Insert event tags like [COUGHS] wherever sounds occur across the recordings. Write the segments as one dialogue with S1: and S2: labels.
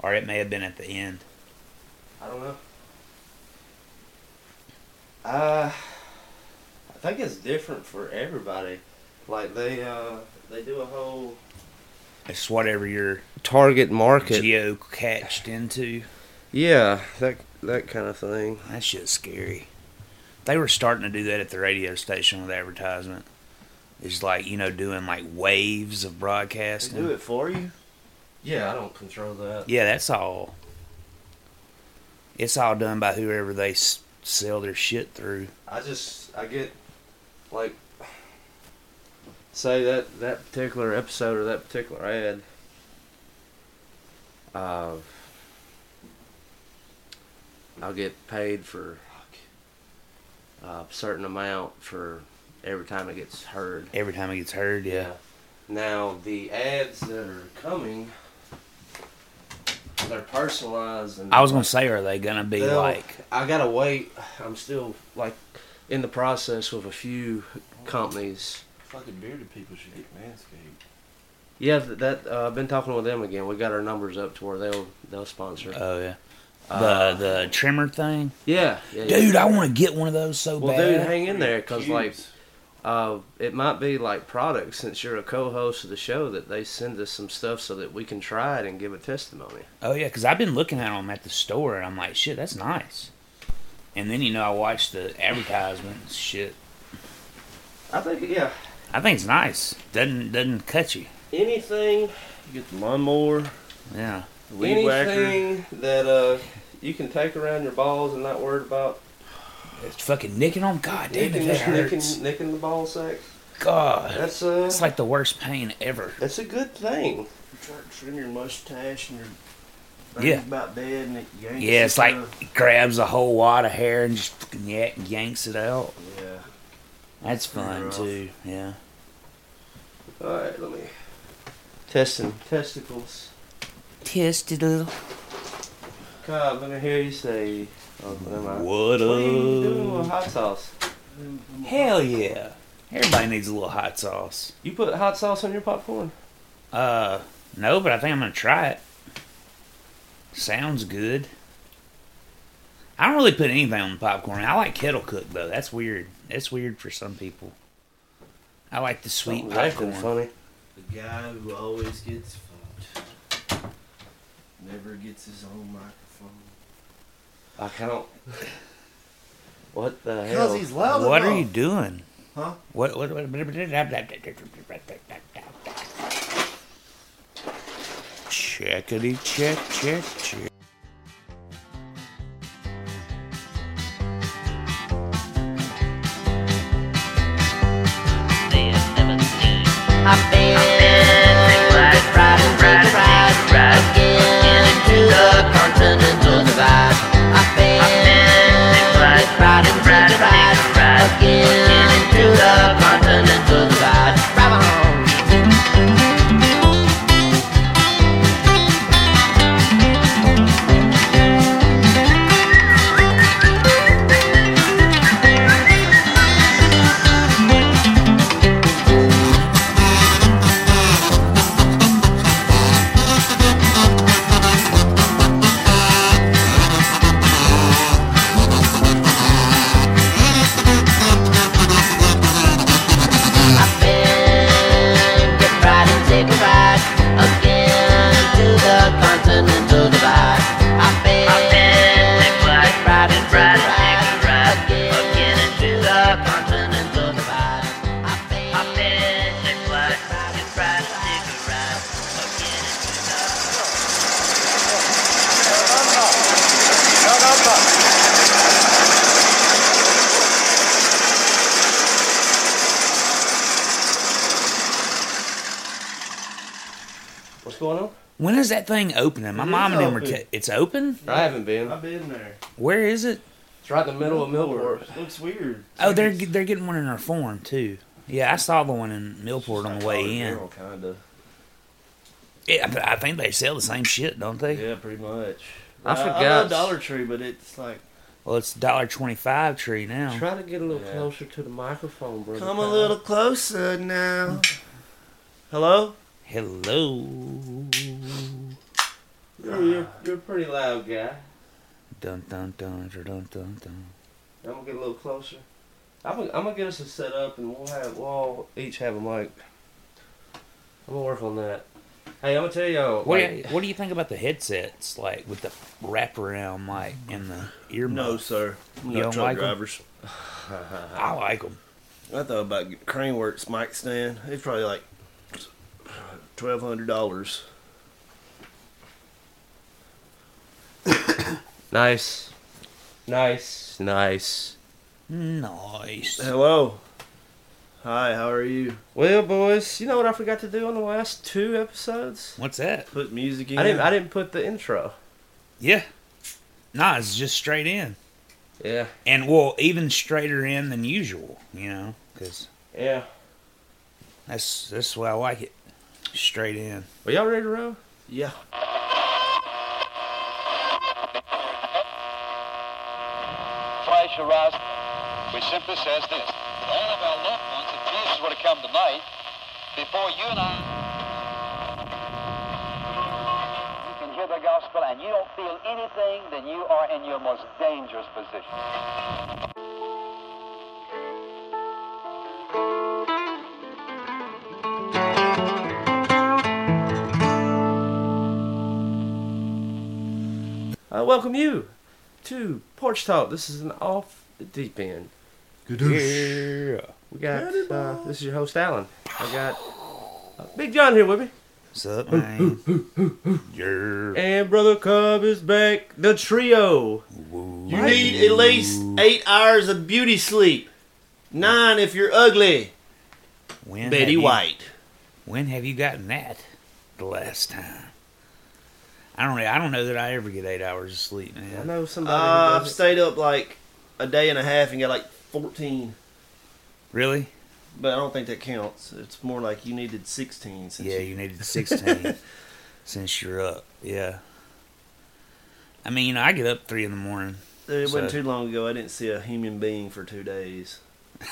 S1: or it may have been at the end.
S2: I don't know. Uh, I think it's different for everybody. Like they uh, they do a whole
S1: It's whatever your
S2: target market.
S1: geo catched into.
S2: yeah, that that kind of thing.
S1: That shit's scary. They were starting to do that at the radio station with advertisement. It's like you know doing like waves of broadcasting.
S2: it for you. Yeah, I don't control that.
S1: Yeah, that's all. It's all done by whoever they s- sell their shit through.
S2: I just I get like say that that particular episode or that particular ad uh I'll get paid for uh, a certain amount for every time it gets heard.
S1: Every time it gets heard, yeah.
S2: Now the ads that are coming they're personalized and
S1: I was gonna say, are they gonna be
S2: They'll-
S1: like?
S2: I gotta wait. I'm still like in the process with a few companies.
S3: Fucking bearded people should get manscaped.
S2: Yeah, th- that uh, I've been talking with them again. We got our numbers up to where they'll they'll sponsor.
S1: Oh yeah, the the trimmer thing,
S2: yeah, yeah, yeah.
S1: dude. I want to get one of those so
S2: Well,
S1: bad.
S2: dude, hang in there because like
S3: Pubes.
S2: uh, it might be like products since you're a co-host of the show that they send us some stuff so that we can try it and give a testimony.
S1: Oh yeah, because I've been looking at them at the store, and I'm like, shit, that's nice. And then you know, I watched the advertisement. and Shit,
S2: I think yeah,
S1: I think it's nice. Doesn't doesn't cut you.
S2: anything,
S3: You get the lawnmower,
S1: Yeah,
S3: the weed whacker.
S2: anything that uh you can take around your balls and not worried about
S1: it's fucking nicking them. God damn it,
S2: nicking,
S1: that
S2: nicking,
S1: hurts.
S2: nicking the ball sack.
S1: God,
S2: That's uh,
S1: it's like the worst pain ever.
S2: that's a good thing.
S3: You try to trim your mustache and your things
S1: Yeah.
S3: about bed and it yanks.
S1: Yeah, it's
S3: it
S1: like
S2: uh,
S3: up.
S1: it grabs a whole wad of hair and just fucking yak- yanks it out.
S3: yeah.
S1: That's
S3: pretty
S1: fun
S3: rough.
S1: too. Yeah.
S2: All right, let me testing testicles.
S1: Testicle.
S2: Cobb, let me hear you say. Oh, never mind.
S1: What
S2: What are you doing
S1: up?
S2: with hot sauce?
S1: Hell yeah. Everybody needs a little hot sauce.
S2: You put hot sauce on your popcorn?
S1: Uh, no, but I think I'm gonna try it. Sounds good. I don't really put anything on the popcorn. I like kettle cooked though. That's weird. That's weird for some people. I like the sweet
S2: Something's acting
S1: popcorn.
S2: funny.
S3: The guy who always gets fucked. Never gets his own microphone.
S2: I can't. [LAUGHS] What the
S3: Because
S2: hell?
S3: he's loud
S1: What
S3: enough.
S1: are you doing?
S3: Huh?
S1: What? What? what Checkity check check check. When is that thing opening? My
S3: It is
S1: mom and them are.
S3: open.
S1: T- it's open.
S2: I haven't been.
S3: I've been there.
S1: Where is it?
S2: It's right in the middle of Millport.
S3: Looks weird.
S1: Oh, they're
S3: It's
S1: they're getting one in reform too. Yeah, I saw the one in Millport on the way in.
S3: Kinda.
S1: Yeah, but I think they sell the same shit, don't they?
S3: Yeah, pretty much.
S2: I
S3: I
S2: forgot.
S3: love Dollar Tree, but it's like,
S1: Well, it's dollar twenty five tree now.
S2: Try to get a little
S3: Yeah.
S2: closer to the microphone, brother.
S3: come a
S2: Pat.
S3: little closer now. Hello?
S1: Hello.
S2: You're, you're, you're a pretty loud guy.
S1: Dun dun dun dun dun dun. dun.
S2: I'm gonna get a little closer. I'm gonna, I'm gonna get us a setup, and we'll have we'll all each have a mic. I'm gonna work on that. Hey, I'm gonna tell y'all.
S1: What do,
S2: like,
S1: you, what do you think about the headsets, like with the wraparound mic and the ear?
S3: No,
S1: muffs?
S3: sir. I'm
S1: You
S3: not
S1: don't
S3: truck
S1: like 'em?
S3: drivers.
S1: I like them.
S3: I thought about getting Craneworks mic stand. It's probably like twelve hundred dollars.
S2: nice, nice, nice.
S1: Nice.
S3: Hello. Hi, how are you?
S2: Well, boys, you know what I forgot to do on the last two episodes?
S1: What's that?
S3: Put music in.
S2: I didn't. I didn't put the intro.
S1: Yeah. Nah, it's just straight in,
S2: Yeah.
S1: and well, even straighter in than usual. You know, because
S2: Yeah.
S1: that's that's why I like it. Straight in.
S2: Are y'all ready to roll?
S3: Yeah.
S4: Fry Shiraz, which simply says this. All of our loved ones, if Jesus were to come tonight, before you and I, you can hear the gospel and you don't feel anything, then you are in your most dangerous position.
S2: I welcome you to Porch Talk. This is an off the deep end.
S1: Yeah.
S2: We got uh, this is your host Alan. I got uh, Big John here with me,
S1: Sup, man? Yeah.
S2: and Brother Cub is back. The trio.
S3: You need at least eight hours of beauty sleep. Nine if you're ugly.
S1: When have
S3: Betty
S1: you-
S3: White.
S1: When have you gotten that? The last time. I don't. know- I don't know that I ever get eight hours of sleep,
S2: I
S1: man.
S2: know somebody. who
S3: Uh, I've
S2: does it.
S3: stayed up like a day and a half and got like fourteen.
S1: Really?
S3: But I don't think that counts. It's more like you needed sixteen since
S1: Yeah,
S3: you
S1: you needed
S2: [LAUGHS]
S1: 16 since you're up. Yeah. I mean, you know, I get up three in the morning.
S3: It wasn't
S1: So-
S3: too long ago. I didn't see a human being for two days.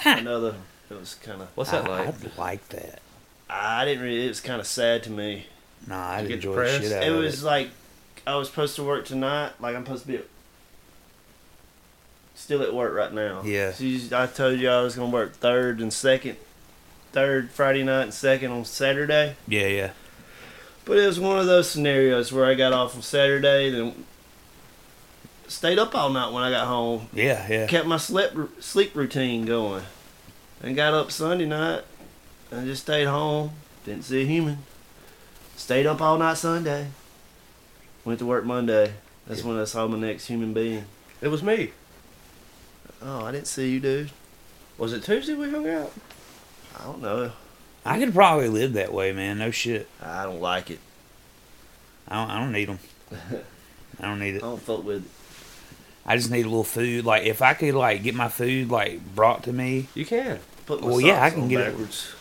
S3: Another. It was kind of.
S2: What's that
S1: I,
S2: like?
S1: I'd like that.
S3: I didn't really. It was kind of sad to me.
S1: Nah, I'd
S2: You get
S1: enjoy the
S2: depressed?
S1: shit out
S3: It
S1: of
S3: was
S1: it.
S3: like I was supposed to work tonight. Like I'm supposed to be at, still at work right now.
S1: Yeah.
S3: So you- I told you I was gonna work third and second, third Friday night and second on Saturday.
S1: Yeah, yeah.
S3: But it was one of those scenarios where I got off on Saturday, then stayed up all night when I got home.
S1: Yeah, yeah.
S3: kept my sleep sleep routine going, and got up Sunday night and just stayed home. Didn't see a human. Stayed up all night Sunday. Went to work Monday. That's when I saw my next human being.
S2: It was me.
S3: Oh, I didn't see you, dude.
S2: Was it Tuesday we hung out?
S3: I don't know.
S1: I could probably live that way, man. No shit.
S3: I don't like it.
S1: I don't, I don't need
S2: [LAUGHS]
S1: them. I don't need
S3: I
S1: it.
S3: don't fuck with it.
S1: I just need a little food. Like, if I could, like, get my food, like, brought to me,
S2: You can.
S3: Put my
S1: Well, yeah, I
S3: socks
S1: can
S3: on
S1: get it.
S3: backwards.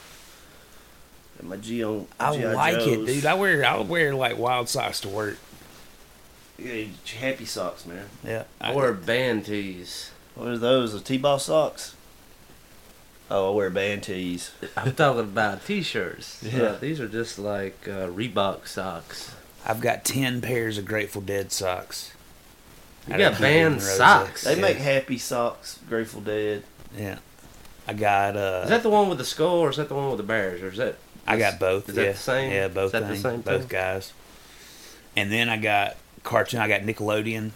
S3: And my G on.
S1: I
S3: G.I.
S1: like it,
S3: Joes.
S1: dude. I wear, I wear, like, wild socks to work.
S3: yeah, happy socks, man.
S1: Yeah.
S2: I wear band [LAUGHS] tees.
S3: What are those? The T-ball socks? Oh, I wear band tees.
S2: I'm talking about t-shirts.
S3: Yeah.
S2: Uh, these are just like uh, Reebok socks.
S1: I've got 10 pairs of Grateful Dead socks.
S2: You
S1: I
S2: got
S1: don't
S2: band
S1: know, Rosa.
S2: socks.
S3: They
S1: yeah.
S3: make happy socks, Grateful Dead.
S1: Yeah. I got uh
S2: Is that the one with the skull, or is that the one with the bears, or is that?
S1: I got both.
S2: Is
S1: yeah.
S2: that the same?
S1: Yeah, both
S2: Is that the
S1: things,
S2: same
S1: both
S2: thing?
S1: guys. And then I got cartoon I got Nickelodeon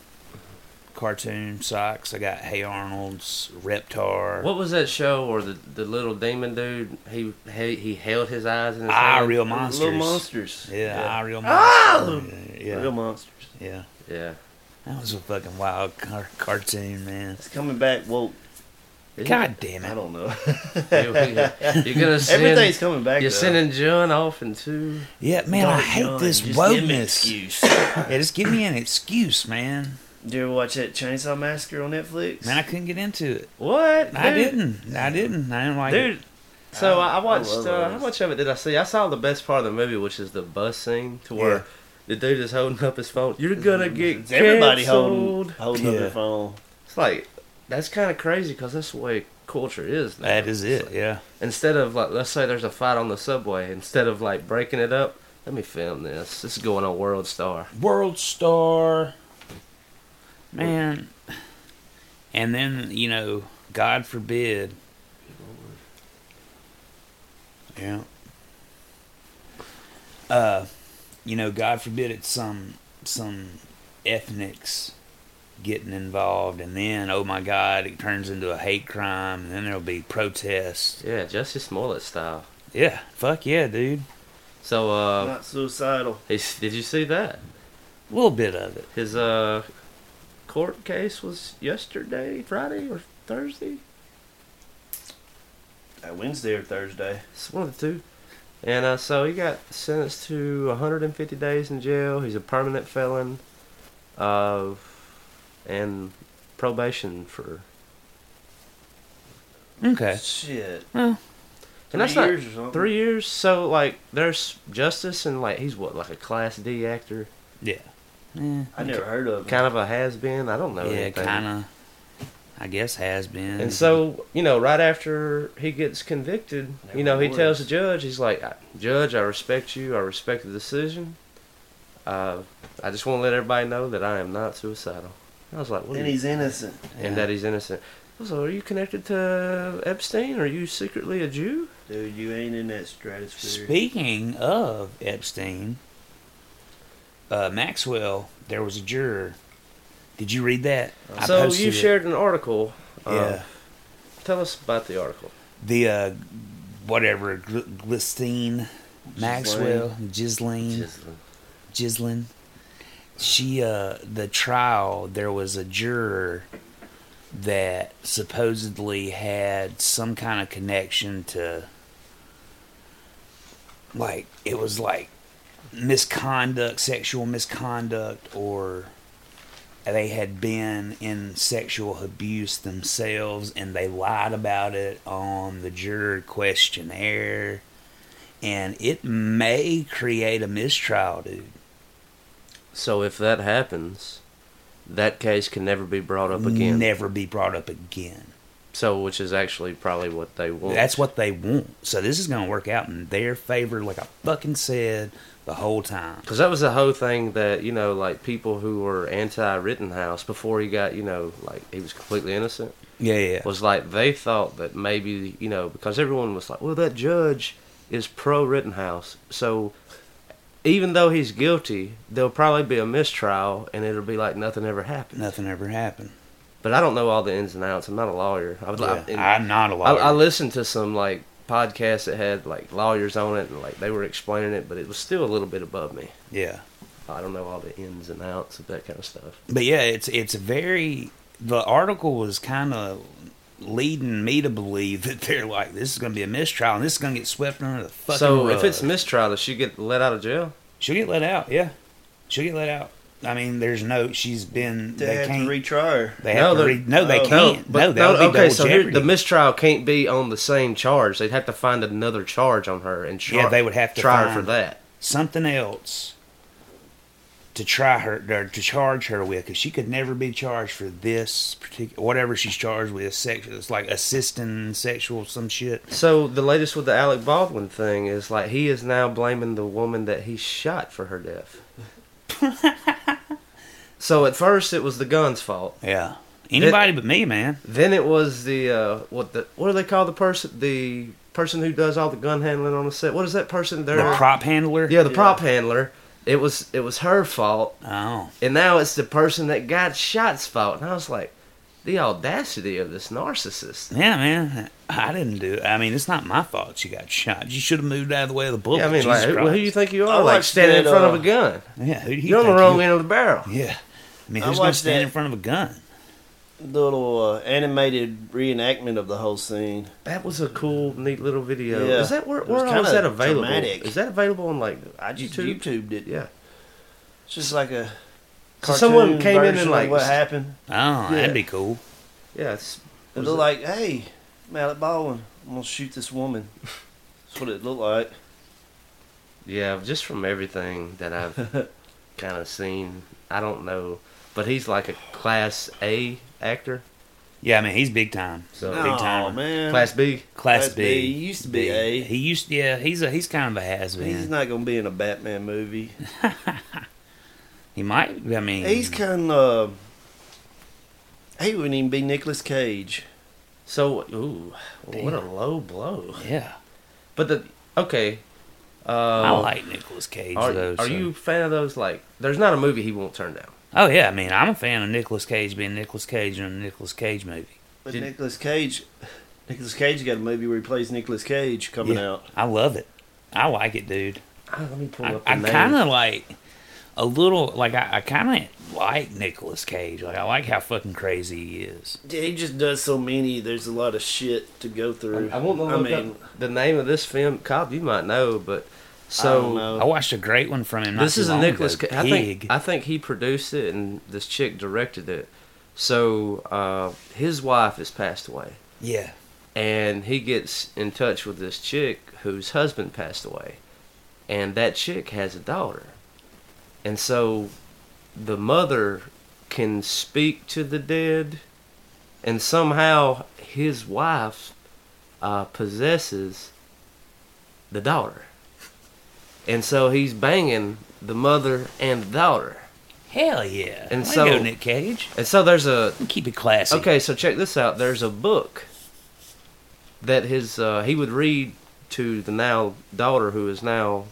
S1: cartoon socks. I got Hey Arnold's Reptar.
S2: What was that show or the the little demon dude? He he, he held his eyes in his
S1: Ah,
S2: hand?
S1: real monsters.
S3: Little monsters.
S1: Yeah, Ah, real
S3: Ah!
S1: monsters. Yeah,
S3: Real
S1: yeah,
S3: monsters.
S1: yeah.
S2: Yeah.
S1: That was a fucking wild car- cartoon, man.
S3: It's coming back. Well, Is
S1: God damn
S3: I
S1: it. [LAUGHS]
S3: don't know.
S2: You're
S3: [LAUGHS]
S2: gonna [LAUGHS] send,
S3: Everything's coming back.
S2: You're
S3: though.
S2: sending John off in two.
S1: Yeah, man, I
S3: Dark
S1: hate
S3: John,
S1: this
S3: just give me an
S1: wokeness.
S3: excuse.
S1: Yeah, just give me an excuse, man.
S3: Did you ever watch that Chainsaw Massacre on Netflix?
S1: Man, I couldn't get into it.
S2: What?
S1: I
S2: Dude.
S1: didn't. I didn't. I didn't like it.
S2: dude. So I, I watched.
S3: love
S2: uh, how
S3: those.
S2: much of it did I see? I saw the best part of the movie, which is the bus scene, to where
S3: Yeah.
S2: the dude is holding up his phone. You're gonna get
S3: It's everybody holding,
S2: canceled.
S3: holding up
S1: Yeah.
S3: their phone.
S2: It's like that's kind of crazy because that's the way culture is. Now.
S1: That is it, yeah.
S2: Instead of like, let's say there's a fight on the subway, instead of like breaking it up, let me film this. This is going on World Star.
S1: World star. Man. And then, you know, God forbid. Yeah. Uh, you know, God forbid it's some some ethnics getting involved and then oh my god it turns into a hate crime and then there'll be protests.
S2: Yeah, Justice Smollett style.
S1: Yeah, fuck yeah, dude.
S2: So
S1: Oh.
S2: uh,
S3: Not suicidal.
S2: he's- did you see that?
S1: A little bit of it.
S2: His uh, court case was yesterday, Friday or Thursday.
S3: That Wednesday or Thursday.
S2: It's one of the two. And uh, so he got sentenced to 150 days in jail. He's a permanent felon, uh, and probation for.
S1: Okay.
S3: Shit.
S1: Well,
S2: And
S3: Three
S2: that's not-
S3: years or something.
S2: Three years. So like, there's justice, and like he's what, like a class D actor,
S1: yeah. Eh.
S3: I never heard of. it.
S2: kind of a has been. I don't know.
S1: yeah,
S2: anything.
S1: kind of. I guess has been.
S2: And so, you know, right after he gets convicted, you know, he tells the judge, he's like, "I- Judge, I respect you. I respect the decision. Uh, I just want to let everybody know that I am not suicidal. I was like, what
S3: And
S2: are you-
S3: he's innocent.
S2: and that he's innocent. I was like, are you connected to Epstein? Are you secretly a Jew?
S3: Dude, you ain't in that stratosphere.
S1: speaking of Epstein, uh, Maxwell, there was a juror. Did you read that? I
S2: so
S1: posted
S2: you
S1: it.
S2: shared an article. Uh,
S1: yeah,
S2: Tell us about the article.
S1: the uh, whatever Gl- Glistine Maxwell Ghislaine. Gislin. She uh the trial there was a juror that supposedly had some kind of connection to like it was like misconduct, sexual misconduct or they had been in sexual abuse themselves and they lied about it on the juror questionnaire and it may create a mistrial, dude.
S2: So if that happens, that case can never be brought up again.
S1: never be brought up again.
S2: So, which is actually probably what they want.
S1: That's what they want. So this is going to work out in their favor, like I fucking said the whole time.
S2: Because that was the whole thing that, you know, like people who were anti Rittenhouse before he got, you know, like he was completely innocent,
S1: Yeah, yeah,
S2: was like they thought that maybe, you know, because everyone was like, well, that judge is pro Rittenhouse. So even though he's guilty, there'll probably be a mistrial and it'll be like nothing ever happened.
S1: Nothing ever happened.
S2: But I don't know all the ins and outs. I'm not a lawyer. I would
S1: Yeah.
S2: like. and-
S1: I'm not a
S2: I,
S1: lawyer.
S2: I listened to some like podcasts that had like lawyers on it and like they were explaining it, but it was still a little bit above me.
S1: yeah,
S2: I don't know all the ins and outs of that kind of stuff.
S1: but yeah, it's it's very. The article was kind of leading me to believe [LAUGHS] that they're like, this is going to be a mistrial and this is going to get swept under the fucking.
S2: so if
S1: rug.
S2: it's mistrial, does she get let out of jail?
S1: she'll get let out. Yeah, she'll get let out. I mean, there's no. She's been.
S3: They,
S1: They,
S3: have
S1: can't.
S3: to Oh. retry her.
S1: they have
S2: No,
S1: to
S2: they're-
S1: re- no, they
S3: no,
S1: can't. No, that would be
S2: okay.
S1: double
S2: So here-
S1: jeopardy.
S2: the mistrial can't be on the same charge. They'd have to find another charge on her and char-
S1: Yeah, they would have to
S2: try her
S1: find-
S2: for that.
S1: something else to try her or to charge her with because she could never be charged for this particular whatever she's charged with sexual it's like assisting sexual some shit
S2: So the latest with the Alec Baldwin thing is like he is now blaming the woman that he shot for her death. so at first it was the gun's fault.
S1: yeah anybody but me man
S2: Then it was the uh, what the what do they call the person the person who does all the gun handling on the set? What is that person there?
S1: the prop handler
S2: Yeah, the prop handler. It was it was her fault,
S1: oh
S2: and now it's the person that got shot's fault. And I was like, the audacity of this narcissist.
S1: yeah man i didn't do it i mean it's not my fault she got shot you should have moved out of the way of the bullet
S2: Yeah, I mean, like,
S1: Oh, Jesus
S2: who, who
S1: Christ.
S2: do you think you
S3: I
S2: are? Like
S3: watched
S2: standing in
S3: that,
S2: front
S3: uh,
S2: of a gun.
S1: yeah who do you
S2: You're on the
S1: think
S2: wrong
S1: you-
S2: end of the barrel.
S1: yeah i mean
S3: I
S1: who's gonna
S3: watched
S1: stand
S3: that-
S1: in front of a gun
S3: little uh, animated reenactment of the whole scene.
S2: That was a cool, neat little video.
S3: Yeah.
S2: Is that where,
S3: It was
S2: where all is
S3: kinda
S2: that available?
S3: dramatic.
S2: Is that available on like
S3: I just
S2: YouTube?
S3: YouTubed it.
S2: Yeah.
S3: It's just like a.
S2: So someone
S3: cartoon
S2: came in and,
S3: version of
S2: like,
S3: what
S2: s-
S3: happened?
S1: Oh, that'd be cool.
S2: Yeah. It's,
S3: It
S2: was
S3: looked like, hey, Mallet Baldwin, I'm gonna shoot
S2: [LAUGHS]
S3: this woman. That's what it looked like.
S2: Yeah, just from everything that [LAUGHS] I've kind of seen, I don't know, but he's like a class A actor.
S1: Yeah, I mean he's big time.
S2: So
S1: Big timer.
S3: man.
S2: class B.
S1: Class,
S3: Class
S1: B.
S3: B. He used to be A.
S1: He used yeah, he's a he's kind of a has
S3: He's
S1: been.
S3: not gonna be in a Batman movie.
S1: He might I mean
S3: He's kind of. He wouldn't even be Nicolas Cage.
S2: So ooh, what a low blow.
S1: Yeah.
S2: But the okay. Uh,
S1: I like Nicolas Cage
S2: Are,
S1: though.
S2: are
S1: so-
S2: you a fan of those? Like, there's not a movie he won't turn down.
S1: Oh yeah, I mean I'm a fan of Nicolas Cage being Nicolas Cage in a Nicolas Cage movie.
S3: But
S2: Did-
S3: Nicolas Cage, Nicolas Cage got a movie where he plays Nicolas Cage coming
S1: Yeah.
S3: out.
S1: I love it. I like it, dude.
S2: Ah, let me pull
S1: I,
S2: up the
S1: I
S2: name.
S1: kind of like a little like I, I kind of like Nicolas Cage. Like I like how fucking crazy he is.
S3: Yeah, he just does so many. There's a lot of shit to go through.
S2: I won't look
S3: I mean,
S2: up the name of this film. Cobb, you might know, but so.
S3: I don't know.
S1: I watched a great one from him. Not
S2: this
S1: too
S2: is a
S1: long
S2: Nicholas.
S1: ago,
S2: Ca- I
S1: Pig.
S2: think I think he produced it, and this chick directed it. So uh, his wife has passed away,
S1: yeah.
S2: and he gets in touch with this chick whose husband passed away, and that chick has a daughter, and so the mother can speak to the dead, and somehow his wife uh, possesses the daughter. And so he's banging the mother and the daughter.
S1: Hell yeah.
S2: And
S1: Way to
S2: so-
S1: go, Nick Cage.
S2: And so there's a
S1: Keep it classy.
S2: okay. So check this out. There's a book that his uh, he would read to the now daughter who is now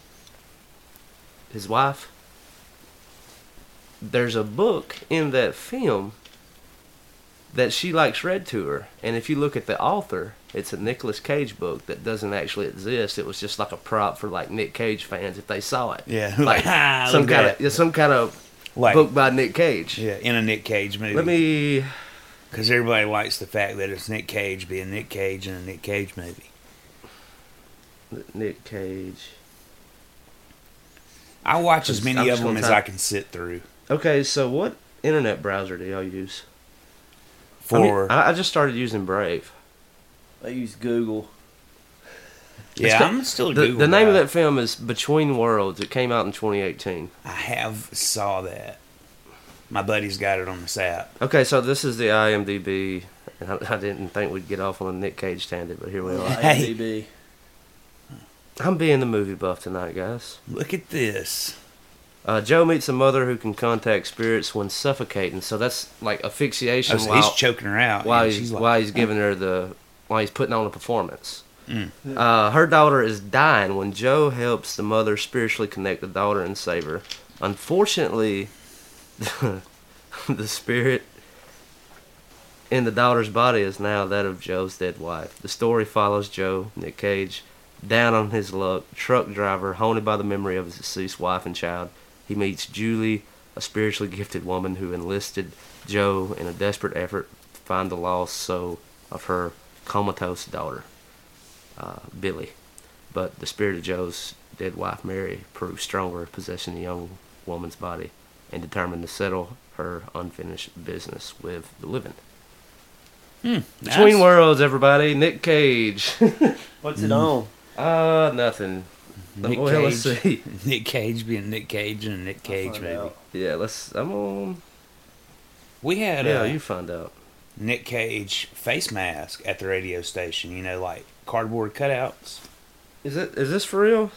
S2: his wife. There's a book in that film that she likes read to her, and if you look at the author, it's a Nicolas Cage book that doesn't actually exist. It was just like a prop for like Nick Cage fans if they saw
S1: [LAUGHS]
S2: it.
S1: Yeah.
S2: like
S1: Ah, [LAUGHS]
S2: some
S1: look at
S2: kind
S1: it.
S2: of yeah, some kind of
S1: Like,
S2: book by Nick Cage.
S1: yeah, in a Nick Cage movie.
S2: Let me
S1: Because everybody likes the fact that it's Nick Cage being Nick Cage in a Nick Cage movie.
S2: Nick Cage.
S1: I watch as
S2: I'm
S1: many of
S2: just
S1: them
S2: gonna
S1: as
S2: type-
S1: I can sit through
S2: Okay, so what internet browser do y'all use? I mean,
S1: for.
S2: I, I just started using Brave.
S3: I use Google.
S2: It's
S1: yeah,
S2: got-
S1: I'm still a
S2: The,
S1: Google
S2: the name of
S1: guy.
S2: that film is Between Worlds. It came out in 2018.
S1: I have saw that. My buddy's got it on the sap.
S2: Okay, so this is the IMDb. And I, I didn't think we'd get off on a Nick Cage tangent, but here we
S3: uh,
S1: [LAUGHS]
S2: are.
S1: Hey.
S3: IMDb.
S2: I'm being the movie buff tonight, guys.
S1: Look at this.
S2: Uh, Joe meets a mother who can contact spirits when suffocating. So that's like asphyxiation.
S1: Oh, so
S2: while-
S1: he's choking her out.
S2: while
S1: and
S2: he's,
S1: she's like,
S2: while he's giving her the while he's putting on a performance.
S1: Mm.
S2: Uh, her daughter is dying when Joe helps the mother spiritually connect the daughter and save her. Unfortunately, [LAUGHS] the spirit in the daughter's body is now that of Joe's dead wife. The story follows Joe, Nick Cage, down on his luck, truck driver, haunted by the memory of his deceased wife and child. He meets Julie, a spiritually gifted woman who enlisted Joe in a desperate effort to find the lost soul of her comatose daughter, uh, Billy. But the spirit of Joe's dead wife, Mary, proves stronger, possessing the young woman's body and determined to settle her unfinished business with the living. Between
S1: "Nice."
S2: Worlds, everybody. Nick Cage. [LAUGHS]
S3: What's it on?
S2: uh, nothing.
S1: Nick
S2: well,
S1: Cage.
S2: let's see.
S1: [LAUGHS] Nick Cage being Nick Cage in a Nick Cage
S3: Find
S1: movie.
S3: out.
S2: Yeah, let's. I'm on.
S1: We had
S2: Yeah,
S1: uh,
S2: you find out.
S1: Nick Cage face mask at the radio station. You know, like cardboard cutouts.
S2: Is it? Is this for real?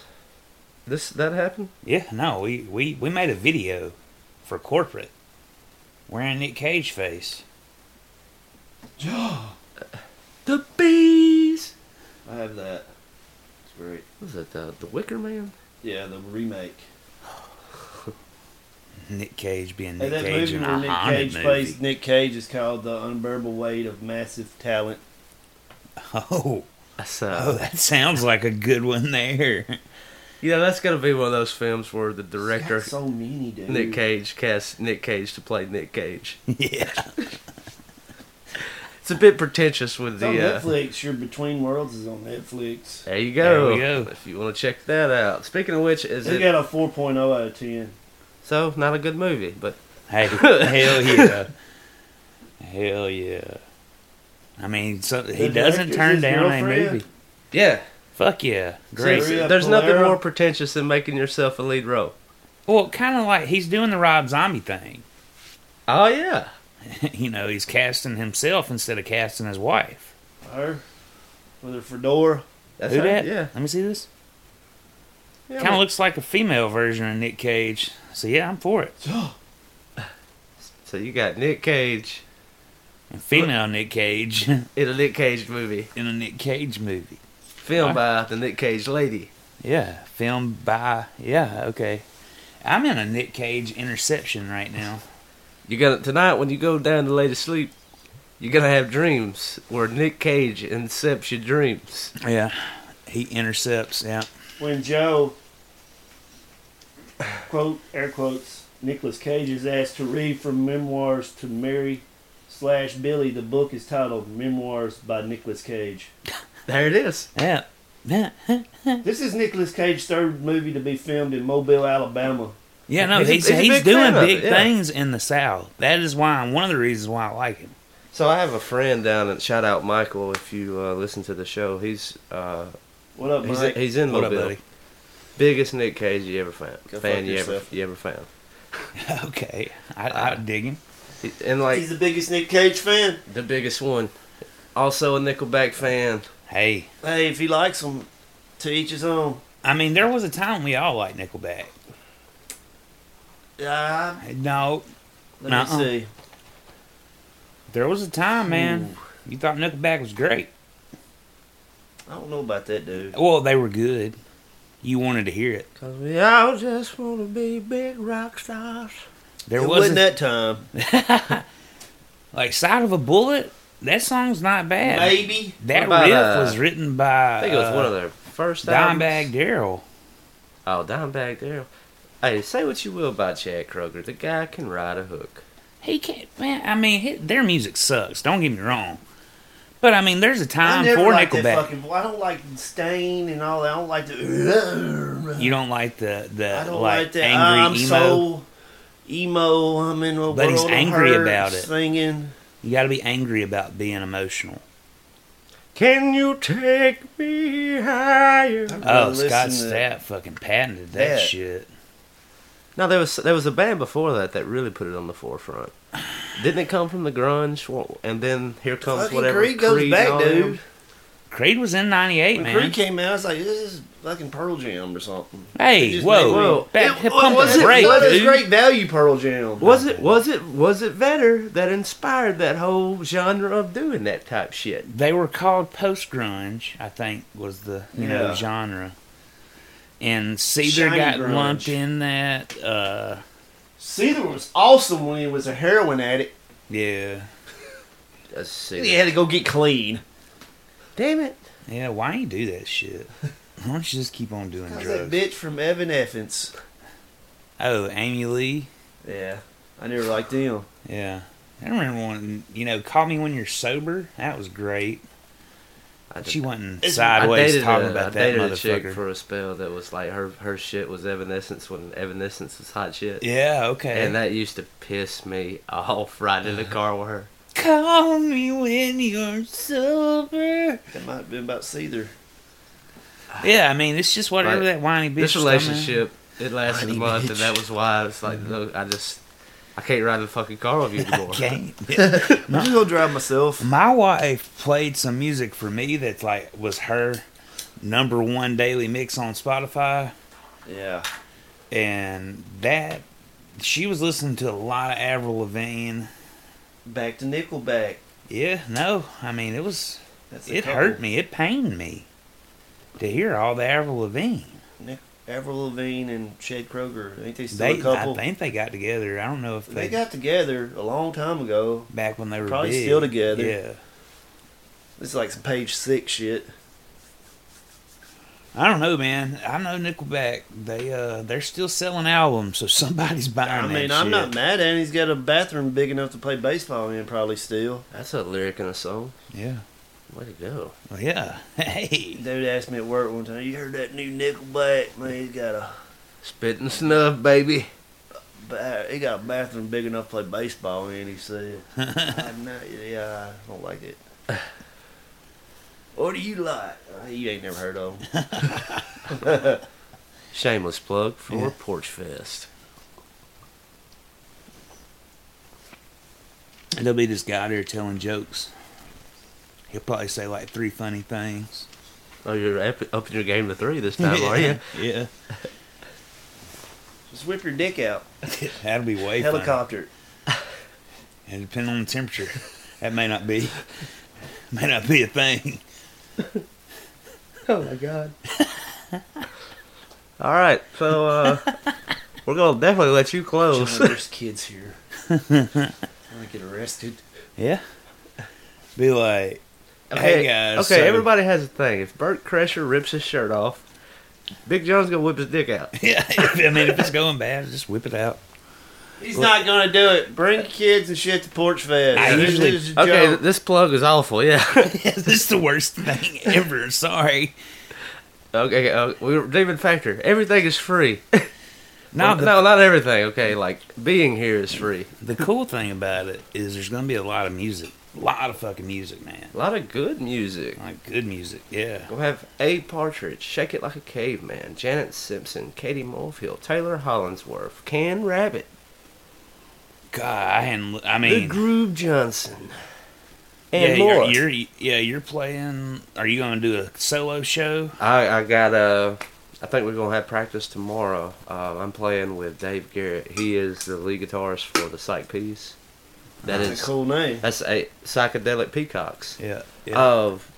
S2: This that happened?
S1: Yeah, no, we we we made a video for corporate wearing Nick Cage face.
S2: The bees.
S3: I have that. It's great.
S2: Was it the the Wicker Man?
S3: Yeah, the remake.
S1: Nick Cage being
S3: Hey,
S1: Nick
S3: that
S1: Cage
S3: movie
S1: in
S3: where
S1: a
S3: Nick
S1: haunted
S3: Cage
S1: movie.
S3: plays Nick Cage is called The Unbearable Weight of Massive Talent.
S1: [LAUGHS] Oh,
S2: That's uh.
S1: oh, that sounds like a good one
S3: [LAUGHS]
S1: there.
S2: Yeah, that's gonna be one of those films where the director
S3: Got so many, dude.
S2: Nick Cage casts Nick Cage to play Nick Cage.
S1: yeah,
S2: It's a bit pretentious with
S3: It's on
S2: the. Uh,
S3: Netflix. Your Between Worlds is on Netflix.
S2: there you go.
S1: There we go.
S2: If you want to check that out. Speaking of which, is
S3: They
S2: it
S3: got a 4.0 out of 10.
S2: so not a good movie? But
S1: Hey, hell yeah, hell yeah. I mean, so, he
S3: The
S1: doesn't
S3: director's
S1: turn
S3: his
S1: down a
S3: girlfriend?
S1: movie.
S2: yeah,
S1: Fuck yeah, great.
S2: there's,
S3: Maria
S2: there's nothing
S3: Pallero.
S2: more pretentious than making yourself a lead role.
S1: Well, kind of like he's doing the Rob Zombie thing. [LAUGHS]
S2: Oh yeah,
S1: you know, he's casting himself instead of casting his wife.
S3: Her with her fedora.
S2: that's
S1: Who
S2: right.
S1: that?
S2: Yeah,
S1: Let me see this.
S2: yeah
S1: kind of looks like a female version of Nick Cage. So yeah, I'm for it.
S2: So you got Nick Cage
S1: And female Nick Cage [LAUGHS] in
S2: in a Nick Cage movie,
S1: a Nick Cage movie.
S2: filmed by the Nick Cage lady.
S1: Yeah, filmed by. Yeah, okay. I'm in a Nick Cage interception right now.
S2: You gonna tonight when you go down to lay to sleep, you're gonna have dreams where Nick Cage incepts your dreams.
S1: Yeah, he intercepts. Yeah,
S3: When Joe, quote, air quotes, Nicolas Cage is asked to read from memoirs to Mary slash Billy. The book is titled Memoirs by Nicolas Cage.
S2: There it is.
S1: yeah, yeah,
S3: This is Nicolas Cage's third movie to be filmed in Mobile, Alabama.
S1: yeah. No, he's
S2: He's
S1: he's,
S2: a- he's a big
S1: doing
S2: fan of
S1: big
S2: it, yeah.
S1: things in the South. That is why one of the reasons why I like him. [LAUGHS]
S2: So I have a friend down and shout out Michael if you uh, listen to the show. He's uh,
S3: What up,
S2: he's,
S3: Mike?
S2: he's in
S1: What
S2: Little
S1: up,
S2: Bill.
S1: buddy?
S2: Biggest Nick Cage you ever found.
S3: Go
S2: fan
S3: fuck
S2: you ever
S3: yourself.
S2: you ever found.
S1: Okay, I,
S2: Uh,
S1: I dig him.
S2: He- And like
S3: He's the biggest Nick Cage fan.
S2: the biggest one. Also a Nickelback fan.
S1: Hey,
S3: Hey, if he likes them, to each his own.
S1: I mean, there was a time we all liked Nickelback.
S3: Uh,
S1: No,
S3: let
S1: Nuh-uh.
S3: me see.
S1: there was a time, man. You thought Nickelback was great.
S3: I don't know about that dude.
S1: Well, they were good. You wanted to hear it.
S2: Cause we all just wanna be big rock stars.
S1: There
S3: it
S1: was
S3: wasn't
S1: a,
S3: that time.
S1: like "Side of a Bullet." That song's not bad.
S3: Maybe.
S1: That
S2: What about,
S1: riff
S2: uh,
S1: was written by
S2: I think it was
S1: uh,
S2: one of their first albums.
S1: Dimebag Daryl.
S2: Oh, Dimebag Daryl. Hey, say what you will about Chad Kroger. The guy can ride a hook.
S1: He can't, man. I mean, hi their music sucks. Don't get me wrong, but I mean, there's a
S3: I
S1: time
S3: never
S1: for
S3: liked that
S1: Nickelback.
S3: fucking. I don't like Stain and all that. I don't like the.
S1: You don't like the the
S3: I don't
S1: like,
S3: like, that.
S1: angry
S3: I'm
S1: emo.
S3: so emo. I'm in a
S1: But he's
S3: world of
S1: angry
S3: hurt,
S1: about it.
S3: Singing.
S1: You got to be angry about being emotional.
S2: Can you take me higher?
S3: Well,
S1: Oh,
S3: listen
S1: Scott
S3: to
S1: Stapp fucking patented that,
S3: that.
S1: shit.
S2: No, there was there was a band before that that really put it on the forefront. Didn't it come from the grunge? Well, And then here comes
S3: Fucking
S2: whatever
S3: Creed goes
S2: and
S3: back,
S2: all them.
S3: dude.
S1: Creed was in '98,
S3: When
S1: man.
S3: Creed came out, I was like, "This is fucking Pearl Jam or something."
S1: hey,
S3: just
S1: whoa,
S3: made me-
S1: whoa, back,
S3: it,
S1: pump
S3: was
S1: the
S3: it
S1: brake,
S3: not as
S1: dude.
S3: great value Pearl Jam?
S2: Was it was it was it Vetter that inspired that whole genre of doing that type shit?
S1: They were called post grunge, I think, was the you know
S3: Yeah.
S1: genre. And Cedar
S3: Shiny
S1: got
S3: grunge.
S1: lumped in that. Uh,
S3: Cedar was awesome when he was a heroin addict.
S1: yeah,
S2: Let's see.
S3: He had to go get clean.
S2: Damn it.
S1: yeah. Why you do that
S3: [LAUGHS]
S1: shit? Why don't you just keep on doing
S3: How's that
S1: drugs?
S3: bitch from Evan Effens?
S1: Oh, Amy Lee.
S3: Yeah, I never liked him.
S1: Yeah, I remember when you know, call me when you're sober. That was great.
S2: I did-
S1: She wasn't
S3: It's-
S2: I
S1: sideways
S2: dated
S1: talking
S2: a-
S1: about
S2: I
S1: that
S2: dated a chick
S1: motherfucker.
S2: for a spell that was like her her shit was Evanescence when Evanescence was hot shit.
S1: Yeah, okay.
S2: And that used to piss me off [LAUGHS] riding in the car with her.
S1: Call me when you're sober.
S3: That might have been about Cedar.
S1: Yeah, I mean, it's just whatever
S2: Right.
S1: that whiny bitch.
S2: This
S1: was coming.
S2: relationship, it lasted a
S3: Honey
S2: month,
S3: bitch.
S2: and that was why it's like,
S1: Mm-hmm.
S2: look, I just, I can't ride in the fucking car with
S1: [LAUGHS]
S2: you anymore.
S1: Can't.
S3: I'm just gonna drive myself.
S1: My wife played some music for me that's like was her number one daily mix on Spotify,
S3: Yeah.
S1: and that she was listening to a lot of Avril Lavigne.
S3: Back to Nickelback.
S1: Yeah, no, I mean it was
S3: That's a
S1: it
S3: couple.
S1: hurt me, it pained me to hear all the Avril Lavigne.
S3: Nic- Avril Lavigne and Chad Kroger. Ain't they still
S1: They,
S3: a
S1: I
S3: couple?
S1: think they got together. I don't know if
S3: they
S1: they,
S3: got together a long time ago.
S1: back when they were
S3: probably
S1: big.
S3: still together.
S1: Yeah.
S3: It's like some page six shit.
S1: I don't know, man. I know Nickelback. They uh, they're still selling albums, so [LAUGHS] somebody's buying.
S3: I mean,
S1: that
S3: I'm
S1: shit.
S3: not mad at him. He's got a bathroom big enough to play baseball in, probably still.
S2: That's a lyric in a song.
S1: Yeah,
S2: Way to go.
S1: Well, yeah. [LAUGHS] Hey,
S3: Dude asked me at work one time, "You heard that new Nickelback? Man, he's got a
S2: Spitting snuff, baby.
S3: ba- he got a bathroom big enough to play baseball in." He said,
S1: [LAUGHS]
S3: I know, "Yeah, I don't like it." [SIGHS] What do you like? Uh, You ain't never heard of him.
S2: Shameless plug for
S1: Yeah.
S2: Porch Fest.
S1: there'll be this guy there telling jokes. He'll probably say like three funny
S3: [LAUGHS]
S1: things.
S2: Oh, you're up, upping your game to three this
S1: [LAUGHS]
S2: time, are you?
S1: Yeah,
S3: Just whip your dick out,
S1: that'll be way funny.
S3: helicopter.
S1: And depending on the temperature, that may not be [LAUGHS] may not be a thing.
S2: Oh my god. All right,
S1: [LAUGHS]
S2: so uh, we're gonna definitely let you
S3: John,
S2: close.
S3: There's
S1: [LAUGHS]
S3: kids here. I'm gonna get arrested.
S1: Yeah. Be like, [LAUGHS] hey guys.
S2: okay,
S1: so-
S2: everybody has a thing. If Bert Crusher rips his shirt off, Big John's gonna whip his dick out.
S1: Yeah, if- I mean, if it's going bad, just whip it out. [LAUGHS]
S3: He's not gonna do it. Bring kids and shit to Porch Fest.
S1: I
S3: This
S1: usually-
S3: is a
S2: Okay,
S3: joke.
S2: th- this plug is
S1: [LAUGHS]
S2: awful. Yeah.
S1: this is the worst thing ever. Sorry.
S2: okay, uh, we were David Factor. Everything is free.
S1: No, the,
S2: no, not everything. Okay, like being here is free.
S1: the cool thing about it is there's going to be a lot of music. A lot of fucking music, man.
S2: A lot of good music.
S1: Like good music, yeah.
S2: We'll have Abe Partridge, Shake It Like a Caveman, Janet Simpson, Katie Mulfield, Taylor Hollinsworth, Can Rabbit,
S1: God, I hadn't. I
S2: The
S1: mean,
S2: Groove Johnson,
S1: yeah,
S2: and
S1: you're,
S2: more.
S1: you're, yeah, you're playing. Are you going to do a solo show?
S2: I, I got uh, I think we're gonna have practice tomorrow. Uh, I'm playing with Dave Garrett. He is the lead guitarist for the Psych Piece. That
S3: That's
S2: is
S3: a cool name.
S2: that's a psychedelic peacocks.
S1: Yeah.
S2: Of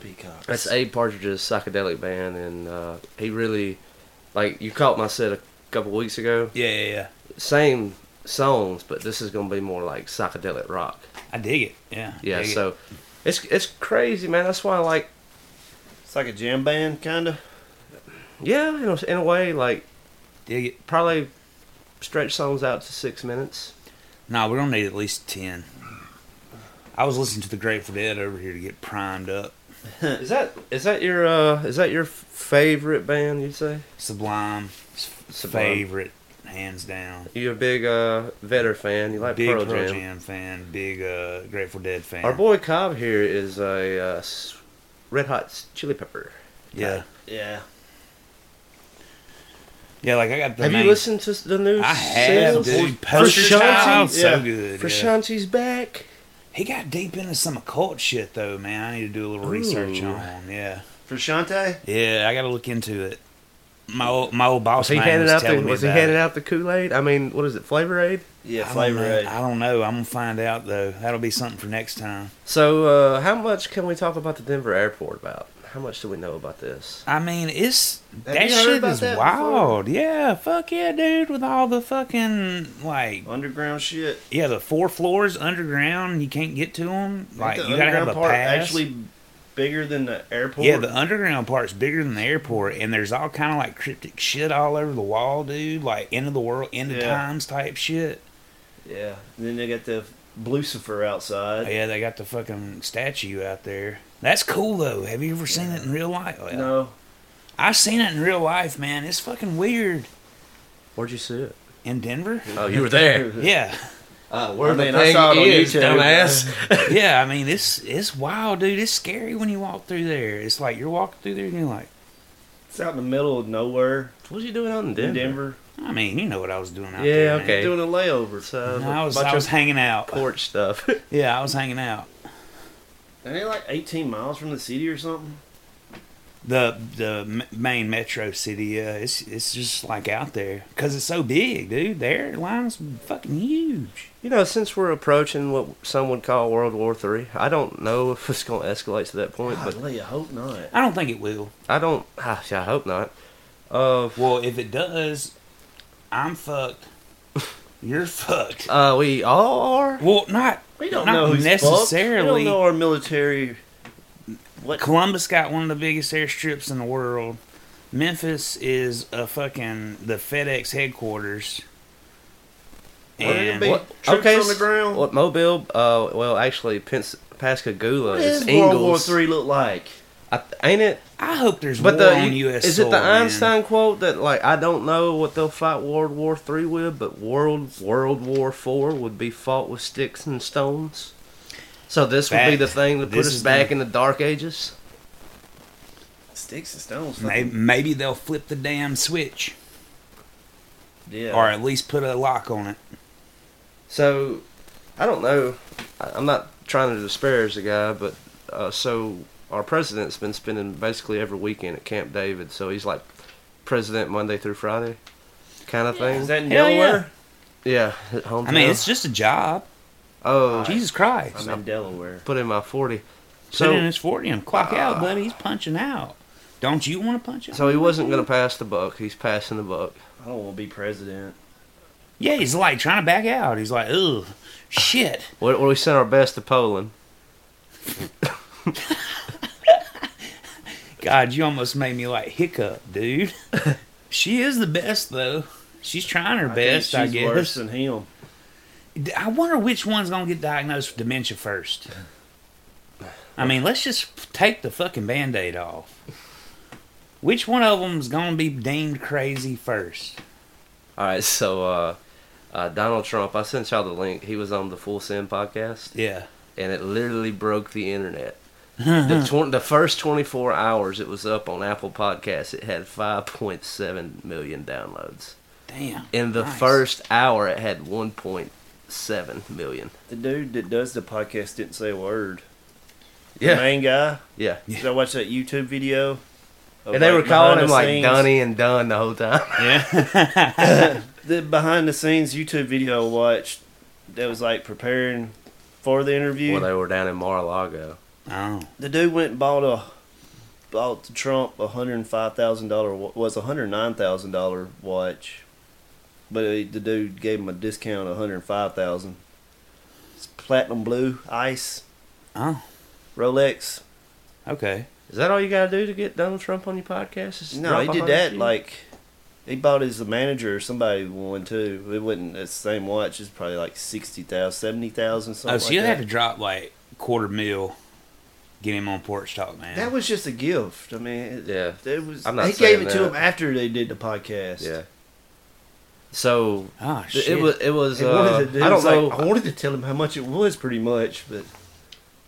S3: Peacock.
S2: That's Abe Partridge's psychedelic band, and uh, he really, like, you caught my set a couple weeks ago.
S1: yeah, yeah, yeah.
S2: Same songs, but this is gonna be more like psychedelic rock.
S1: I dig it. Yeah.
S2: Yeah,
S1: dig it.
S2: so it's it's crazy, man. That's why, like,
S3: It's like a jam band, kind of.
S2: yeah, in a, in a way, like,
S1: dig it.
S2: probably stretch songs out to six minutes.
S1: No, we don't need at least ten. I was listening to the Grateful Dead over here to get primed up.
S2: Is that is that your uh is that your f- favorite band? You'd say
S1: Sublime, s-
S2: Sublime.
S1: favorite, hands down.
S2: you're a big uh Vetter fan. You like
S1: big
S2: Pearl, Jam.
S1: fan, big uh, Grateful Dead fan.
S2: Our boy Cobb here is a uh, s- Red Hot Chili Pepper.
S1: yeah,
S3: Yeah.
S1: yeah. Like I got the.
S2: have
S1: main-
S2: you listened to the new?
S1: I have,
S2: singles?
S1: dude.
S2: For
S1: Poster
S2: Shanti?
S1: Child, so
S3: yeah,
S1: good.
S2: For
S1: yeah.
S2: Shanti's back.
S1: He got deep into some occult shit though, man. I need to do a little research
S2: Ooh.
S1: on. Yeah,
S3: For Shantae?
S1: yeah. I got to look into it. My old, my old boss
S2: Was he
S1: man
S2: handing
S1: was
S2: out the
S1: telling me
S2: Was he
S1: about it.
S2: handing out the Kool Aid? I mean, what is it? Flavor Aid.
S3: Yeah,
S1: I don't,
S3: Flavor
S1: know.
S3: Aid.
S1: I don't know. I'm gonna find out though. That'll be something for next time.
S2: So, uh, how much can we talk about the Denver airport? About how much do we know about this?
S1: I mean, it's that
S3: you heard
S1: shit
S3: about
S1: is
S3: that before?
S1: wild. Yeah, fuck yeah, dude. With all the fucking like,
S3: Underground shit.
S1: yeah, the four floors underground, you can't get to them.
S3: Ain't
S1: Like,
S3: the
S1: you gotta have a
S3: underground part
S1: pass.
S3: actually bigger than the airport.
S1: yeah, the underground part's bigger than the airport, and there's all kind of like cryptic shit all over the wall, dude. Like end of the world, end of
S3: Yeah.
S1: times type shit.
S3: yeah. And then they got the Lucifer outside.
S1: Yeah, they got the fucking statue out there. That's cool though. Have you ever seen it in real life? Well,
S3: No.
S1: I've seen it in real life, man. It's fucking weird.
S2: Where'd you see it?
S1: In Denver?
S2: Oh, you were there.
S1: Yeah.
S2: [LAUGHS] Uh, where
S3: I
S2: the
S3: mean, I
S2: thing
S3: saw it on
S2: is,
S3: YouTube.
S2: dumbass.
S1: Yeah, I mean it's it's wild, dude. It's scary when you walk through there. It's like you're walking through there and you're like,
S3: It's out in the middle of nowhere
S2: [LAUGHS] what are you doing out in
S3: in
S2: Denver?
S3: Denver.
S1: I mean, you know what I was doing out
S2: Yeah,
S1: there. man.
S2: okay.
S3: Doing a layover.
S2: So,
S3: So.
S1: No, I was
S2: Uh, bunch
S1: I
S2: of
S1: was hanging out.
S2: porch stuff. [LAUGHS]
S1: Yeah, I was hanging out.
S3: Ain't it like 18 miles from the city or something?
S1: The the m- main metro city, uh, it's it's just like out there because it's so big, dude. The airline's fucking huge.
S2: You know, since we're approaching what some would call World War Three, I don't know if it's going to escalate to that point, but
S3: Golly, I hope not.
S1: I don't think it will.
S2: I don't. [SIGHS] ah, I hope not. Uh,
S1: Well, if it does, I'm
S2: [LAUGHS]
S1: fucked. You're fucked.
S2: uh, we all are.
S1: Well, not
S3: We don't
S1: not
S3: know who's Fucked.
S1: necessarily.
S3: We don't know our military. What?
S1: Columbus got one of the biggest airstrips in the world. Memphis is a fucking the FedEx headquarters.
S3: Where did it
S1: And
S3: be?
S2: What?
S3: Troops
S2: okay,
S3: on the
S2: s-
S3: ground?
S2: What Mobile? Uh, well, actually, Pens- Pascagoula
S3: What
S2: is
S3: does World War
S2: Ingalls.
S3: Three look like?
S2: I, ain't it?
S1: I hope there's
S2: But
S1: war
S2: the
S1: on
S2: you-
S1: U.S.
S2: is it
S1: soil,
S2: the
S1: man.
S2: Einstein quote that like I don't know what they'll fight World War Three with, but World World War Four would be fought with sticks and stones. So this would be
S1: Fact.
S2: the thing that put
S1: This
S2: us
S1: is
S2: back
S1: the-
S2: in the dark ages.
S3: Sticks and stones.
S1: Maybe, maybe they'll flip the damn switch,
S3: Yeah.
S1: or at least put a lock on it.
S2: So I don't know. I- I'm not trying to disparage the guy, but uh, so our president's been spending basically every weekend at Camp David. So he's like president Monday through Friday, kind of thing.
S3: Is that in
S1: Hell yeah.
S3: Delaware?
S2: yeah, at home.
S1: I mean, it's just a job.
S2: oh,
S1: Jesus Christ!
S3: I'm in Delaware.
S2: put in my forty.
S1: Put in his forty and clock out, buddy. He's punching out. Don't you want to punch out?
S2: So he wasn't going to pass the buck. He's passing the buck.
S3: I don't want to be president.
S1: Yeah, he's like trying to back out. He's like, ugh, shit.
S2: We, we sent our best to Poland.
S1: God, you almost made me like hiccup, dude. she is the best though. She's trying her best, I,
S3: think she's
S1: guess.
S3: worse than him.
S1: D- I wonder which one's gonna get diagnosed with dementia first. I mean, let's just take the fucking band aid off. Which one of them's gonna be deemed crazy first?
S2: All right, so uh, uh, Donald Trump, I sent y'all the link. He was on the Full Sin podcast,
S1: Yeah.
S2: and it literally broke the internet.
S3: [LAUGHS]
S2: the, tw- the first 24 hours it was up on Apple Podcasts, it had 5.7 million downloads.
S1: Damn.
S2: In the
S1: Nice.
S2: first hour, it had 1.7 million.
S3: The dude that does the podcast didn't say a word.
S2: Yeah.
S3: The main guy.
S2: Yeah.
S3: Did I watch that YouTube video? of,
S2: And they were
S3: like,
S2: calling
S3: behind
S2: him
S3: the
S2: like
S3: scenes-
S2: Donnie and Dunn the whole time.
S3: The behind the scenes YouTube video I watched that was like preparing for the interview.
S2: Well, they were down in Mar-a-Lago.
S1: Oh.
S3: the dude went and bought a bought Trump a hundred and five thousand dollar was a hundred nine thousand dollar watch, but he- the dude gave him a discount of a hundred five thousand. It's platinum blue ice
S1: Oh.
S3: Rolex.
S1: Okay.
S2: Is that all you gotta do to get Donald Trump on your podcast? Is
S3: No,
S2: drop
S3: he
S2: a
S3: did
S2: hundred
S3: that
S2: to you?
S3: like he bought his manager or somebody one too. It wasn't the same watch. It's probably like sixty thousand, seventy thousand something.
S1: Oh, so
S3: like
S1: you
S3: that.
S1: had to drop like quarter mil, get him on porch talk, man.
S3: That was just a gift. I mean, it,
S2: Yeah.
S3: it was.
S2: I'm not
S3: they gave
S2: saying
S3: it to
S2: that.
S3: him after they did the podcast.
S2: Yeah. So
S1: oh
S2: th-
S1: shit.
S2: it was it was.
S3: They
S2: Uh,
S3: wanted to do-
S2: I
S3: it
S2: don't
S3: was like,
S2: know.
S3: I wanted to tell him how much it was, pretty much, but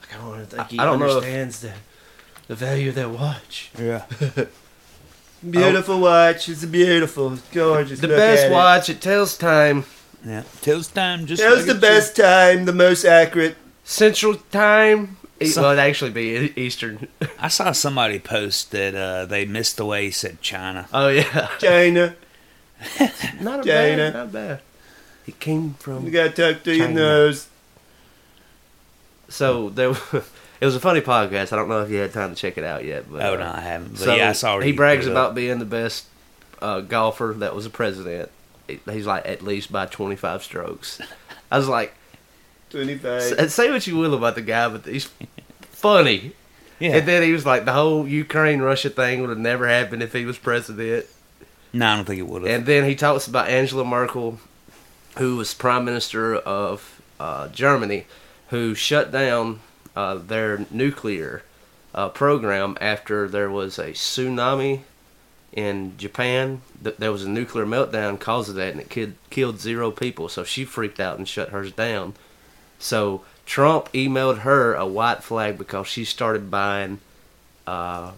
S3: like, I don't think he
S2: I don't know if-
S3: understands the the value of that watch.
S1: yeah.
S3: Beautiful watch. It's beautiful. It's gorgeous.
S2: the
S3: Look
S2: best
S3: at it.
S2: watch. It. tells time.
S1: Yeah. Till it's time. Just
S3: That was the
S1: look at
S3: best time. The most accurate.
S2: Central time. E-
S1: So-
S2: well, it'd actually be E- Eastern.
S1: you. I saw somebody post that uh, they missed the way he said China.
S2: Oh yeah.
S3: China.
S2: [LAUGHS] not a
S3: China.
S2: bad. Not bad. He came from.
S3: You got tucked to your
S2: China.
S3: nose.
S2: So there. w- [LAUGHS] It was a funny podcast. I don't know if you had time to check it out yet, but
S1: Oh
S2: uh,
S1: no, I haven't. But
S2: so
S1: yeah, I saw. her.
S2: he
S1: put
S2: brags
S1: it up.
S2: about being the best uh, golfer that was a president. He- He's like at least by twenty five strokes. I was like, S-
S3: 25.
S2: and say what you will about the guy, but he's funny.
S1: Yeah.
S2: And then he was like, the whole Ukraine Russia thing would have never happened if he was president.
S1: no, I don't think it would have.
S2: And then he talks about Angela Merkel, who was prime minister of uh, Germany, who shut down uh, their nuclear uh, program after there was a tsunami in Japan. Th- there was a nuclear meltdown caused of that, and it kid- killed zero people. So she freaked out and shut hers down. So Trump emailed her a white flag because she started buying uh,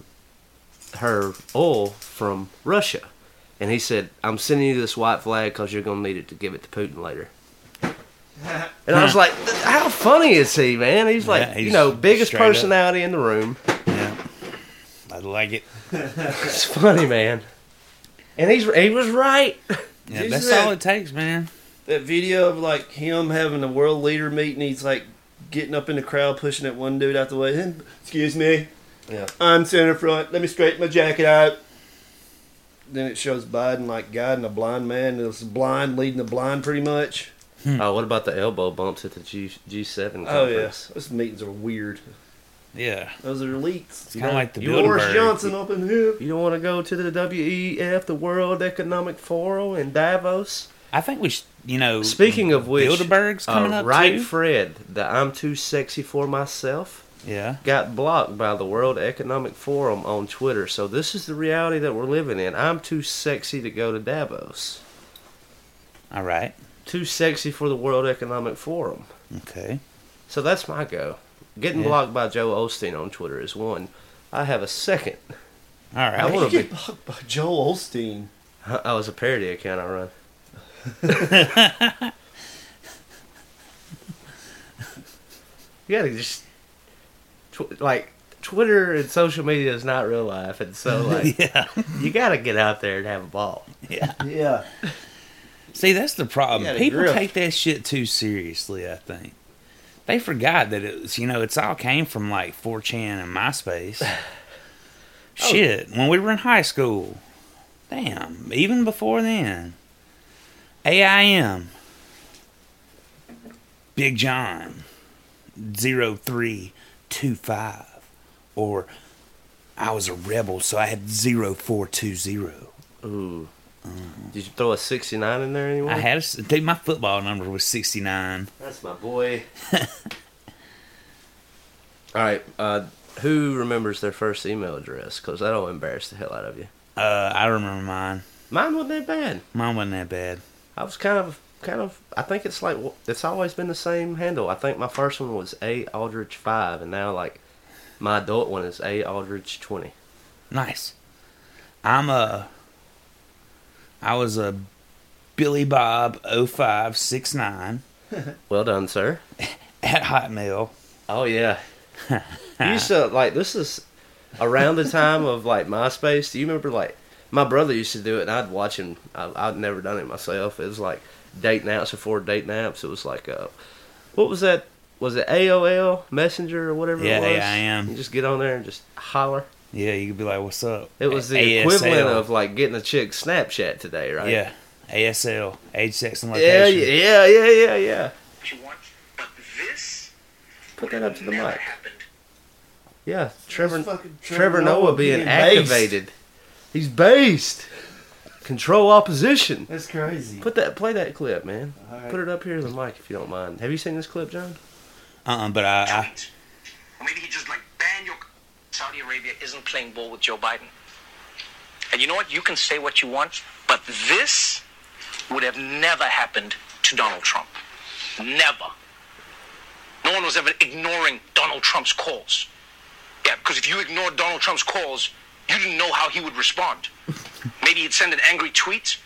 S2: her oil from Russia. And he said, I'm sending you this white flag because you're going to need it to give it to
S1: [LAUGHS]
S2: Putin later. And I was like, how funny is he, man? He's like,
S1: Yeah,
S2: you
S1: he's
S2: know, biggest
S1: straight up.
S2: personality in the room.
S1: Yeah. I like it.
S2: It's funny, man. And he's he was right.
S1: Yeah,
S3: Isn't
S1: that's
S3: that-
S1: all it takes, man.
S3: That video of like him having a world leader meeting. He's like getting up in the crowd, pushing that one dude out the way. "Hmm, Excuse me.
S2: Yeah.
S3: I'm center front. Let me straighten my jacket out. Then it shows Biden like guiding a blind man. It was blind leading the blind pretty much.
S1: Hmm.
S2: Oh, what about the elbow bumps at the G G seven
S3: Oh yeah,
S2: conference?
S3: those meetings are weird.
S1: Yeah.
S3: Those are elites.
S1: It's kind of like the
S2: you
S3: Boris
S1: Bilderberg.
S3: Johnson up in here.
S2: You don't want to go to the WEF, the World Economic Forum in Davos.
S1: I think we should, you know.
S2: Speaking of which,
S1: Bilderberg's coming
S2: uh,
S1: up
S2: Right
S1: too.
S2: Fred, the I'm Too Sexy for Myself,
S1: yeah.
S2: got blocked by the World Economic Forum on Twitter. So this is the reality that we're living in. I'm too sexy to go to Davos.
S1: All right.
S2: Too sexy for the World Economic Forum.
S1: Okay.
S2: So that's my go. Getting
S1: Yeah.
S2: blocked by Joe Osteen on Twitter is one. I have a second.
S1: All right.
S2: I
S3: You
S2: wanna
S3: get blocked by Joel Olstein.
S2: I was a parody account I run. [LAUGHS] you gotta just tw- like Twitter and social media is not real life, and [LAUGHS] so
S1: [LAUGHS]
S2: like
S1: yeah.
S2: you gotta get out there and have a ball.
S3: Yeah.
S1: See, that's the
S3: You
S1: problem.
S3: gotta
S1: People
S3: grill.
S1: take that shit too seriously, I think. They forgot that it was, you know, it's all came from like 4chan and MySpace. shit, when we were in high school. Damn, even before then. AIM. Big John. 0325. Or I was a rebel, so I had 0420.
S2: Ooh, did you throw a sixty nine in there anyway?
S1: I had a s dude, my football number was 69.
S2: That's my [LAUGHS] boy. All right, uh, who remembers their first email address? Because that'll embarrass the hell out of you.
S1: Uh, I remember mine.
S2: Mine wasn't that bad.
S1: Mine wasn't that bad.
S2: I was kind of, kind of. I think it's like it's always been the same handle. I think my first one was A Aldrich five, and now like my adult one is A Aldrich twenty.
S1: Nice. I'm a. I was a Billy Bob 0569
S2: Well done, sir.
S1: at Hotmail.
S2: Oh yeah. you used to like this is around the time of like MySpace. Do you remember like my brother used to do it, and I'd watch him. I, I'd never done it myself. It was like date naps before date naps. It was like uh, what was that? Was it AOL Messenger or whatever?
S1: Yeah,
S2: it was?
S1: AIM.
S2: You just get on there and just holler.
S1: Yeah, you could be like, "What's up?"
S2: It was the
S1: ASL.
S2: equivalent of like getting a chick Snapchat today, right?
S1: yeah, ASL, age, sex, and
S2: Yeah,
S1: location.
S2: yeah, yeah, yeah, yeah.
S5: what you want, but this
S2: Put that up to the
S5: never
S2: mic.
S5: happened.
S2: Yeah, Trevor,
S3: That's fucking
S2: Trevor Noah being activated. He's based. Control opposition.
S3: That's crazy.
S2: Put that, play that clip, man.
S3: All right.
S2: Put it up here to the mic if you don't mind. Have you seen this clip, John?
S1: Uh-uh, but I, I,
S5: Tweet. Or maybe he just like ban your. Saudi Arabia isn't playing ball with Joe Biden. And you know what? You can say what you want, but this would have never happened to Donald Trump. Never. No one was ever ignoring Donald Trump's calls. Yeah, because if you ignored Donald Trump's calls, you didn't know how he would respond. Maybe he'd send an angry tweet,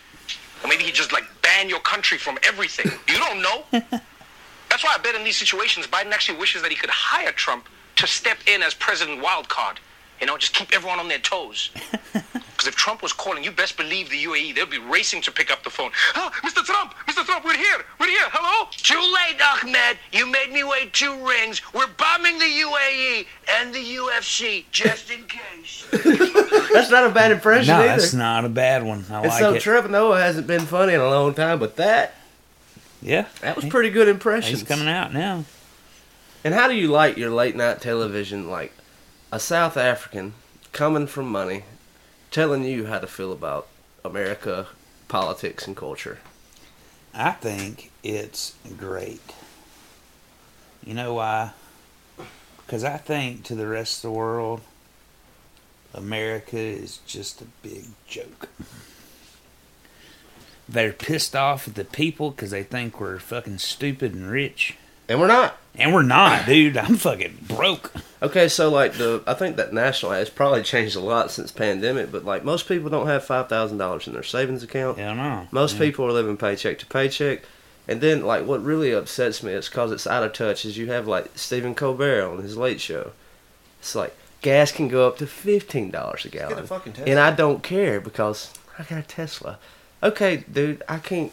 S5: or maybe he'd just like ban your country from everything. You don't know. That's why I bet in these situations, Biden actually wishes that he could hire Trump to step in as president wild card. You know, just keep everyone on their toes. Because if Trump was calling, you best believe the UAE, they'd be racing to pick up the phone. Ah, Mr. Trump, Mr. Trump, we're here, we're here, hello? Too late, Ahmed. You made me wait two rings. We're bombing the UAE and the UFC, just in case.
S2: That's not a bad impression
S1: no,
S2: either.
S1: that's not a bad one. I
S2: And
S1: like
S2: so
S1: it.
S2: Trevor Noah hasn't been funny in a long time, but that
S1: yeah,
S2: that was pretty good impression.
S1: He's coming out now.
S2: And how do you like your late night television? Like a South African coming from money, telling you how to feel about America, politics, and culture.
S1: I think it's great. You know why? Because I think to the rest of the world, America is just a big joke. They're pissed off at the people because they think we're fucking stupid and rich.
S2: And we're not.
S1: And we're not, dude. I'm fucking broke.
S2: Okay, so like the I think that national has probably changed a lot since pandemic, but like most people don't have five thousand dollars in their savings account.
S1: Hell no.
S2: Most people are living paycheck to paycheck. And then like what really upsets me is cause it's out of touch is you have like Stephen Colbert on his late show. It's like gas can go up to fifteen dollars a gallon.
S3: fucking Tesla.
S2: and I don't care because I got a Tesla. Okay, dude, I can't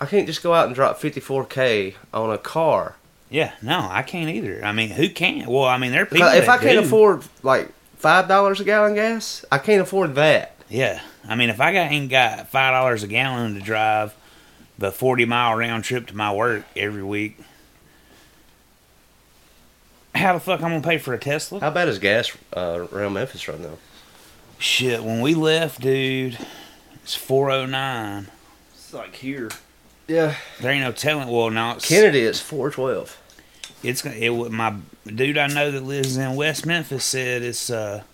S2: I can't just go out and drop fifty four K on a car.
S1: Yeah, no, I can't either. I mean, who can? Well, I mean, there are
S2: If
S1: people.
S2: I, if
S1: that
S2: I can't
S1: do.
S2: afford like five dollars a gallon gas, I can't afford that.
S1: Yeah, I mean, if I got, ain't got five dollars a gallon to drive the forty mile round trip to my work every week, how the fuck I'm gonna pay for a Tesla?
S2: How bad is gas uh, around Memphis right now?
S1: Shit, when we left, dude, it's 409.
S3: It's like here.
S2: Yeah,
S1: There ain't no telling. Well, no, it's,
S2: Kennedy is four twelve.
S1: it's gonna- it. wa- My dude I know that lives in West Memphis said it's uh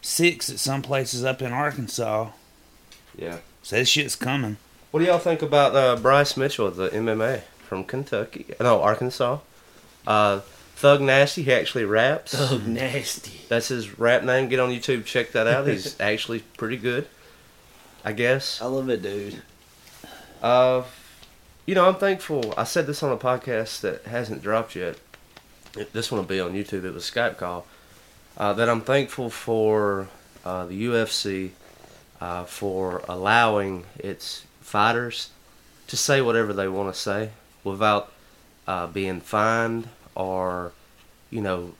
S1: six at some places up in Arkansas.
S2: Yeah.
S1: So this shit's coming.
S2: What do y'all think about uh, Bryce Mitchell, the MMA from Kentucky? No, Arkansas. Uh, Thug Nasty. He actually raps.
S3: Oh, nasty.
S2: That's his rap name. Get on YouTube, check that out. He's actually pretty good, I guess.
S3: I love it, dude.
S2: Uh, you know, I'm thankful. I said this on a podcast that hasn't dropped yet. It- This one will be on YouTube. It was a Skype call. Uh, that I'm thankful for uh, the UFC uh, for allowing its fighters to say whatever they want to say without uh, being fined or, you know,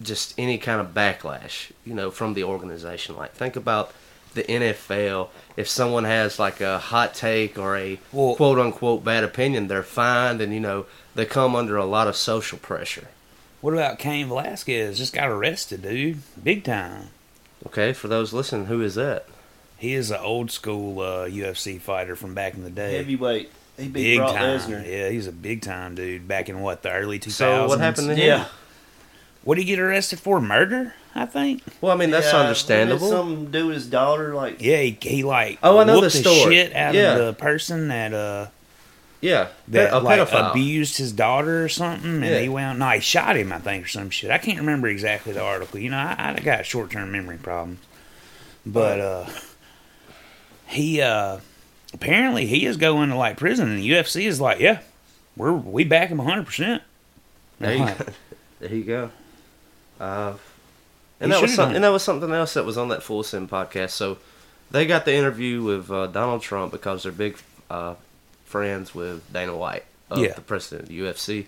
S2: just any kind of backlash, you know, from the organization. Like, think about the NFL. If someone has like a hot take or a
S1: Well-
S2: quote unquote bad opinion, they're fined and, you know, they come under a lot of social pressure.
S1: What about Cain Velasquez? Just got arrested, dude. Big time.
S2: Okay, for those listening, who is that?
S1: He is an old school uh, UFC fighter from back in the day.
S3: Heavyweight. He beat
S1: big
S3: Brock
S1: time.
S3: Lesnar.
S1: Yeah, he's a big time dude back in what, the early 2000s?
S2: So what happened to
S3: Yeah.
S2: him?
S1: What did he get arrested for? Murder, I think?
S2: Well, I mean that's
S3: Yeah,
S2: understandable.
S3: Didn't something to do with his daughter, like
S1: Yeah, he, he like
S2: Oh, I know
S1: whooped
S2: this
S1: the
S2: story.
S1: shit out
S2: Yeah.
S1: of the person that uh
S2: yeah,
S1: that
S2: a
S1: like
S2: pedophile.
S1: abused his daughter or something, and
S2: Yeah.
S1: he wound no, he shot him, I think, or some shit. I can't remember exactly the article. You know, I, I got short term memory problems, but uh, he uh, apparently he is going to like prison, and the UFC is like, yeah, we're we back him hundred percent. Uh-huh.
S2: There you go. There you go. Uh,
S1: He
S2: and that was
S1: should've
S2: some,
S1: done
S2: and
S1: it.
S2: that was something else that was on that Full Sim podcast. So they got the interview with uh, Donald Trump because they're big uh, friends with Dana White, of
S1: Yeah.
S2: the president of the UFC.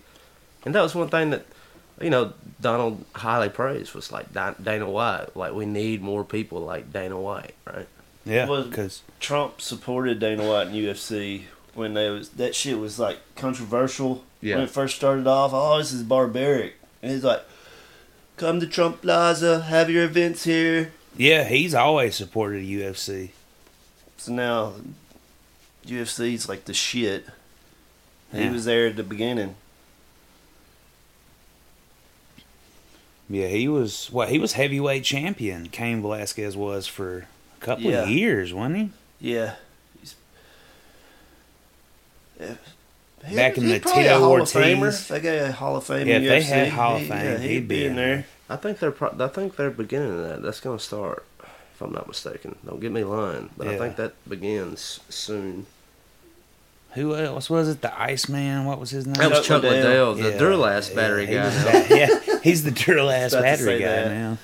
S2: And that was one thing that you know Donald highly praised was like Di- Dana White. Like we need more people like Dana White, right?
S1: [LAUGHS] Yeah,
S3: Was-
S1: because
S3: Trump supported Dana White in UFC when they was that shit was like controversial
S2: Yeah.
S3: when it first started off. Oh, this is barbaric, and he's like, "Come to Trump Plaza, have your events here."
S1: yeah, he's always supported UFC.
S3: So now UFC's like the shit. He
S1: Yeah.
S3: was there at the beginning.
S1: Yeah, he was what he was heavyweight champion. Cain Velasquez was for a couple
S3: Yeah.
S1: of years, wasn't he?
S3: Yeah. He's, Yeah. He-
S1: Back in
S3: he's
S1: the
S3: probably a
S1: Tito
S3: Hall of
S1: Ortiz.
S3: Famer. If they got a Hall of Fame
S1: Yeah,
S3: in
S1: if they
S3: UFC,
S1: had Hall of
S3: he-
S1: Fame,
S3: yeah,
S1: he'd
S3: he'd
S1: be
S3: be in
S1: in
S3: there.
S2: I think they're pro- I think they're beginning that. That's gonna start, if I'm not mistaken. Don't get me lying, but I
S1: Yeah.
S2: think that begins soon.
S1: Who else was it? The Iceman. What was his name?
S2: That was Chuck
S3: Chuck Liddell.
S2: Liddell, the their last battery
S1: he was
S2: guy.
S1: that- yeah, he's the drill
S2: [LAUGHS]
S1: ass
S3: About to
S1: battery
S3: say
S1: guy
S3: that.
S1: now.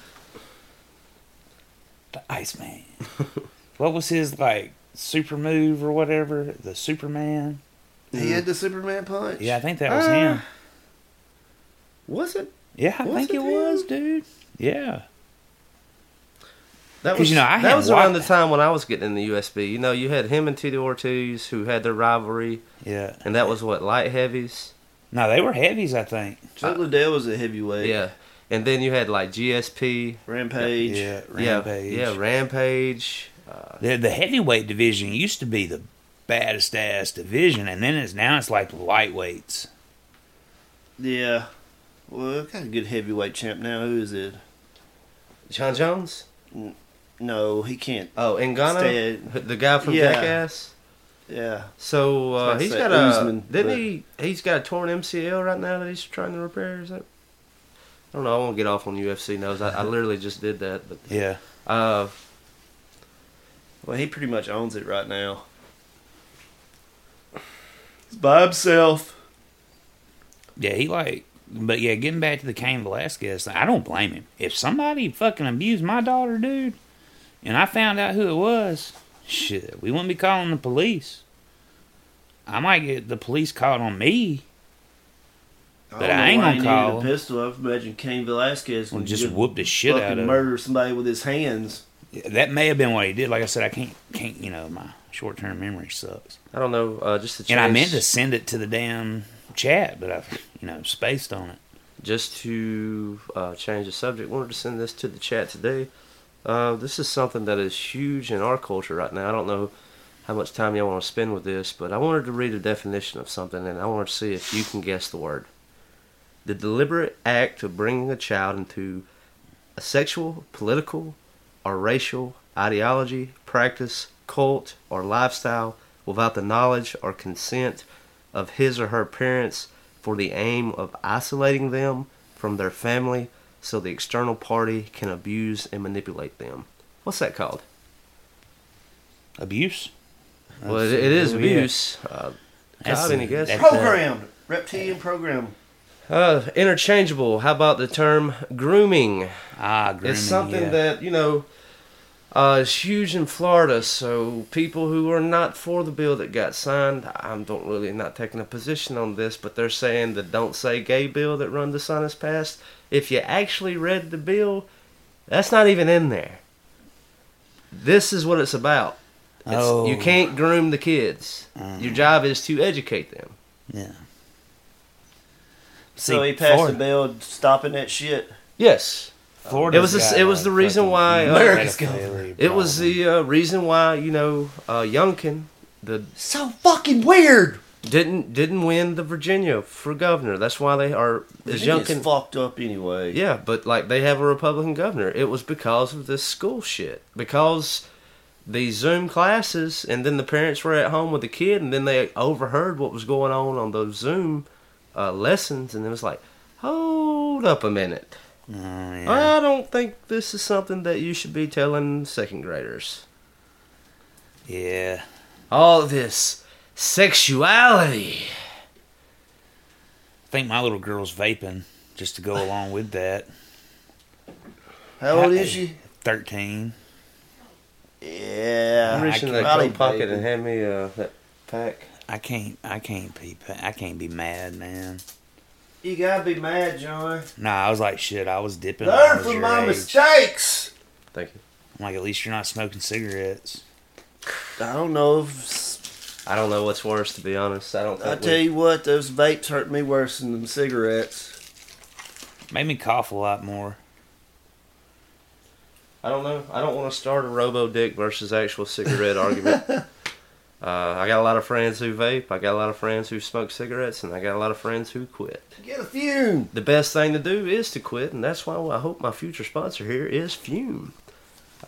S1: The
S2: [LAUGHS]
S1: Iceman. what was his like super move or whatever? The Superman.
S3: He had the Superman punch.
S1: Mm-hmm. Yeah, I think that was him.
S2: Uh, Was it?
S1: Yeah, I
S2: was
S1: think
S2: it
S1: it,
S2: him?
S1: was, dude. Yeah,
S2: That
S1: 'Cause,
S2: was
S1: you know, I
S2: that
S1: had
S2: was around the
S1: watched-
S2: time when I was getting in the USB. You know, you had him and Tito Ortiz who had their rivalry,
S1: yeah.
S2: and that was what light heavies.
S1: No, they were heavies. I think.
S3: Chuck Liddell was a heavyweight.
S2: Yeah, and then you had like GSP,
S3: Rampage.
S1: Yeah,
S2: Yeah,
S1: Rampage.
S2: yeah, Rampage. Uh,
S1: The, the heavyweight division used to be the baddest ass division, and then it's now it's like the lightweights.
S3: Yeah. Well, we've got a good heavyweight champ now. Who is it?
S2: John Jones.
S3: No, he can't.
S2: Oh, Ngannou,
S3: Stead.
S2: the guy from
S3: Yeah.
S2: Jackass.
S3: Yeah.
S2: So
S3: I was
S2: uh,
S3: about to
S2: he's
S3: say
S2: got a
S3: Usman,
S2: didn't
S3: but-
S2: he? He's got a torn MCL right now that he's trying to repair. Is that? I don't know. I won't get off on UFC knows. I, I literally just did that, but
S1: [LAUGHS] Yeah.
S2: uh,
S3: Well, he pretty much owns it right now. He's by himself.
S1: Yeah, he like, but yeah, getting back to the Cain Velasquez thing, I don't blame him. If somebody fucking abused my daughter, dude, and I found out who it was, shit, we wouldn't be calling the police. I might get the police called on me. But
S3: don't
S1: I
S3: know
S1: ain't
S3: why
S1: gonna
S3: he needed
S1: call.
S3: a pistol. I imagine Cain Velasquez
S1: Well,
S3: would
S1: just whoop the shit
S3: fucking
S1: out of him.
S3: murder somebody with his hands.
S1: That may have been what he did. Like I said, I can't, can't, you know, my short term memory sucks.
S2: I don't know. Uh, just the
S1: And I meant to send it to the damn chat, but I, you know, spaced on it.
S2: just to uh, change the subject, wanted to send this to the chat today. Uh, this is something that is huge in our culture right now. I don't know how much time y'all want to spend with this, but I wanted to read a definition of something, and I wanted to see if you can guess the word. The deliberate act of bringing a child into a sexual, political, or racial ideology, practice, cult, or lifestyle without the knowledge or consent of his or her parents for the aim of isolating them from their family so the external party can abuse and manipulate them. What's that called?
S1: Abuse.
S2: well, it, it is abuse. Uh,
S1: That's
S2: Cobb,
S1: a-
S2: any guess?
S1: that's-
S3: Programmed. Reptilian program.
S2: Uh, interchangeable. How about the term grooming?
S1: Ah, grooming.
S2: it's something
S1: yeah.
S2: that you know uh, is huge in Florida. So people who are not for the bill that got signed, I'm don't really not taking a position on this, but they're saying the "Don't Say Gay" bill that Ron DeSantis passed. If you actually read the bill, that's not even in there. This is what it's about. It's, You
S1: Oh. Mm.
S2: can't groom the kids. Your job is to educate them.
S1: Yeah.
S3: So
S1: See,
S3: he passed
S1: Florida-
S3: a bill stopping that shit.
S2: Yes,
S1: Florida's
S2: It was the-
S1: got
S2: it was
S1: a
S2: the reason
S1: fucking
S2: why, uh,
S3: America's
S1: pedophilia
S2: it was
S1: problem.
S2: the uh, reason why you know uh, Youngkin, the
S3: So fucking weird.
S2: didn't didn't win the Virginia for governor. That's why they are is
S3: Virginia's
S2: Youngkin.
S3: fucked up anyway.
S2: Yeah, but like they have a Republican governor. It was because of this school shit. Because the Zoom classes, and then the parents were at home with the kid, and then they overheard what was going on on those Zoom uh, lessons, and it was like, hold up a minute.
S1: Oh, yeah.
S2: I don't think this is something that you should be telling second graders.
S1: yeah.
S2: All this sexuality.
S1: I think my little girl's vaping just to go along with that.
S3: How old is she?
S1: Thirteen.
S2: I'm
S3: Yeah.
S2: reaching in that
S3: I can-
S2: coat
S3: probably
S2: pocket
S3: vape.
S2: and hand me uh, that pack.
S1: I can't. I can't be. pa- I can't be mad, man.
S3: You gotta be mad, John.
S1: Nah, I was like, shit. I was dipping. when I
S3: Learn
S1: was
S3: from
S1: your
S3: my
S1: age.
S3: mistakes.
S2: Thank you.
S1: I'm like, at least you're not smoking cigarettes.
S3: I don't know if
S2: I don't know what's worse, to be honest. I don't. Think
S3: I tell you what, those vapes hurt me worse than them cigarettes.
S1: Made me cough a lot more.
S2: I don't know. I don't want to start a robo dick versus actual
S3: [LAUGHS]
S2: cigarette argument. Uh, I got a lot of friends who vape. I got a lot of friends who smoke cigarettes, and I got a lot of friends who quit.
S3: Get a fume.
S2: The best thing to do is to quit, and that's why I hope my future sponsor here is Fume.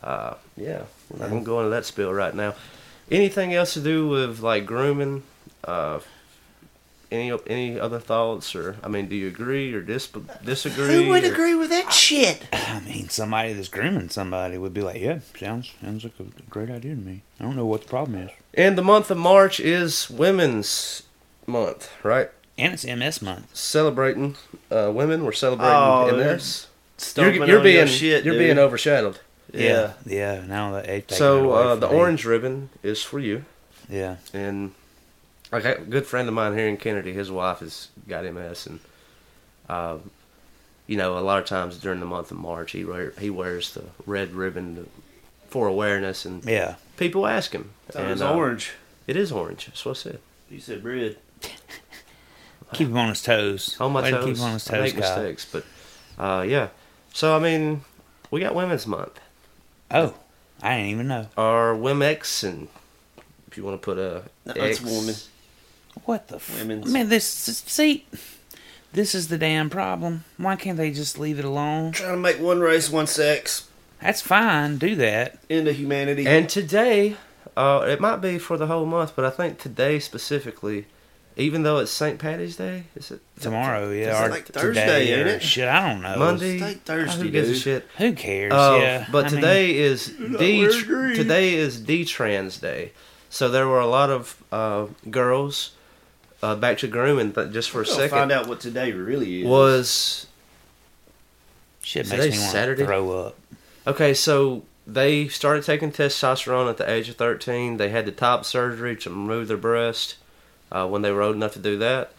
S2: Uh, yeah, I'm not gonna go into that spill right now. Anything else to do with like grooming? Uh, any any other thoughts, or I mean, do you agree or dis- disagree?
S3: [LAUGHS] Who would
S2: or-
S3: agree with that shit?
S1: I mean, somebody that's grooming somebody would be like, yeah, sounds sounds like a great idea to me. I don't know what the problem is.
S2: And the month of March is Women's Month, right?
S1: And it's MS month.
S2: Celebrating uh, women, we're celebrating MS.
S3: Oh,
S2: You're,
S3: Stomping
S2: you're
S3: on
S2: being
S3: your shit,
S2: you're
S3: dude.
S2: being overshadowed.
S1: Yeah. Yeah. now that they've taken it
S2: so
S1: away
S2: uh,
S1: from
S2: the
S1: me.
S2: orange ribbon is for you,
S1: Yeah.
S2: and I got a good friend of mine here in Kennedy. His wife has got MS, and uh, you know, a lot of times during the month of March, he wear, he wears the red ribbon to, for awareness, and
S1: Yeah.
S2: people ask him.
S3: That was
S2: And, uh,
S3: orange.
S2: It is orange. That's what I said.
S3: You said red.
S1: Keep him on his toes.
S2: on my
S1: Way to
S2: toes.
S1: Keep him on his toes,
S2: I make
S1: Kyle.
S2: mistakes, but uh, yeah. So I mean, we got Women's Month
S1: Oh, I didn't even know.
S2: or Wimex, and if you want to put a
S3: No, it's
S2: X-
S3: woman.
S1: What the f-
S3: Women's-
S1: man? This this- see, this is the damn problem. Why can't they just leave it alone?
S3: Trying to make one race, one sex
S1: That's fine. Do that.
S3: into humanity.
S2: And today, uh, it might be for the whole month, but I think today specifically, even though it's St. Patty's Day, is it
S1: Tomorrow,
S3: It's
S1: yeah, or
S3: like
S1: today,
S3: Thursday, ain't
S1: or
S3: it?
S1: shit. I don't know.
S2: Monday?
S3: It's like Thursday,
S2: Who gives a
S3: dude.
S2: shit?
S1: Who cares?
S2: Uh,
S1: yeah,
S2: But
S1: I mean,
S2: today is D.
S3: wearing green.
S2: Today is D Trans Day, so there were a lot of uh, girls. Uh, back to grooming, th- just for a
S3: We'll
S2: second.
S3: find out what today really is.
S2: was
S1: shit makes
S2: today's
S1: me want
S2: Saturday?
S1: to throw up.
S2: okay. So they started taking testosterone at the age of thirteen. They had the top surgery to remove their breast uh, when they were old enough to do that,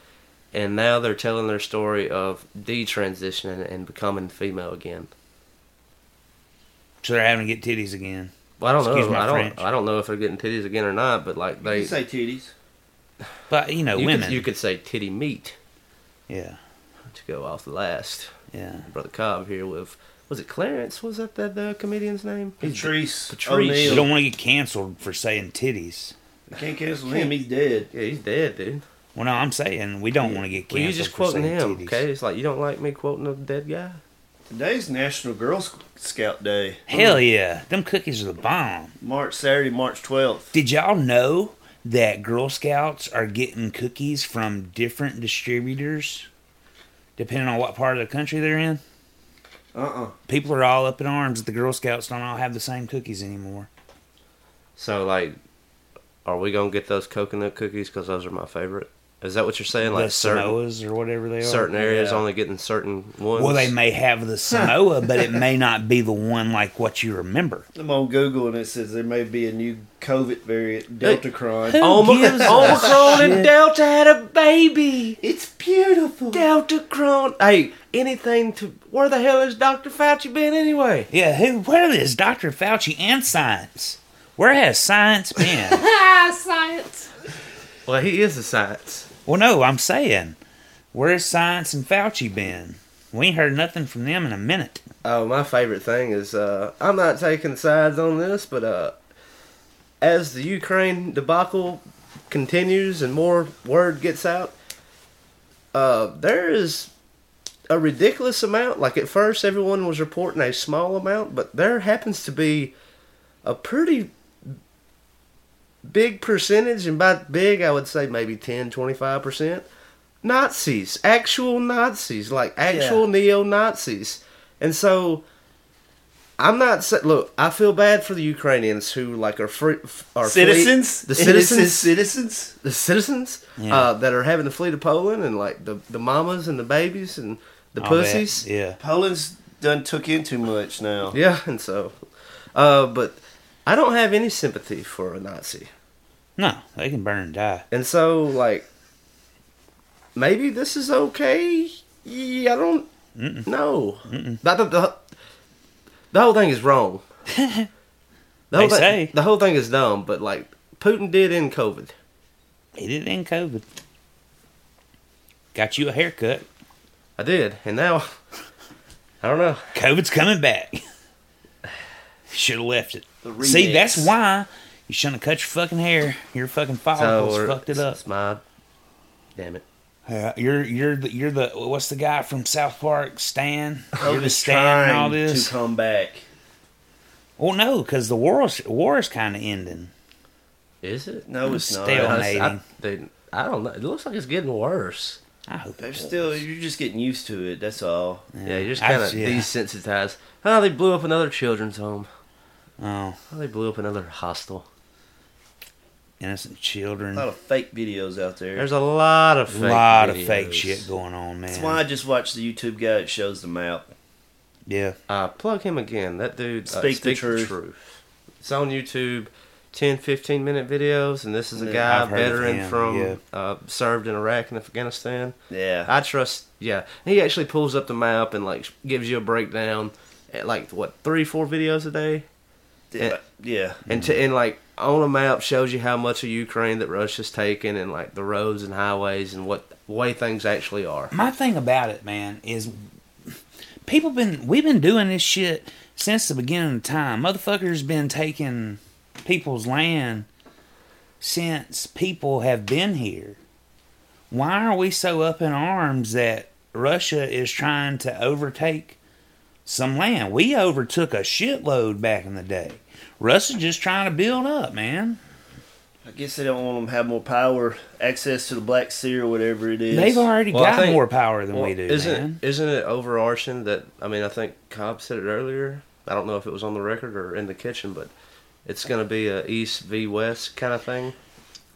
S2: and now they're telling their story of detransitioning and becoming female again.
S1: So they're having to get titties again.
S2: Well, I don't
S1: Excuse
S2: know.
S1: my
S2: I don't.
S1: French.
S2: I don't know if they're getting titties again or not. But like they,
S3: You say titties.
S1: But you know,
S2: you
S1: women.
S2: Could, you could say titty meat.
S1: yeah.
S2: to go off the last.
S1: Yeah.
S2: Brother Cobb here with was it Clarence? Was that that the comedian's name? He's
S3: Patrice.
S2: Patrice.
S1: You
S3: O'Neal.
S1: don't want to get canceled for saying titties.
S3: You can't cancel him. He's dead.
S2: yeah, he's dead, dude.
S1: Well, no, I'm saying we don't want to get canceled.
S2: Well, you just
S1: for
S2: quoting
S1: saying
S2: him,
S1: titties.
S2: okay? It's like you don't like me quoting a dead guy.
S3: Today's National Girl Sc- Scout Day.
S1: Hell yeah, them cookies are the bomb.
S3: March Saturday, March 12th.
S1: Did y'all know that Girl Scouts are getting cookies from different distributors, depending on what part of the country they're in?
S3: Uh-uh.
S1: People are all up in arms that the Girl Scouts don't all have the same cookies anymore.
S2: So like, are we gonna get those coconut cookies? Because those are my favorite. Is that what you're saying? Like
S1: the
S2: certain
S1: Samoas or whatever they are.
S2: certain areas
S3: Yeah.
S2: only getting certain ones.
S1: Well, they may have the Samoa, but it
S3: [LAUGHS]
S1: may not be the one like what you remember.
S3: I'm on Google and it says there may be a new COVID variant, Deltacron.
S2: [LAUGHS] Oma-
S1: gives a
S2: Omicron and Delta had a baby.
S3: It's beautiful.
S2: Delta Cron. Hey, anything to where the hell has Dr. Fauci been anyway?
S1: Yeah, who? Where is Dr. Fauci and science? Where has science
S3: [LAUGHS]
S1: been?
S2: Well, he is a science.
S1: Well, no, I'm saying, where's science and Fauci been? We ain't heard nothing from them in a minute.
S2: Oh, my favorite thing is uh, I'm not taking sides on this, but uh, as the Ukraine debacle continues and more word gets out, uh, there is a ridiculous amount. Like at first, everyone was reporting a small amount, but there happens to be a pretty big percentage, and by big, I would say maybe 10, 25%. Nazis, actual Nazis, like actual neo Nazis. And so I'm not sa- look, I feel bad for the Ukrainians who like are free, are flee-
S3: Citizens?
S2: the
S3: Innocent
S2: citizens
S3: Citizens?
S2: the citizens
S1: Yeah.
S2: uh, that are having to flee to Poland and like the the mamas and the babies and the
S1: I'll bet.
S2: pussies.
S1: Yeah.
S3: Poland's done took in too much now.
S2: Yeah, and so, uh, but I don't have any sympathy for a Nazi,
S1: No, they can burn and die.
S2: and so like maybe this is okay. Yeah, I don't know. That the, the the whole thing is
S1: [LAUGHS]
S2: wrong. the
S1: They
S2: whole thing,
S1: say.
S2: the whole thing is dumb, but like Putin did in COVID.
S1: They did it in COVID. Got you a haircut.
S2: I did, and now [LAUGHS] I don't know.
S1: COVID's coming back. [SIGHS] Should have left it.
S3: The
S1: See,
S3: remix.
S1: that's why you shouldn't have cut your fucking hair. Your fucking follicles
S2: we're-
S1: fucked it up.
S2: It's my damn it.
S1: Yeah, you're you're the, you're the what's the guy from South Park? Stan. You're the
S3: Poland's
S1: Stan and all
S3: trying
S1: this.
S3: to come back.
S1: Well, no, because the war war is kind of ending.
S2: Is it?
S3: No, it's not.
S1: Still.
S2: I, I,
S1: Donating.
S2: dude, I don't know. It looks like it's getting worse.
S1: I hope
S3: They're
S1: it
S3: still, Oh, you're just getting used to it. That's all.
S2: Yeah, you're just
S1: I-
S2: kind of
S1: yeah.
S2: desensitized. Oh, they blew up another children's home.
S1: Oh,
S2: Oh, they blew up another hostel.
S1: innocent children.
S3: A lot of fake videos out there.
S2: There's a lot of
S1: A
S2: fake
S1: lot of fake
S2: videos.
S1: shit going on, man.
S3: That's why I just watch the YouTube guy that shows the map.
S1: yeah,
S2: Uh, plug him again. That dude. uh,
S3: Speak the truth.
S2: It's on YouTube. 10, 15 minute videos, and this is a
S3: Yeah,
S2: guy,
S1: I've heard of
S2: veteran
S1: him,
S2: from,
S1: yeah.
S2: uh, served in Iraq and Afghanistan.
S3: Yeah.
S2: I trust. Yeah, he actually pulls up the map and like gives you a breakdown at like what three, four videos a day,
S3: yeah. yeah.
S2: and to, and like on a map shows you how much of Ukraine that Russia's taken and like the roads and highways and what way things actually are.
S1: my thing about it, man, is people been we've been doing this shit since the beginning of time. Motherfuckers been taking people's land since people have been here. Why are we so up in arms that Russia is trying to overtake some land? We overtook a shitload back in the day. Russia's just trying to build up, man.
S3: I guess they don't want them to have more power, access to the Black Sea or whatever it is.
S1: They've already
S2: Well, I
S1: got
S2: think-
S1: more power than
S2: Well,
S1: we do,
S2: isn't
S1: man.
S2: isn't it overarching that? I mean, I think Cobb said it earlier. I don't know if it was on the record or in the kitchen, but it's going to be a East v West kind of thing.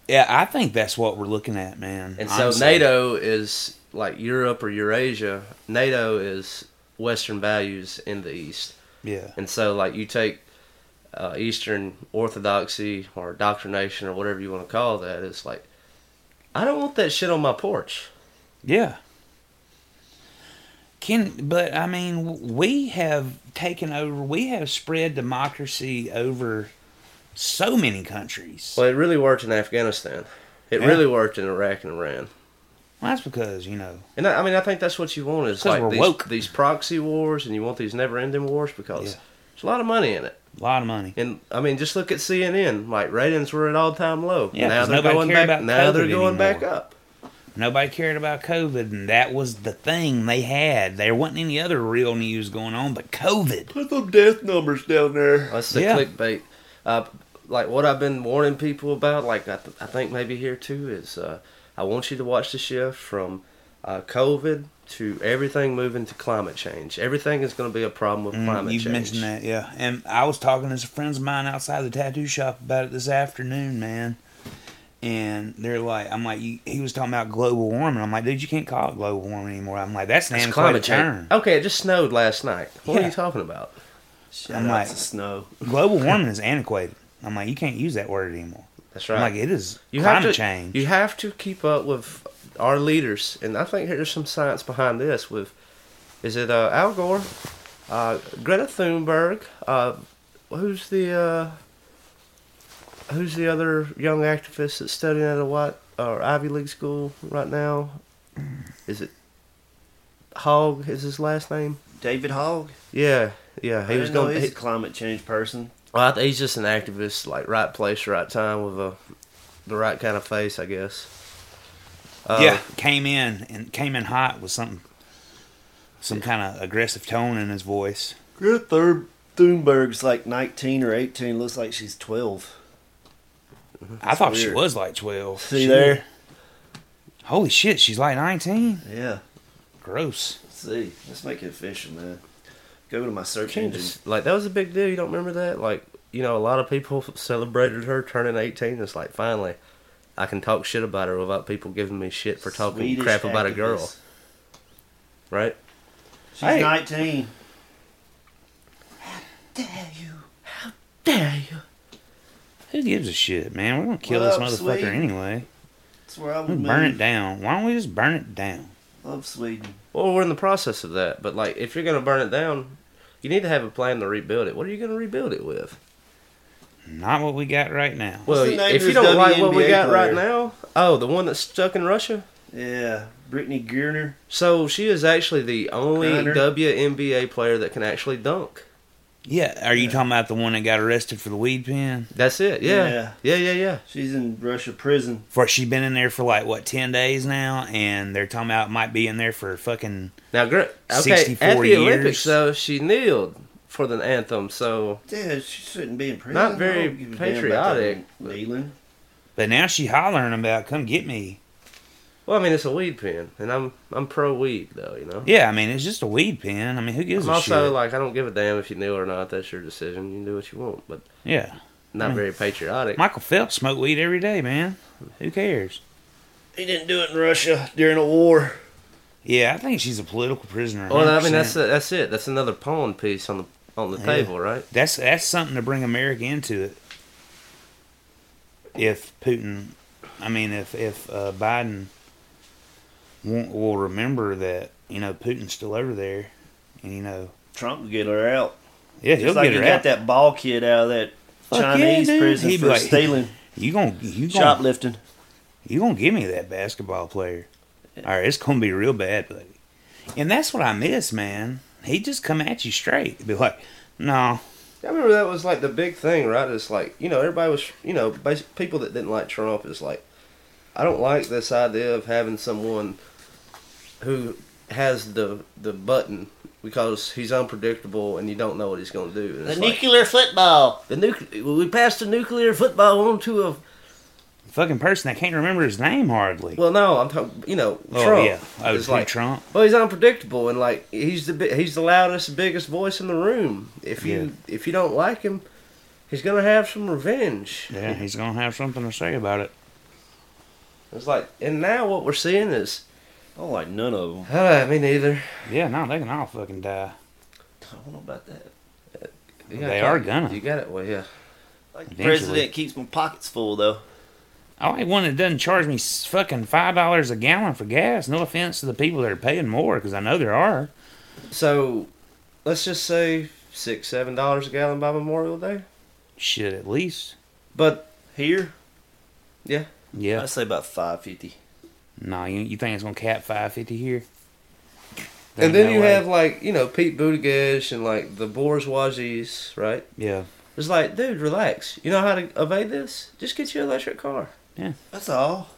S1: Yeah, I think that's what we're looking at, man.
S2: And so
S1: Honestly.
S2: NATO is like Europe or Eurasia. NATO is Western values in the East.
S1: Yeah.
S2: And so, like, you take uh, Eastern Orthodoxy or indoctrination or whatever you want to call that. It's like, I don't want that shit on my porch.
S1: Yeah. Can but I mean w- we have taken over. We have spread democracy over so many countries.
S2: Well, it really worked in Afghanistan. It
S1: Yeah.
S2: really worked in Iraq and Iran.
S1: Well, that's because you know
S2: And I, I mean, I think that's what you want is
S1: 'Cause
S2: like
S1: we're
S2: these,
S1: woke.
S2: these proxy wars, and you want these never-ending wars because
S1: Yeah.
S2: there's a lot of money in it.
S1: a lot of money.
S2: And I mean, just look at CNN. Like ratings were at all-time low.
S1: Yeah,
S2: now
S1: 'cause
S2: they're
S1: nobody
S2: going
S1: cared
S2: back.
S1: about
S2: now they're
S1: COVID
S2: going back
S1: anymore.
S2: up.
S1: Nobody cared about COVID, and that was the thing they had. There wasn't any other real news going on but COVID.
S3: Put some death numbers down there.
S2: That's the
S1: Yeah.
S2: clickbait. Uh, like what I've been warning people about. Like I, th- I think maybe here too is uh, I want you to watch the shift from uh, COVID to everything moving to climate change. Everything is going to be a problem with climate
S1: Mm, You've
S2: change.
S1: mentioned that, yeah. And I was talking to some friends of mine outside the tattoo shop about it this afternoon, man. And they're like, I'm like, you, he was talking about global warming. I'm like, dude, you can't call it global warming anymore. I'm like, that's an
S2: It's
S1: antiquated
S2: climate
S1: term.
S2: change. Okay, it just snowed last night. What
S1: Yeah.
S2: are you talking about?
S3: Shout
S1: I'm
S3: out
S1: like-
S3: to snow.
S1: Global warming is antiquated. I'm like, you can't use that word anymore.
S2: That's right.
S1: I'm like, it is
S2: you
S1: climate
S2: have to,
S1: change.
S2: You have to keep up with our leaders, and I think there's some science behind this. With is it uh, Al Gore, uh, Greta Thunberg, uh, who's the uh, who's the other young activist that's studying at a white or Ivy League school right now? Is it Hogg? Is his last name?
S3: David Hogg.
S2: Yeah, yeah.
S3: I
S2: He was
S3: didn't know
S2: going.
S3: he's
S2: He,
S3: a climate change person.
S2: well, I think he's just an activist, like right place, right time, with a the right kind of face, I guess. Uh,
S1: yeah, came in and came in hot with something, some kind of aggressive tone in his voice.
S3: Greta Thur- Thunberg's like 19 or 18. Looks like she's 12.
S1: I thought she
S3: weird.
S1: was like 12.
S3: See
S1: She-
S3: there?
S1: Holy shit, she's like 19.
S3: Yeah.
S1: Gross.
S3: Let's see. Let's make it official, man. Go to my search
S2: Kansas. Like that was a big deal. You don't remember that? Like you know, a lot of people celebrated her turning eighteen. It's like finally, I can talk shit about her without people giving me shit
S3: engine.
S2: for talking
S3: Swedish
S2: crap about a girl,
S3: activist.
S2: right?
S3: She's
S2: Hey.
S3: 19.
S1: Who gives a shit, man? We're gonna kill
S3: What
S1: this
S3: up,
S1: motherfucker
S3: Sweden?
S1: anyway.
S3: That's where I
S1: We
S3: would
S1: burn
S3: move.
S1: it down. Why don't we just burn it down?
S3: Love Sweden.
S2: Well, we're in the process of that. But like, if you're gonna burn it down, you need to have a plan to rebuild it. What are you gonna rebuild it with?
S1: Not what we got right now.
S2: Well,
S3: the name
S2: if
S3: of
S2: you
S3: this
S2: don't like what we
S3: WNBA
S2: got right
S3: player?
S2: now, oh, the one that's stuck in Russia.
S3: Yeah. Brittany Gurner.
S2: So she is actually the only
S3: Connor.
S2: WNBA player that can actually dunk.
S1: Yeah, are you talking about the one that got arrested for the weed pen?
S2: That's it. Yeah. Yeah. Yeah. Yeah.
S3: She's in Russia prison.
S1: For she been in there for like what ten days now, and they're talking about might be in there for fucking.
S2: Now, gr- okay, at
S1: 64
S2: the
S1: years.
S2: Olympics though, she kneeled for the anthem. So
S3: Yeah, she shouldn't be in prison.
S2: Not
S3: I
S2: very
S3: don't give a damn about that
S2: patriotic, but-
S3: Kneeling.
S1: But now she hollering about, "Come get me!"
S2: well, I mean, it's a weed pen, and I'm I'm pro weed though, you know.
S1: Yeah, I mean it's just a weed pen. I mean who gives a
S2: I'm also
S1: shit?
S2: like I don't give a damn if you kneel or not. That's your decision. You can do what you want, but
S1: yeah,
S2: not
S3: Hmm.
S2: very patriotic.
S1: Michael Phelps smoked weed every day, man. Who cares?
S3: He didn't do it in Russia during a war.
S1: Yeah, I think she's a political prisoner.
S2: well, I
S1: 100%.
S2: mean, that's that's it. That's another pawn piece on the on the table, right?
S1: That's that's something to bring America into it. If Putin, I mean, if if uh, Biden will will remember that you know Putin's still over there, and you know,
S3: Trump would get her out.
S1: yeah, he'll
S3: Just like
S1: get
S3: he
S1: her
S3: got
S1: out.
S3: that ball kid out of that
S1: Fuck yeah,
S3: Chinese
S1: dude.
S3: prison
S1: He'd be
S3: for
S1: like-
S3: [LAUGHS] stealing,
S1: You gon' you gon'
S3: shoplifting.
S1: you gonna give me that basketball player? All right, it's gonna be real bad, buddy. And that's what I miss, man. He just come at you straight, be like, no,
S2: I remember that was like the big thing, right? It's like you know everybody was you know basic, people that didn't like Trump is like, I don't like this idea of having someone who has the the button because he's unpredictable and you don't know what he's going to do. And it's like,
S3: football.
S2: the nuc- we passed the nuclear football on to a
S1: fucking person I can't remember his name hardly.
S2: well, no, I'm talking you know Trump.
S1: Oh, yeah. Oh,
S2: It's
S1: to Trump.
S2: Well, he's unpredictable and like he's the bi- he's the loudest, biggest voice in the room. If you if you don't like him, he's gonna have some revenge.
S1: yeah, he's gonna have something to say about it.
S2: It's like, and now what we're seeing is,
S3: I don't like none
S2: [SIGHS]
S3: of them.
S2: uh, me neither.
S1: Yeah, no, they can all fucking die.
S3: I don't know about that.
S2: You gotta
S1: They
S2: talk-
S1: are gonna.
S2: You got it. Well, yeah.
S3: Like the
S1: Eventually.
S3: president keeps my pockets full though.
S1: I like one that doesn't charge me s- fucking five dollars a gallon for gas. No offense to the people that are paying more, because I know there are.
S2: So, let's just say six, seven dollars a gallon by Memorial Day.
S1: Shit, at least.
S2: But
S3: Here,
S2: yeah,
S1: Yeah,
S3: I say about five fifty.
S1: No, you, you think it's gonna cap five fifty here?
S2: And then
S1: No
S2: you
S1: way.
S2: have like you know Pete Buttigieg and like the bourgeoisies, right?
S1: yeah,
S2: It's like, dude, relax. You know how to evade this? Just get your electric car.
S3: That's all.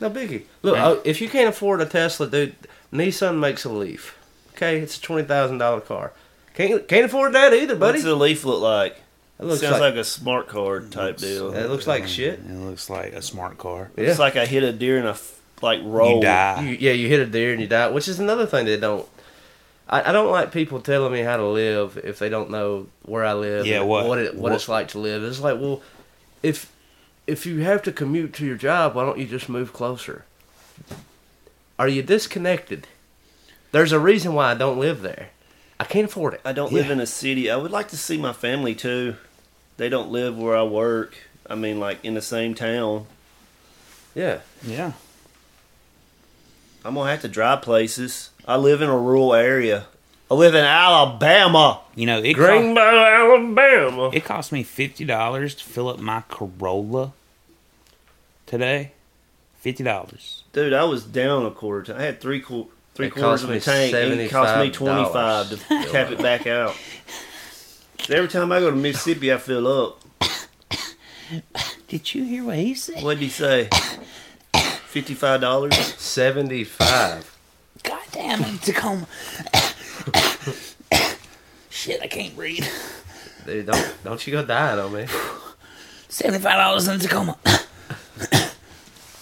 S2: No biggie. Look,
S1: Right.
S2: uh, if you can't afford a Tesla, dude, Nissan makes a Leaf. Okay, it's a twenty thousand dollar car. Can't can't afford that either, buddy.
S3: What's the leaf look like?
S2: it looks
S3: Sounds
S2: like,
S3: like, a smart card type deal.
S2: it looks like shit.
S1: it looks like a smart car.
S2: Yeah.
S3: It's like I hit a deer in a f- like roll.
S1: You die.
S2: You, yeah, you hit a deer and you die, which is another thing they don't. I, I don't like people telling me how to live if they don't know where I live.
S1: Yeah,
S2: and
S1: what-
S2: what, it, what,
S1: what-
S2: it's like to live. It's like, well, if if you have to commute to your job, why don't you just move closer? Are you disconnected? There's a reason why I don't live there. I can't afford it.
S3: I don't live in a city. I would like to see my family too. They don't live where I work. I mean, like in the same town.
S2: Yeah,
S1: Yeah,
S3: I'm gonna have to drive places. I live in a rural area. I live in Alabama.
S1: you know it. cost-
S2: Greenbow, Alabama.
S1: It cost me fifty dollars to fill up my Corolla today. Fifty dollars.
S3: Dude, I was down a quarter. T- I had three qu- three
S2: It
S3: quarters
S2: cost
S3: of a
S2: me
S3: tank. and It cost me twenty
S2: $75
S3: five to cap it back out. So every time I go to Mississippi, I fill up.
S1: Did you hear what he said?
S3: What'd he say? Fifty five dollars.
S2: Seventy-five.
S1: God damn it, Tacoma. [COUGHS] Shit, I can't read.
S2: Dude, don't don't you go dying on me.
S1: Seventy-five dollars in Tacoma.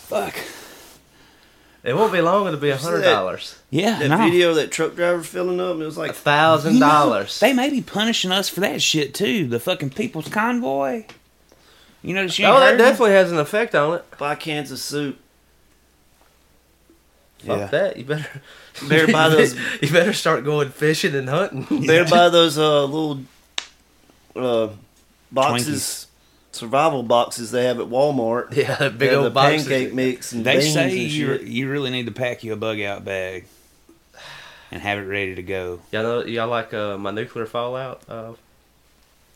S1: Fuck.
S2: It won't be long. It'll be a
S3: that?
S2: hundred dollars.
S1: Yeah,
S3: That
S1: no.
S3: video of that truck driver filling up, and it was
S2: A
S3: like
S2: thousand
S1: You know,
S2: dollars.
S1: They may be punishing us for that shit too. The fucking people's convoy. You know, she ain't
S2: Oh, that
S1: heard of it?
S2: definitely has an effect on it.
S3: buy cans of soup.
S2: Fuck that. You better
S3: Better
S2: [LAUGHS]
S3: buy [LAUGHS] those.
S2: You better start going fishing and
S3: [LAUGHS]
S2: hunting.
S3: Better buy those uh, little uh, boxes, survival boxes they have at Walmart.
S2: [LAUGHS] Yeah, that
S3: They
S2: big
S3: have
S2: old
S3: the
S2: boxes.
S3: pancake mix and
S1: They
S3: beans
S1: say
S3: and
S1: you,
S3: shit.
S1: you really need to pack you a bug out bag and have it ready to go.
S2: Y'all know, y'all like uh, my nuclear fallout uh,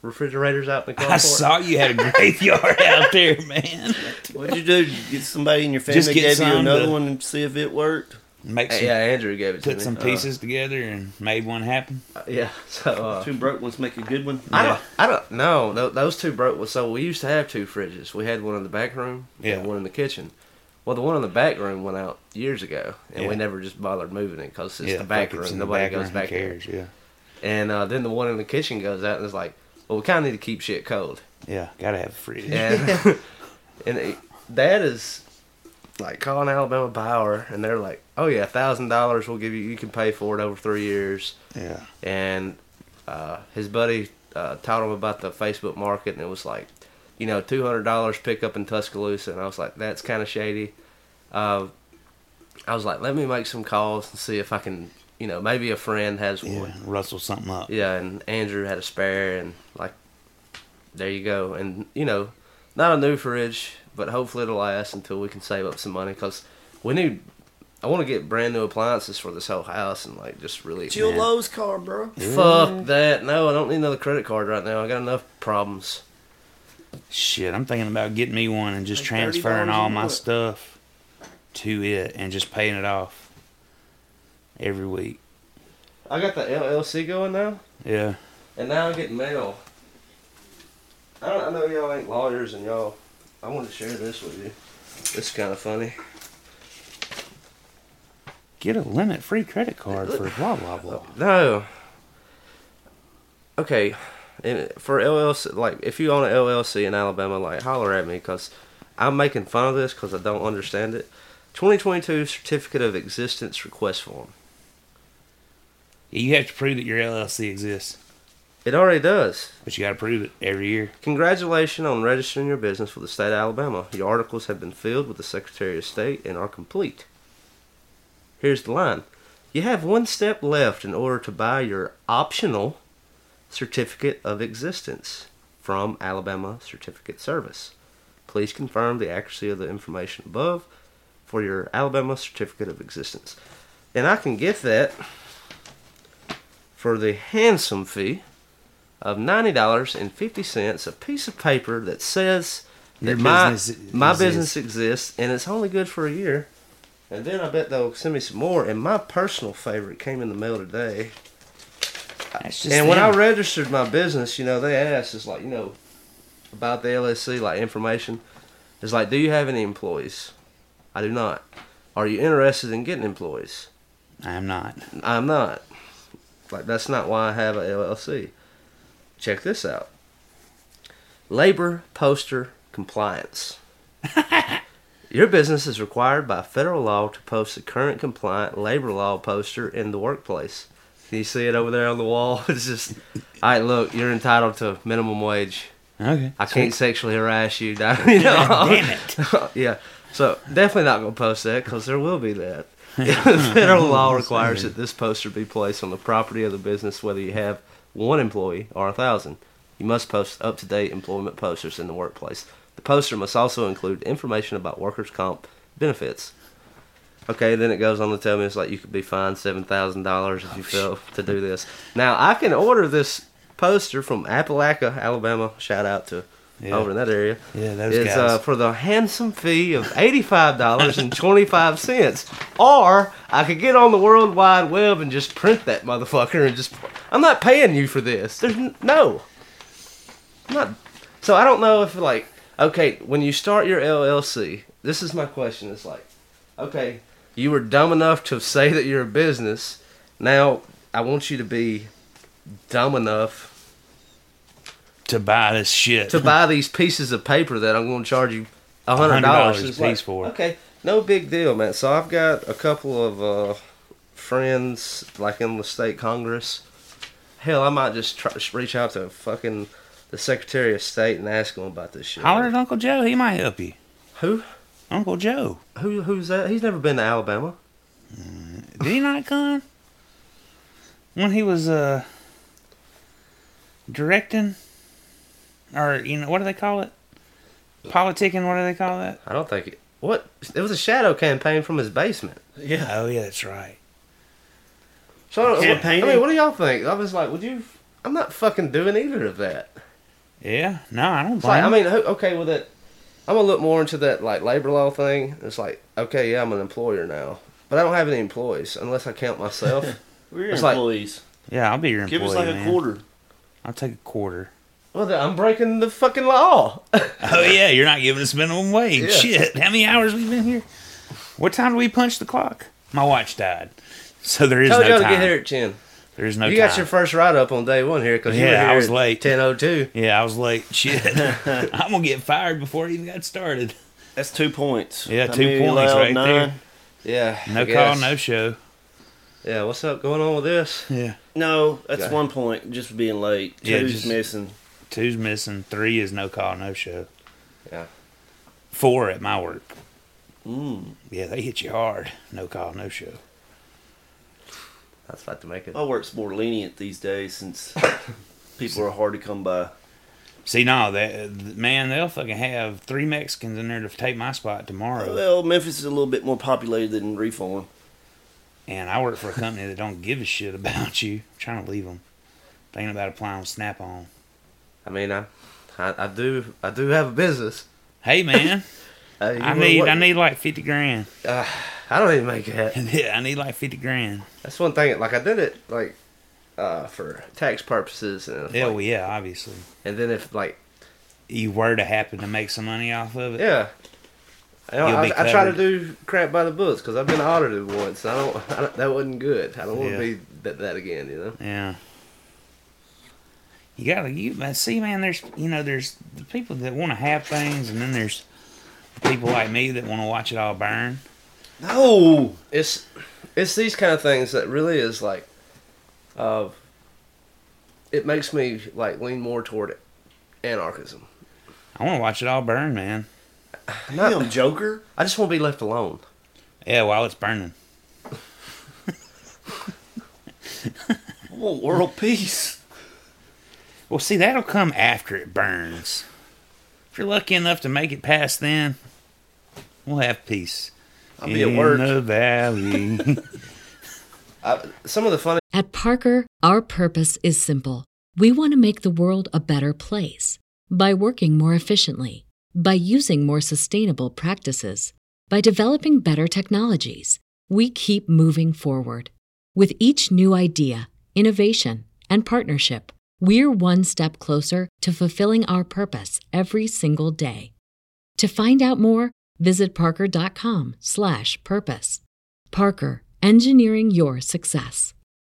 S2: refrigerators out in the
S1: [LAUGHS]
S2: carport.
S1: I saw you had a
S2: [LAUGHS]
S1: graveyard out there, man.
S3: What'd you do? Get somebody in your family
S1: Just get
S3: gave you
S1: some
S3: another
S1: to-
S3: one and see if it worked.
S1: Make some,
S2: Hey, yeah, Andrew gave it to
S1: put
S2: me.
S1: some
S2: Uh,
S1: pieces together and made one happen.
S2: yeah. So uh,
S3: Two broke ones make a good one.
S2: I don't. I don't. No, no, those two broke. So we used to have two fridges. We had one in the back room. Yeah.
S1: Yeah.
S2: And one in the kitchen. Well, the one in the back room went out years ago, and we
S1: Yeah.
S2: never just bothered moving it because it's
S1: yeah,
S2: the back
S1: fuck it,
S2: room.
S1: it's in the
S2: Nobody
S1: back
S2: goes
S1: room,
S2: back
S1: who
S2: there.
S1: cares?
S2: And uh, then the one in the kitchen goes out and is like, well, we kind of need to keep shit cold.
S1: Yeah, yeah, gotta have a fridge.
S2: And, [LAUGHS] and it, that is like calling Alabama Power, and they're like, oh, yeah, $1,000 we'll give you, you can pay for it over three years.
S1: yeah.
S2: And uh, his buddy uh, taught him about the Facebook market, and it was like, you know, $200 pickup in Tuscaloosa. And I was like, that's kind of shady. Uh, I was like, let me make some calls and see if I can, you know, maybe a friend has one.
S1: yeah. Rustle something up.
S2: Yeah, and Andrew had a spare, and like, there you go. And you know, not a new fridge, but hopefully it'll last until we can save up some money because we need. I want to get brand new appliances for this whole house and like just really.
S3: Jill
S2: Man,
S3: Lowe's car, bro.
S2: Fuck that! No, I don't need another credit card right now. I got enough problems.
S1: Shit, I'm thinking about getting me one and just
S3: Like
S1: transferring
S3: $30
S1: all
S3: and
S1: my
S3: what?
S1: stuff to it and just paying it off every week.
S2: I got the LLC going now,
S1: Yeah.
S2: and now I'm getting mail. I, don't, I know y'all ain't lawyers, and y'all. I want to share this with you. This is kind of funny.
S1: Get a limit free credit card for blah blah
S2: Oh.
S1: blah.
S2: No. Okay, and for LLC, like if you own an LLC in Alabama, like holler at me because I'm making fun of this because I don't understand it. 2022 Certificate of Existence request form.
S1: You have to prove that your LLC exists,
S2: It already does.
S1: but you got to prove it every year.
S2: Congratulations on registering your business with the state of Alabama. Your articles have been filled with the Secretary of State and are complete. Here's the line You have one step left in order to buy your optional certificate of existence from Alabama Certificate Service. Please confirm the accuracy of the information above for your Alabama certificate of existence. And I can get that for the handsome fee of ninety dollars and fifty cents a piece of paper that says that
S1: Your
S2: my
S1: business
S2: my
S1: exists.
S2: business exists and it's only good for a year. And then I bet they'll send me some more. And my personal favorite came in the mail today.
S1: That's just
S2: and when I
S1: them.
S2: registered my business, you know, they asked, it's like, you know, about the LSC, like information. It's like, do you have any employees? I do not. Are you interested in getting employees?
S1: I'm not.
S2: I'm not. Like that's not why I have a LLC. Check this out. Labor poster compliance. Your business is required by federal law to post the current compliant labor law poster in the workplace. Can you see it over there on the wall? [LAUGHS] It's just, all right, look, you're entitled to minimum wage.
S1: Okay.
S2: I can't sexually harass you. you
S1: [LAUGHS]
S2: know? [LAUGHS]
S1: Damn it.
S2: yeah. So definitely not going to post that because there will
S1: [LAUGHS]
S2: be that. [LAUGHS] Federal law requires that this poster be placed on the property of the business, whether you have one employee or a thousand. You must post up to date employment posters in the workplace. The poster must also include information about workers' comp benefits. Okay, then it goes on to tell me it's like you could be fined seven thousand dollars
S1: Oh,
S2: if you fail to do this. Now I can order this poster from Appalachia, Alabama. Shout out to
S1: Yeah.
S2: over in that area.
S1: Yeah, those
S2: it's,
S1: guys.
S2: Uh, for the handsome fee of eighty-five dollars and twenty-five cents, or I could get on the World Wide Web and just print that motherfucker and just. I'm not paying you for this. There's n- no. I'm not. So I don't know if like okay when you start your LLC, this is my question. It's like, okay, you were dumb enough to say that you're a business. Now I want you to be dumb enough
S1: To buy this shit. [LAUGHS]
S2: to buy these pieces of paper that I'm going to charge you a hundred dollars
S1: $100
S2: It's
S1: a piece for.
S2: Okay, no big deal, man. So I've got a couple of uh, friends like in the state congress. Hell, I might just try, just reach out to fucking the Secretary of State and ask him about this shit.
S1: Holler at Uncle Joe. He might help you.
S2: Who?
S1: Uncle Joe.
S2: Who? Who's that? He's never been to Alabama.
S1: Did he not come? When he was uh directing or you know what do they call it? Politicking, what do they call that?
S2: I don't think it. What? It was a shadow campaign from his basement.
S1: Yeah. Oh yeah, that's right.
S2: So I, don't, I
S3: Campaigning?
S2: mean, what do y'all think? I was like, would you? I'm not fucking doing either of that.
S1: Yeah. No, I don't
S2: It's like,
S1: blame
S2: I
S1: him.
S2: mean, who- okay, with it, I'm gonna look more into that like labor law thing. It's like, okay, yeah, I'm an employer now, but I don't have any employees unless I
S1: [LAUGHS]
S2: count myself.
S3: We're your
S2: It's like-
S3: employees.
S1: Yeah, I'll be your employee.
S3: Give us like
S1: man.
S3: a quarter.
S1: I'll take a
S2: [LAUGHS]
S1: quarter.
S2: well, then I'm breaking the fucking law. [LAUGHS]
S1: Oh yeah, you're not giving us minimum wage.
S2: Yeah.
S1: Shit, how many hours we been here? What time do we punch the clock? My watch died, so there is
S2: Told
S1: no
S2: y'all to
S1: time.
S2: get here at ten.
S1: There is no
S2: you
S1: time.
S2: got your first write up on day one here because you were
S1: Yeah, I
S2: here
S1: was
S2: at
S1: late.
S2: Ten oh two.
S1: yeah, I was late.
S2: [LAUGHS]
S1: Shit, [LAUGHS] I'm gonna get fired before I even got started.
S3: That's two points.
S1: Yeah,
S3: How
S1: two
S3: many
S1: points
S3: allowed?
S1: right there.
S3: Nine?
S2: Yeah. I
S1: No call,
S2: guess.
S1: no show.
S2: Yeah. What's up going on
S1: [LAUGHS]
S2: with this?
S1: Yeah,
S3: No, that's
S2: Okay.
S3: one point just for being late. Two's
S1: Yeah, just-
S3: missing.
S1: two's missing. Three is no call, no show.
S2: Yeah.
S1: Four at my work.
S2: Hmm.
S3: Mm.
S1: Yeah, they hit you hard. No call, no show.
S2: I'd like to make it.
S3: My work's more lenient these days
S1: [LAUGHS]
S3: since people are hard to come by.
S1: See, no, that man, they'll fucking have three Mexicans in there to take my spot tomorrow.
S3: Well, Memphis is a little bit more populated than Reform.
S1: And I work for a company that don't give a shit about you. I'm trying to leave them. Thinking about applying with Snap on.
S2: I mean, I, I, I do, I do have a business. [LAUGHS]
S1: Hey man,
S2: Uh, you
S1: I
S2: wanna
S1: need
S2: work-
S1: I need like fifty grand. [LAUGHS]
S2: I don't even make that.
S1: Yeah, I need like fifty grand.
S2: That's one thing. Like I did it like uh for tax purposes and
S1: Yeah, well, yeah, obviously.
S2: and then if like
S1: You were to happen to make some money off of it.
S2: Yeah. I, don't,
S1: You'll be
S2: I, I try to
S1: covered.
S2: do crap by the books because I've been audited once. And I, don't, [LAUGHS] I don't. That wasn't good. I don't want to
S1: Yeah.
S2: be that, that again. You know.
S1: Yeah. You gotta you but see man, there's you know, there's the people that wanna have things and then there's people like me that wanna watch it all burn.
S3: No,
S2: It's it's these kind of things that really is like, uh, it makes me like lean more toward anarchism.
S1: I wanna watch it all burn, man.
S3: damn Joker.
S2: I just want to be left alone.
S1: Yeah, while it's burning.
S3: I want world peace.
S1: Well, see, that'll come after it burns. If you're lucky enough to make it past then, we'll have peace. I'll
S3: be at work.
S1: In the valley. [LAUGHS]
S2: I, some of the funny
S6: At Parker, our purpose is simple. We want to make the world a better place by working more efficiently, by using more sustainable practices, By developing better technologies, we keep moving forward. With each new idea, innovation, and partnership, we're one step closer to fulfilling our purpose every single day. To find out more, visit parker.com/purpose. Parker, engineering your success.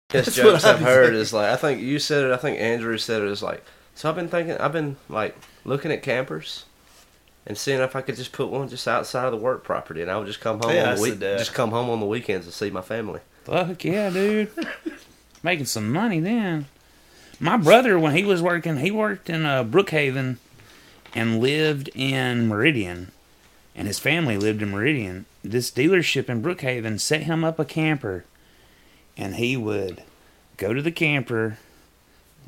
S2: Best
S3: That's what
S2: jokes
S3: I
S2: I've heard
S3: was
S2: is like I think you said it. I think Andrew said it. Is like so. I've been thinking. I've been like looking at campers and seeing if I could just put one just outside of the work property, and I would just come home.
S3: Yeah, I
S2: on the week,
S3: said that.
S2: just come home on the weekends and see my family.
S1: Fuck yeah, dude. Making some money then. My brother, when he was working, he worked in uh, Brookhaven and lived in Meridian. And his family lived in Meridian. This dealership in Brookhaven set him up a camper. And he would go to the camper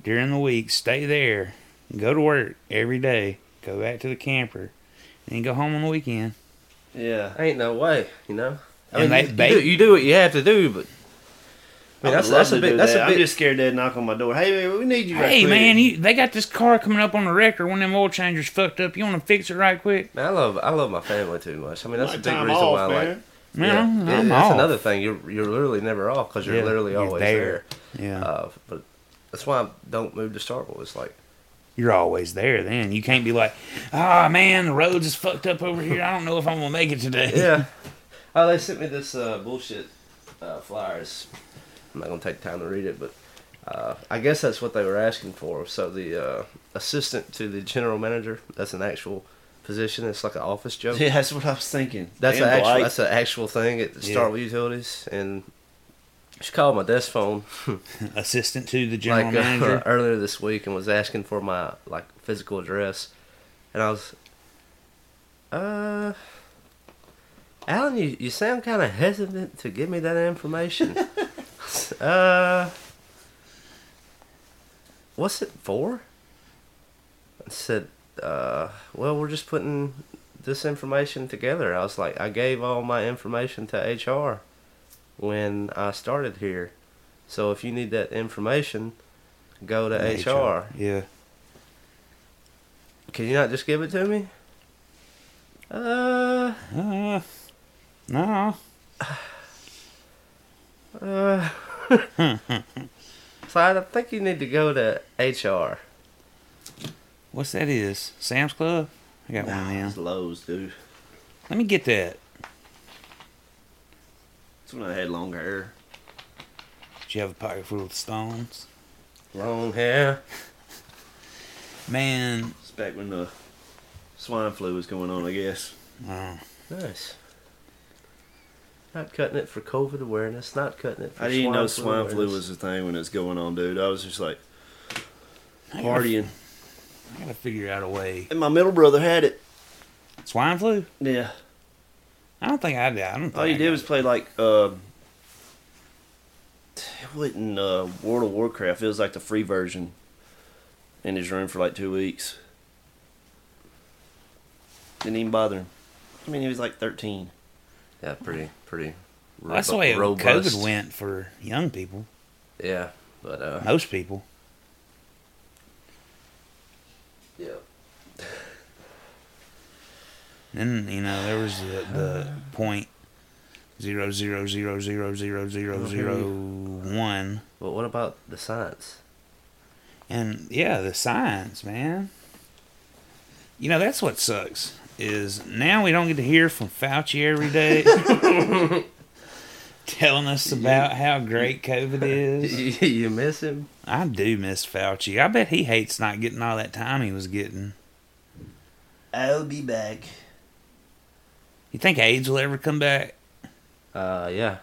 S1: during the week, stay there, go to work every day, go back to the camper, and then go home on the weekend.
S3: Yeah.
S2: Ain't no way, you know. I
S1: And
S2: mean, you,
S1: they-
S2: you, do, you do what you have to do, but I mean,
S3: I
S2: that's,
S3: would
S2: that's
S3: love
S2: a
S3: to
S2: big.
S3: do
S2: That's
S3: that.
S2: a big.
S3: I'm just scared they'd knock on my door. Hey man, we need you. right
S1: Hey
S3: quick.
S1: man, you, they got this car coming up on the wreck or one of them oil changers fucked up. You want to fix it right quick?
S2: man, I love I love my family too much. I mean, that's
S3: My
S2: a big
S3: time
S2: reason
S3: off,
S2: why I like.
S3: man.
S1: Man, I'm,
S2: yeah,
S1: I'm
S2: that's
S1: off.
S2: another thing. You're you're literally never off because you're
S1: Yeah,
S2: literally
S1: you're
S2: always
S1: there. Yeah,
S2: Uh, but that's why I don't move to Starkville. It's like
S1: you're always there. Then you can't be like, ah man, the roads is fucked up over here. I don't know if I'm gonna make it today.
S2: yeah. Oh, they sent me this uh, bullshit uh, flyers. I'm not gonna take time to read it, but uh, I guess that's what they were asking for. So the uh, assistant to the general manager. That's an actual position. It's like an office job.
S3: [LAUGHS] Yeah, that's what I was thinking.
S2: That's an
S3: Damn
S2: actual.
S3: Dwight.
S2: That's an actual thing at
S1: Yeah.
S2: Starkville Utilities, and she called my desk phone [LAUGHS]
S1: [LAUGHS] Assistant to the general
S2: like uh, [LAUGHS]
S1: manager.
S2: earlier this week and was asking for my like physical address, and I was, uh, Alan, you, you sound kind of hesitant to give me that
S1: [LAUGHS]
S2: information. uh, what's it for? I said, uh, well, we're just putting this information together. I was like, I gave all my information to HR when I started here. So if you need that information, go to HR.
S1: Yeah.
S2: Can you not just give it to me? Uh,
S1: Uh, no.
S2: uh. so I think you need to go to HR.
S1: What's that? Is Sam's Club? I got one
S3: Nah,
S1: now.
S3: it's Lowe's, dude.
S1: Let me get that.
S3: That's when I had long hair.
S1: Do you have a pocket full of stones?
S2: Long hair.
S1: Man,
S3: It's back when the swine flu was going on, I guess.
S1: oh,
S2: Nice. Not cutting it for COVID awareness. Not cutting it. for
S3: I didn't
S2: swine
S3: know swine flu
S2: awareness.
S3: was a thing when it was going on, dude. I was just like
S1: I gotta-
S3: partying.
S1: I gotta figure out a way.
S3: And my middle brother had it.
S1: Swine flu?
S3: Yeah.
S1: I don't think I did. I don't.
S2: Oh,
S1: Think
S3: All
S1: I
S3: you
S1: got
S3: did was play like uh, it wasn't uh, World of Warcraft. It was like the free version in his room for like two weeks. Didn't even bother him. I mean, he was like thirteen.
S2: Yeah, pretty, pretty.
S1: Well, that's the
S2: robu-
S1: way
S2: robust.
S1: COVID went for young people,
S2: Yeah, but uh,
S1: most people.
S2: yeah.
S1: Then you know there was the, the point zero zero zero zero zero zero zero one,
S2: But what about the [LAUGHS] science?
S1: and yeah, the signs, man. You know that's what sucks is now we don't get to hear from Fauci every day, telling us about how great COVID is.
S2: you miss him?
S1: I do miss Fauci. I bet he hates not getting all that time he was getting.
S3: I'll be back.
S1: You think AIDS will ever come back?
S2: Uh, yeah.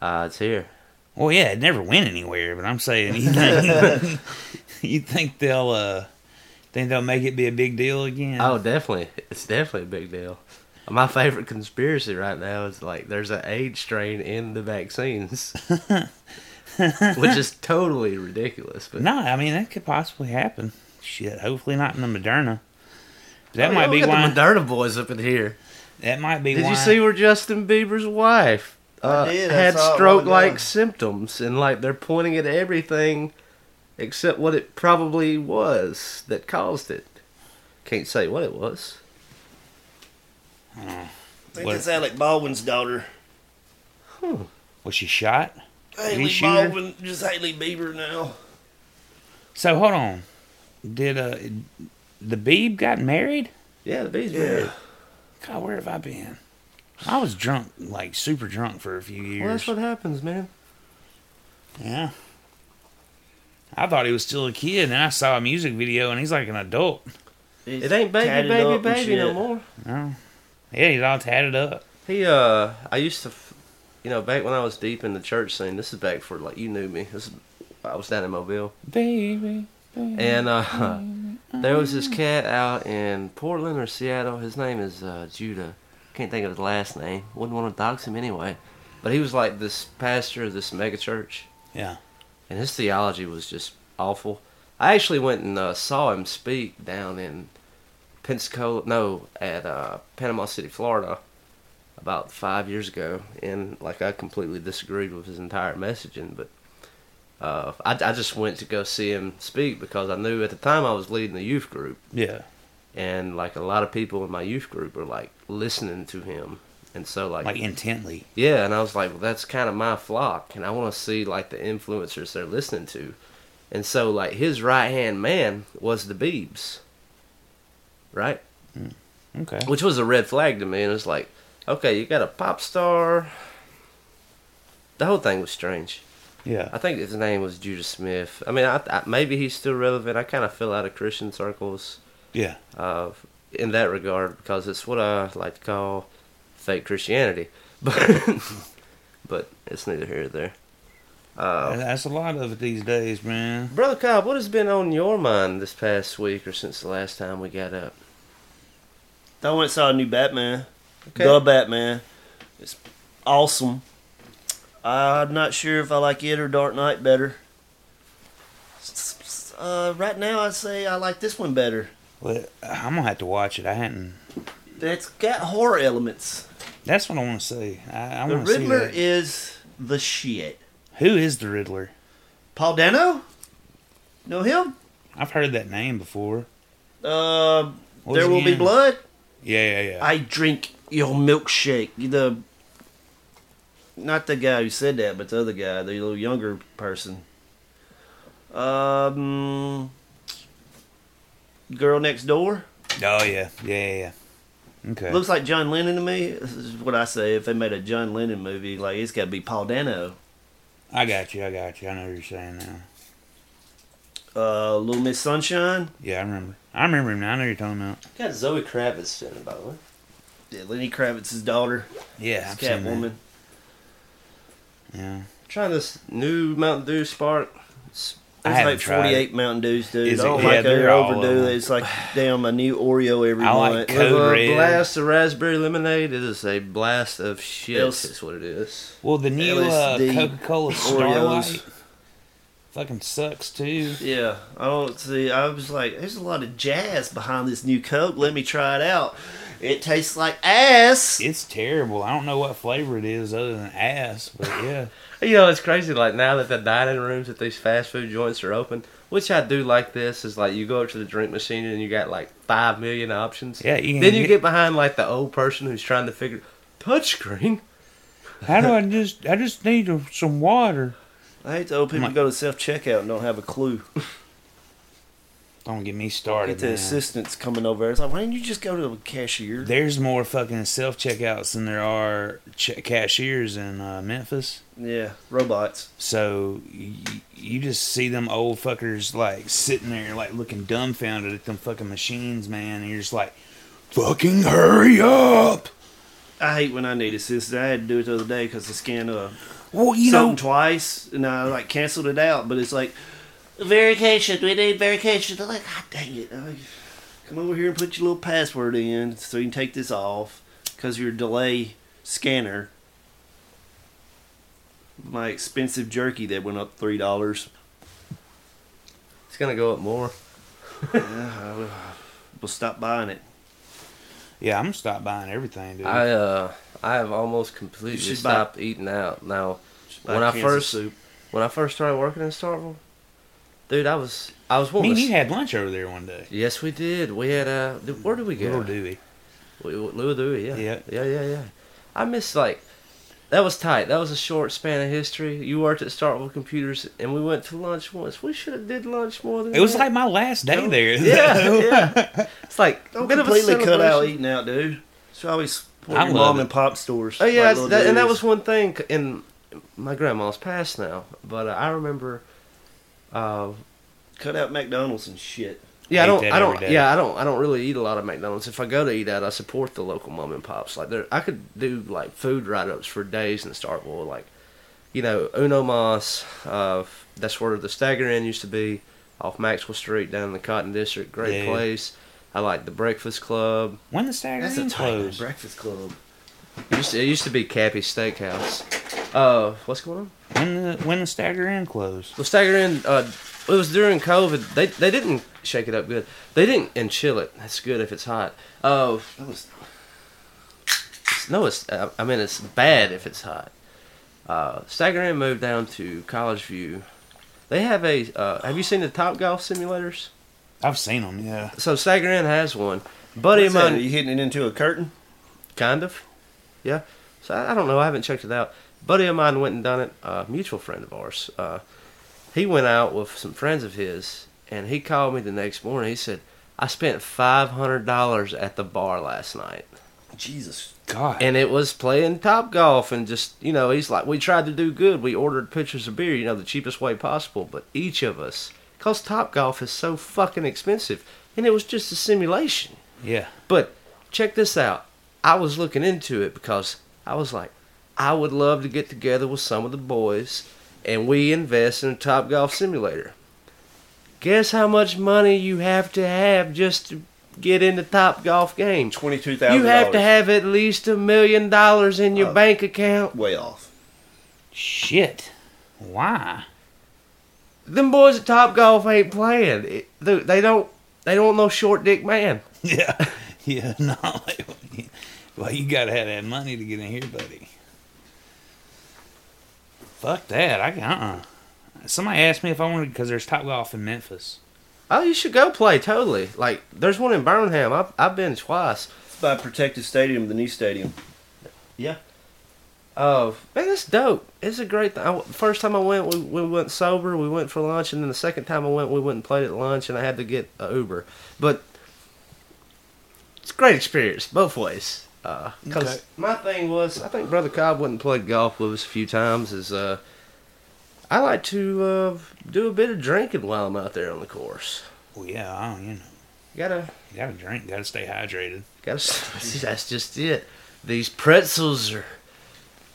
S2: Uh, it's here.
S1: Well, yeah, it never went anywhere. But I'm saying, you think, [LAUGHS] you think they'll uh, think they'll make it be a big deal again?
S2: Oh, definitely. It's definitely a big deal. My favorite conspiracy right now is like there's an AIDS strain in the vaccines, which is totally ridiculous. But
S1: no, I mean that could possibly happen. Shit, hopefully not in the Moderna. That
S2: Oh,
S1: might
S2: we
S1: be
S2: got
S1: why.
S2: the Moderna boys up in here.
S1: that might be
S2: Did
S1: why.
S2: you see where Justin Bieber's wife uh,
S3: did, I
S2: had
S3: saw it rolling
S2: stroke-like
S3: down.
S2: symptoms, and like they're pointing at everything except what it probably was that caused it. Can't say what it was.
S3: think
S1: What-
S3: that's Alec Baldwin's daughter.
S1: Was she shot?
S3: Haley
S1: shoot her?
S3: Baldwin, just Haley Bieber now.
S1: So hold on. Did uh the Beeb got married?
S2: Yeah, the bees
S3: Yeah.
S1: God, where have I been? I was drunk, like super drunk for a few years.
S2: Well, that's what happens, man.
S1: Yeah. I thought he was still a kid, and I saw a music video, and he's like an adult.
S3: He's
S2: It ain't baby,
S3: tatted
S2: baby,
S3: up and
S2: baby no
S3: shit.
S2: more.
S1: No. Yeah, he's all tatted up.
S2: He, uh, I used to, f- you know, back when I was deep in the church scene. This is back for like you knew me. This is, I was down in Mobile,
S1: Baby.
S2: and uh, [LAUGHS] there was this cat out in Portland or Seattle. His name is uh, Judah. Can't think of his last name. Wouldn't want to dox him anyway. But he was like this pastor of this megachurch.
S1: Yeah.
S2: and his theology was just awful. I actually went and uh, saw him speak down in Pensacola, no, at uh, Panama City, Florida, about five years ago, and like I completely disagreed with his entire messaging, but uh, I, I just went to go see him speak because I knew at the time I was leading the youth group,
S1: Yeah.
S2: and like a lot of people in my youth group were like listening to him, and so
S1: Like intently.
S2: yeah, and I was like, well, that's kind of my flock, and I want to see like the influencers they're listening to, and so like his right hand man was the Beebs, right?
S1: Okay.
S2: Which was a red flag to me, and it's like, okay, you got a pop star. The whole thing was strange. I
S1: Yeah.
S2: think his name was Judah Smith. I mean, I, I, maybe he's still relevant. I kind of fell out of Christian circles
S1: Yeah.
S2: uh, in that regard because it's what I like to call fake Christianity. [LAUGHS] But but it's neither here nor there.
S3: Oh.
S1: That's a lot of it these days, man.
S2: Brother Cobb, what has been on your mind this past week or since the last time we got up?
S3: I went and saw a new Batman.
S2: Okay.
S3: The Batman. It's awesome. I'm not sure if I like it or Dark Knight better. S- s- Uh, right now, I'd say I like this one better.
S1: Well, I'm gonna have to watch it. I hadn't.
S3: It's got horror elements.
S1: That's what I want to see. I, I
S3: The
S1: want to see
S3: Riddler
S1: that.
S3: is the shit.
S1: Who is the Riddler?
S3: Paul Dano? Know him?
S1: I've heard that name before.
S3: Uh,
S1: What was
S3: there
S1: he
S3: will be
S1: in?
S3: blood.
S1: Yeah, yeah, yeah.
S3: I drink your milkshake. The not the guy who said that, but the other guy, the little younger person. Um, girl next door
S1: oh yeah, yeah, yeah. yeah. Okay.
S3: looks like John Lennon to me. This is what I say. If they made a John Lennon movie, like it's got to be Paul Dano.
S1: I got you. I got you. I know what you're saying now.
S3: Uh, Little Miss Sunshine.
S1: Yeah, I remember. I remember him now. I know you're talking about.
S2: Got Zoe Kravitz in it, by the way.
S3: Yeah, Lenny Kravitz's daughter,
S1: Yeah, I've seen that.
S3: Catwoman.
S1: Yeah.
S2: Trying this new Mountain Dew Spark. It's-
S1: I
S3: There's
S1: haven't
S3: like
S1: tried
S3: 48 Mountain Dews, dude.
S1: Is
S3: I
S1: it-
S3: don't
S1: yeah,
S3: like
S1: they're
S3: their
S1: all
S3: overdue.
S1: over. [SIGHS]
S3: It's like, damn, a new Oreo every
S1: I like
S3: month.
S1: Coke. Code
S2: With a
S1: Red.
S2: blast of raspberry lemonade. It is a blast of shit.
S3: Else-
S2: That's what it is.
S1: Well, the new uh,
S3: LSD,
S1: Coca Cola Starlight
S3: Oreos.
S1: fucking sucks too.
S3: Yeah, I don't see. I was like, there's a lot of jazz behind this new Coke. Let me try it out. It tastes like ass.
S1: It's terrible. I don't know what flavor it is other than ass, but
S3: [LAUGHS]
S1: yeah.
S2: You know, it's crazy. Like now that the dining rooms at these fast food joints are open, which I do like. This is like you go up to the drink machine and you got like five million options.
S1: Yeah, you can
S2: then you
S1: get-
S2: get behind like the old person who's trying to figure touchscreen.
S1: How do I just? I just need some water.
S3: I hate the old people
S1: My-
S3: who go to self checkout and don't have a clue.
S1: Don't get me started.
S3: Get the
S1: man.
S3: assistants coming over. It's like, why didn't you just go to a cashier?
S1: There's more fucking self checkouts than there are ch- cashiers in uh, Memphis.
S3: Yeah, robots.
S1: So y- you just see them old fuckers like sitting there, like looking dumbfounded at them fucking machines, man. And you're just like, fucking hurry up.
S3: I hate when I need assistance. I had to do it the other day because I scanned a
S1: Well, you
S3: something
S1: know,
S3: twice, and I like canceled it out. But it's like verification. We need verification. They're like, God dang it! I'm like, Come over here and put your little password in so you can take this off because your delay scanner. My expensive jerky that went up three dollars.
S2: [LAUGHS] It's gonna go up more.
S3: We'll stop buying it.
S1: yeah, I'm gonna stop buying everything, dude.
S2: I uh, I have almost completely
S3: should
S2: stopped eating out now.
S3: buy
S2: when I
S3: cancer
S2: first
S3: soup.
S2: when I first started working in Starville, dude, I was I was
S1: Me
S2: wanting.
S1: and
S2: to
S1: you
S2: s-
S1: had lunch over there one day.
S2: yes, we did. We had uh, th- where did we go?
S1: Little Dewey.
S2: We- we- Louis Louis, yeah.
S1: Yeah.
S2: Yeah, yeah, yeah. I miss, like, that was tight. That was a short span of history. You worked at Startwell Computers, and we went to lunch once. We should have did lunch more than
S1: It was
S2: that.
S1: like my last
S3: Oh,
S1: day there.
S2: Yeah, yeah. It's like a
S3: Don't
S2: bit of a
S3: completely cut out
S2: celebration.
S3: eating out, dude. Should always support
S1: I
S3: your
S1: love
S3: mom
S1: it.
S3: and pop stores.
S2: Oh
S3: like
S2: yeah,
S3: little
S2: that, and that was
S3: dudes.
S2: one thing. c- And my grandma's passed now, but uh, I remember. Uh,
S3: cut out McDonald's and shit.
S2: yeah, I
S1: Eat
S2: don't.
S1: that
S2: I don't.
S1: every day.
S2: Yeah, I don't. I don't really eat a lot of McDonald's. If I go to eat out, I support the local mom and pops. Like there, I could do like food write ups for days in Starkville. Like, you know, Uno Mas. Uh, that's where the Stagger Inn used to be, off Maxwell Street down in the Cotton District. Great
S1: Yeah.
S2: place. I like the Breakfast Club.
S1: [LAUGHS] When the stagger
S3: That's a
S1: Inn
S3: tight
S1: closed.
S3: breakfast club.
S2: It used to, it used to be Cappy's Steakhouse. Uh, what's going on?
S1: When the when the stagger Inn closed.
S2: Well, Stagger Inn, uh, it was during COVID. They they didn't shake it up good. They didn't and chill it. That's good if it's hot. Oh
S3: That was
S2: no, it's uh, I mean it's bad if it's hot. Uh, Stagger Inn moved down to College View. They have a. Uh, have you seen the Top Golf simulators?
S1: I've seen them. Yeah.
S2: So Stagger Inn has one. Buddy of
S3: What's that? Are
S2: mine,
S3: you hitting it into a curtain?
S2: kind of. Yeah. So I, I don't know. I haven't checked it out. Buddy of mine went and done it. A mutual friend of ours. Uh, he went out with some friends of his, and he called me the next morning. He said, "I spent five hundred dollars at the bar last night,
S3: Jesus.
S1: God.
S2: and it was playing top golf, and just you know, he's like, we tried to do good. We ordered pitchers of beer, you know, the cheapest way possible, but each of us, cause top golf is so fucking expensive, and it was just a simulation."
S1: yeah.
S2: But check this out. I was looking into it because I was like, I would love to get together with some of the boys and we invest in a Top Golf simulator. Guess how much money you have to have just to get into Top Golf game?
S3: Twenty-two thousand.
S2: You have to have at least a million dollars in your
S3: Uh,
S2: bank account.
S3: way off.
S1: Shit. Why?
S2: Them boys at Top Golf ain't playing. It- they they don't. They don't know short dick man.
S1: [LAUGHS] Yeah. Yeah. [LAUGHS] No. well, you gotta have that money to get in here, buddy. Fuck that. I can. Uh. uh Somebody asked me if I wanted because there's top golf in Memphis.
S2: Oh, you should go play totally. Like there's one in Birmingham. I've I've been twice.
S3: It's by Protective Stadium, the new stadium. Yeah.
S2: Oh man, that's dope. It's a great thing. I, first time I went, we, we went sober. We went for lunch, and then the second time I went, we went and played at lunch, and I had to get a Uber. But it's a great experience both ways. Because
S1: Okay.
S2: my thing was, I think Brother Cobb went and played golf with us a few times. Is uh, I like to uh, do a bit of drinking while I'm out there on the course.
S1: Well, yeah. I don't. You know.
S2: Gotta
S1: You gotta drink. Gotta stay hydrated.
S2: Gotta, [LAUGHS] see, that's just it. These pretzels are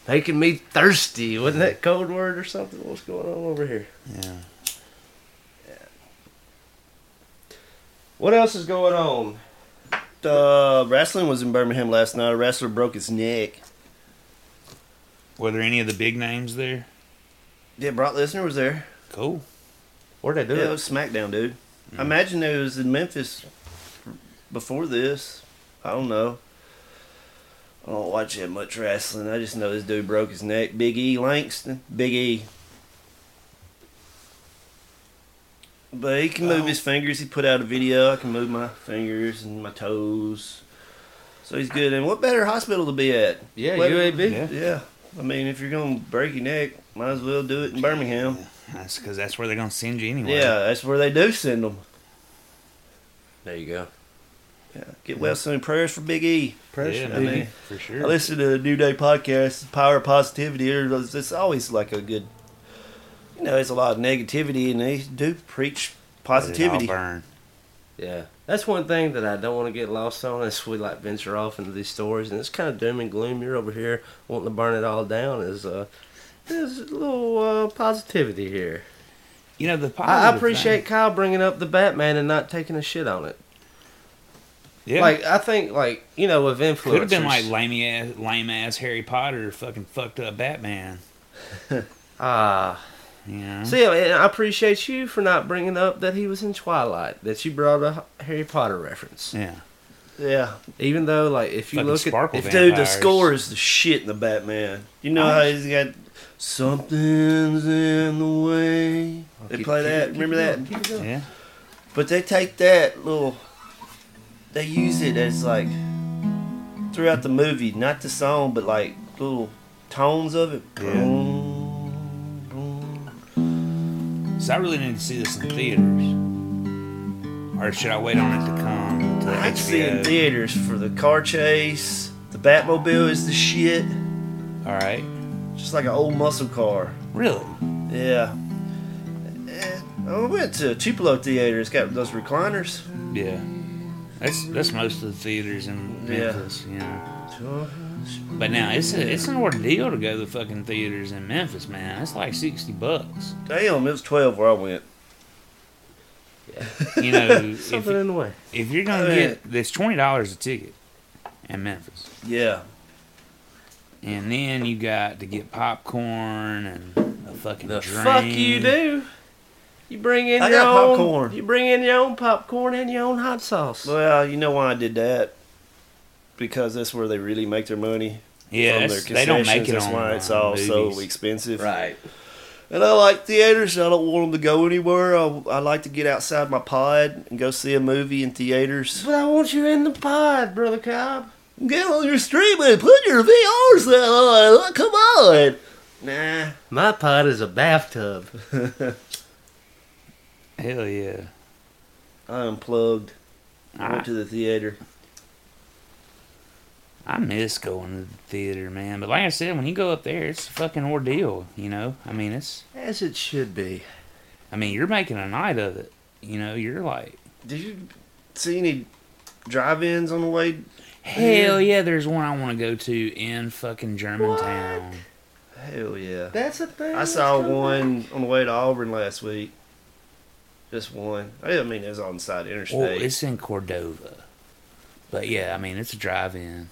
S2: making me thirsty. Wasn't that code word or something? What's going on over here?
S1: Yeah.
S2: What else is going on?
S3: Uh, wrestling was in Birmingham last night. A wrestler broke his neck.
S1: Were there any of the big names there?
S3: Yeah, Brock Lesnar was there.
S1: Cool.
S2: Where'd they do
S3: Yeah, it
S2: it?
S3: was SmackDown, dude.
S2: Mm-hmm.
S3: I imagine it was in Memphis before this. I don't know. I don't watch that much wrestling. I just know this dude broke his neck. Big E Langston. Big E. But he can move
S2: Oh.
S3: his fingers. He put out a video. I can move my fingers and my toes. So he's good. And what better hospital to be at?
S2: Yeah,
S3: What-
S2: UAB.
S1: Yeah.
S3: Yeah. I mean, if you're going to break your neck, might as well do it in Birmingham.
S1: That's because that's where they're gonna send you anyway.
S3: Yeah, that's where they do send them.
S2: There you go.
S3: Yeah, get well soon. Prayers for Big E.
S1: yeah,
S3: I mean,
S1: for
S3: I
S1: sure.
S3: listen to the New Day podcast, Power of Positivity. or It's it's always like a good, you know, it's a lot of negativity, and they do preach positivity.
S1: It all burn.
S2: Yeah. That's one thing that I don't want to get lost on as we like venture off into these stories, and it's kind of doom and gloom. You're over here wanting to burn it all down. Is uh, there's a little uh, positivity here.
S1: You know the
S2: I,
S1: positive
S2: I appreciate Kyle bringing up the Batman and not taking a shit on it.
S1: thing- Yeah.
S2: Like I think, like you know, with influencers,
S1: could have been like lame ass, lame ass Harry Potter, fucking fucked up
S3: [LAUGHS]
S1: Batman.
S2: ah,
S1: You know?
S2: See, and I appreciate you for not bringing up that he was in Twilight, that you brought a Harry Potter reference.
S1: yeah.
S3: [LAUGHS] Yeah,
S2: Even though, like, if you
S1: Fucking
S2: look at
S1: sparkle
S2: if,
S3: dude, the
S1: Vampires.
S3: score is the shit in the Batman. You know how he's got something's in the way. They
S2: keep-
S3: play
S2: keep-
S3: that.
S2: keep
S3: Remember that?
S1: Yeah.
S3: But they take that little, they use it as like throughout the movie, not the song, but like little tones of it.
S1: So I really need to see this in theaters. Or should I wait on it to come to
S3: I
S1: HBO?
S3: can see it in theaters for the car chase. The Batmobile is the shit.
S1: All right.
S3: Just like an old muscle car.
S1: Really?
S3: Yeah. Eh, I went to Tupelo Theater. It's got those recliners.
S1: Yeah. That's that's most of the theaters in
S3: Yeah.
S1: Memphis, you know. But now it's a, it's an ordeal to go to the fucking theaters in Memphis, man. It's like sixty bucks.
S3: Damn, it was 12 where I went.
S1: You
S2: [LAUGHS]
S1: know, if,
S2: Something in the way.
S1: if you're gonna
S3: Oh, yeah.
S1: get this twenty dollars a ticket in Memphis,
S3: Yeah.
S1: and then you got to get popcorn and a fucking
S2: The
S1: drink.
S2: fuck you do? You bring in
S3: I
S2: your
S3: got
S2: own
S3: popcorn.
S2: You bring in your own popcorn and your own hot sauce.
S3: Well, you know why I did that? Because that's where they really make their money.
S1: Yeah,
S3: from
S1: that's-
S3: their
S1: they don't make
S3: concessions.
S1: it
S3: That's
S1: on
S3: why it's
S1: uh,
S3: all so
S1: movies.
S3: expensive.
S2: right.
S3: And I like theaters. I don't want them to go anywhere. I, I like to get outside my pod and go see a movie in theaters.
S2: But I want you in the pod, brother Cobb.
S3: Get on your stream and put your VRs on. Come on. Nah.
S2: My pod is a bathtub.
S1: Hell yeah.
S3: I unplugged. I
S1: I,
S3: went to the theater.
S1: I miss going to the theater, man. But like I said, when you go up there, it's a fucking ordeal. You know, I mean, it's
S2: As it should be.
S1: I mean, you're making a night of it. You know, you're like,
S3: Did you see any drive-ins on the way?
S1: hell yeah, there's one I want to go to in fucking Germantown.
S3: Hell yeah.
S2: That's a thing.
S3: I saw one on the way to Auburn last week. Just one. I didn't mean it was on the side of the interstate.
S1: Well, it's in Cordova. But yeah, I mean, it's a drive-in.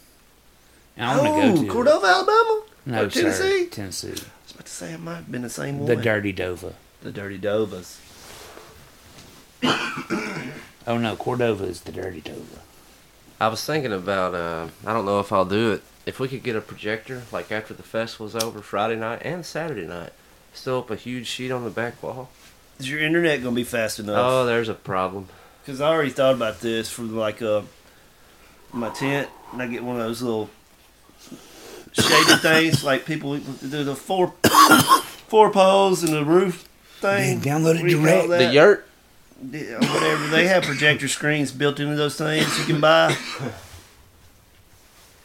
S1: And I want to
S3: oh,
S1: go to it.
S3: Cordova, Alabama?
S1: No,
S3: or Tennessee?
S1: sir, Tennessee.
S3: I was about to say it might have been the same one.
S1: The Dirty Dova.
S3: the Dirty Dovas.
S1: Oh no, Cordova is the Dirty Dova.
S2: I was thinking about. Uh, I don't know if I'll do it. If we could get a projector, like after the festival's over, Friday night and Saturday night, still up a huge sheet on the back wall.
S3: Is your internet going to be fast
S2: Oh,
S3: enough?
S2: there's a problem.
S3: Because I already thought about this from like uh, my tent, and I get one of those little shady things like people do the four [COUGHS] four poles and the roof thing.
S1: Then download it
S3: What do you call
S1: direct.
S3: that?
S2: The yurt.
S3: Yeah, whatever. They have projector screens built into those things you can buy.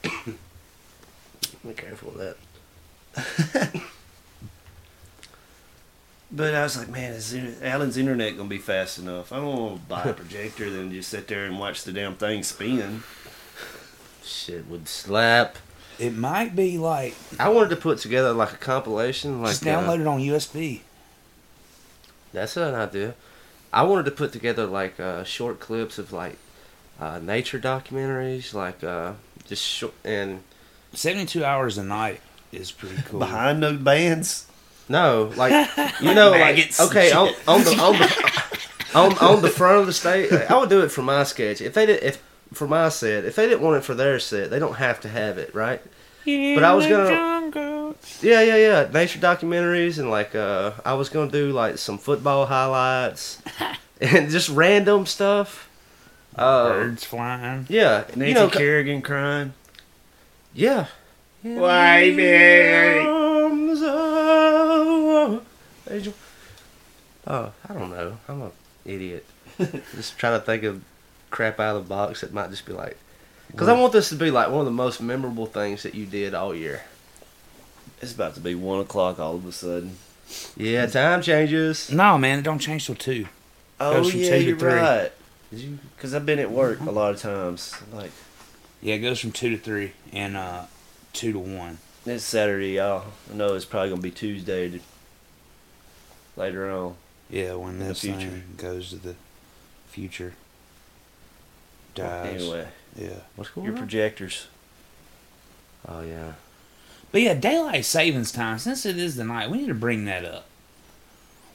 S3: Be careful with that. but I was like, man, is inter- Alan's internet gonna be fast enough? I don't want to buy a projector then just sit there and watch the damn thing spin.
S2: Shit would slap.
S1: It might be like
S2: I wanted to put together like a compilation, like uh,
S1: it on USB.
S2: That's an idea. I wanted to put together like uh, short clips of like uh, nature documentaries, like uh, just short and
S1: Seventy-two hours a night is pretty cool.
S3: Behind the bands,
S2: no, like you know, like
S3: Maggots and
S2: okay, on, on the on the
S3: [LAUGHS]
S2: on, on the front of the stage, I would do it for my sketch. If they did, if for my set, if they didn't want it for their set, they don't have to have it, right? But I was gonna, yeah, yeah, yeah, nature documentaries and like uh, I was gonna do like some football highlights and just random stuff. Uh,
S1: birds flying.
S2: Yeah,
S3: Nancy
S2: you know, c-
S3: Kerrigan crying.
S2: yeah.
S3: Why, baby?
S2: Arms of angel. Oh, I don't know. I'm an idiot. just trying to think of crap out of the box that might just be like, because I want this to be like one of the most memorable things that you did all year.
S3: It's about to be one o'clock all of a sudden.
S2: Yeah, time changes.
S1: No, man, it don't change till two.
S3: Oh
S1: Goes from
S3: yeah,
S1: two to
S3: you're
S1: three.
S3: right. Because I've been at work a lot of times. Like
S1: Yeah, it goes from two to three and uh, two to one.
S3: it's Saturday, y'all. I know it's probably gonna be Tuesday to, later on.
S1: Yeah, when
S3: the
S1: this
S3: future.
S1: thing goes to the future. Dies.
S3: Anyway,
S1: Yeah.
S2: What's going
S3: your
S2: on?
S3: projectors.
S2: Oh yeah.
S1: But yeah, daylight savings time, since it is the night, we need to bring that up.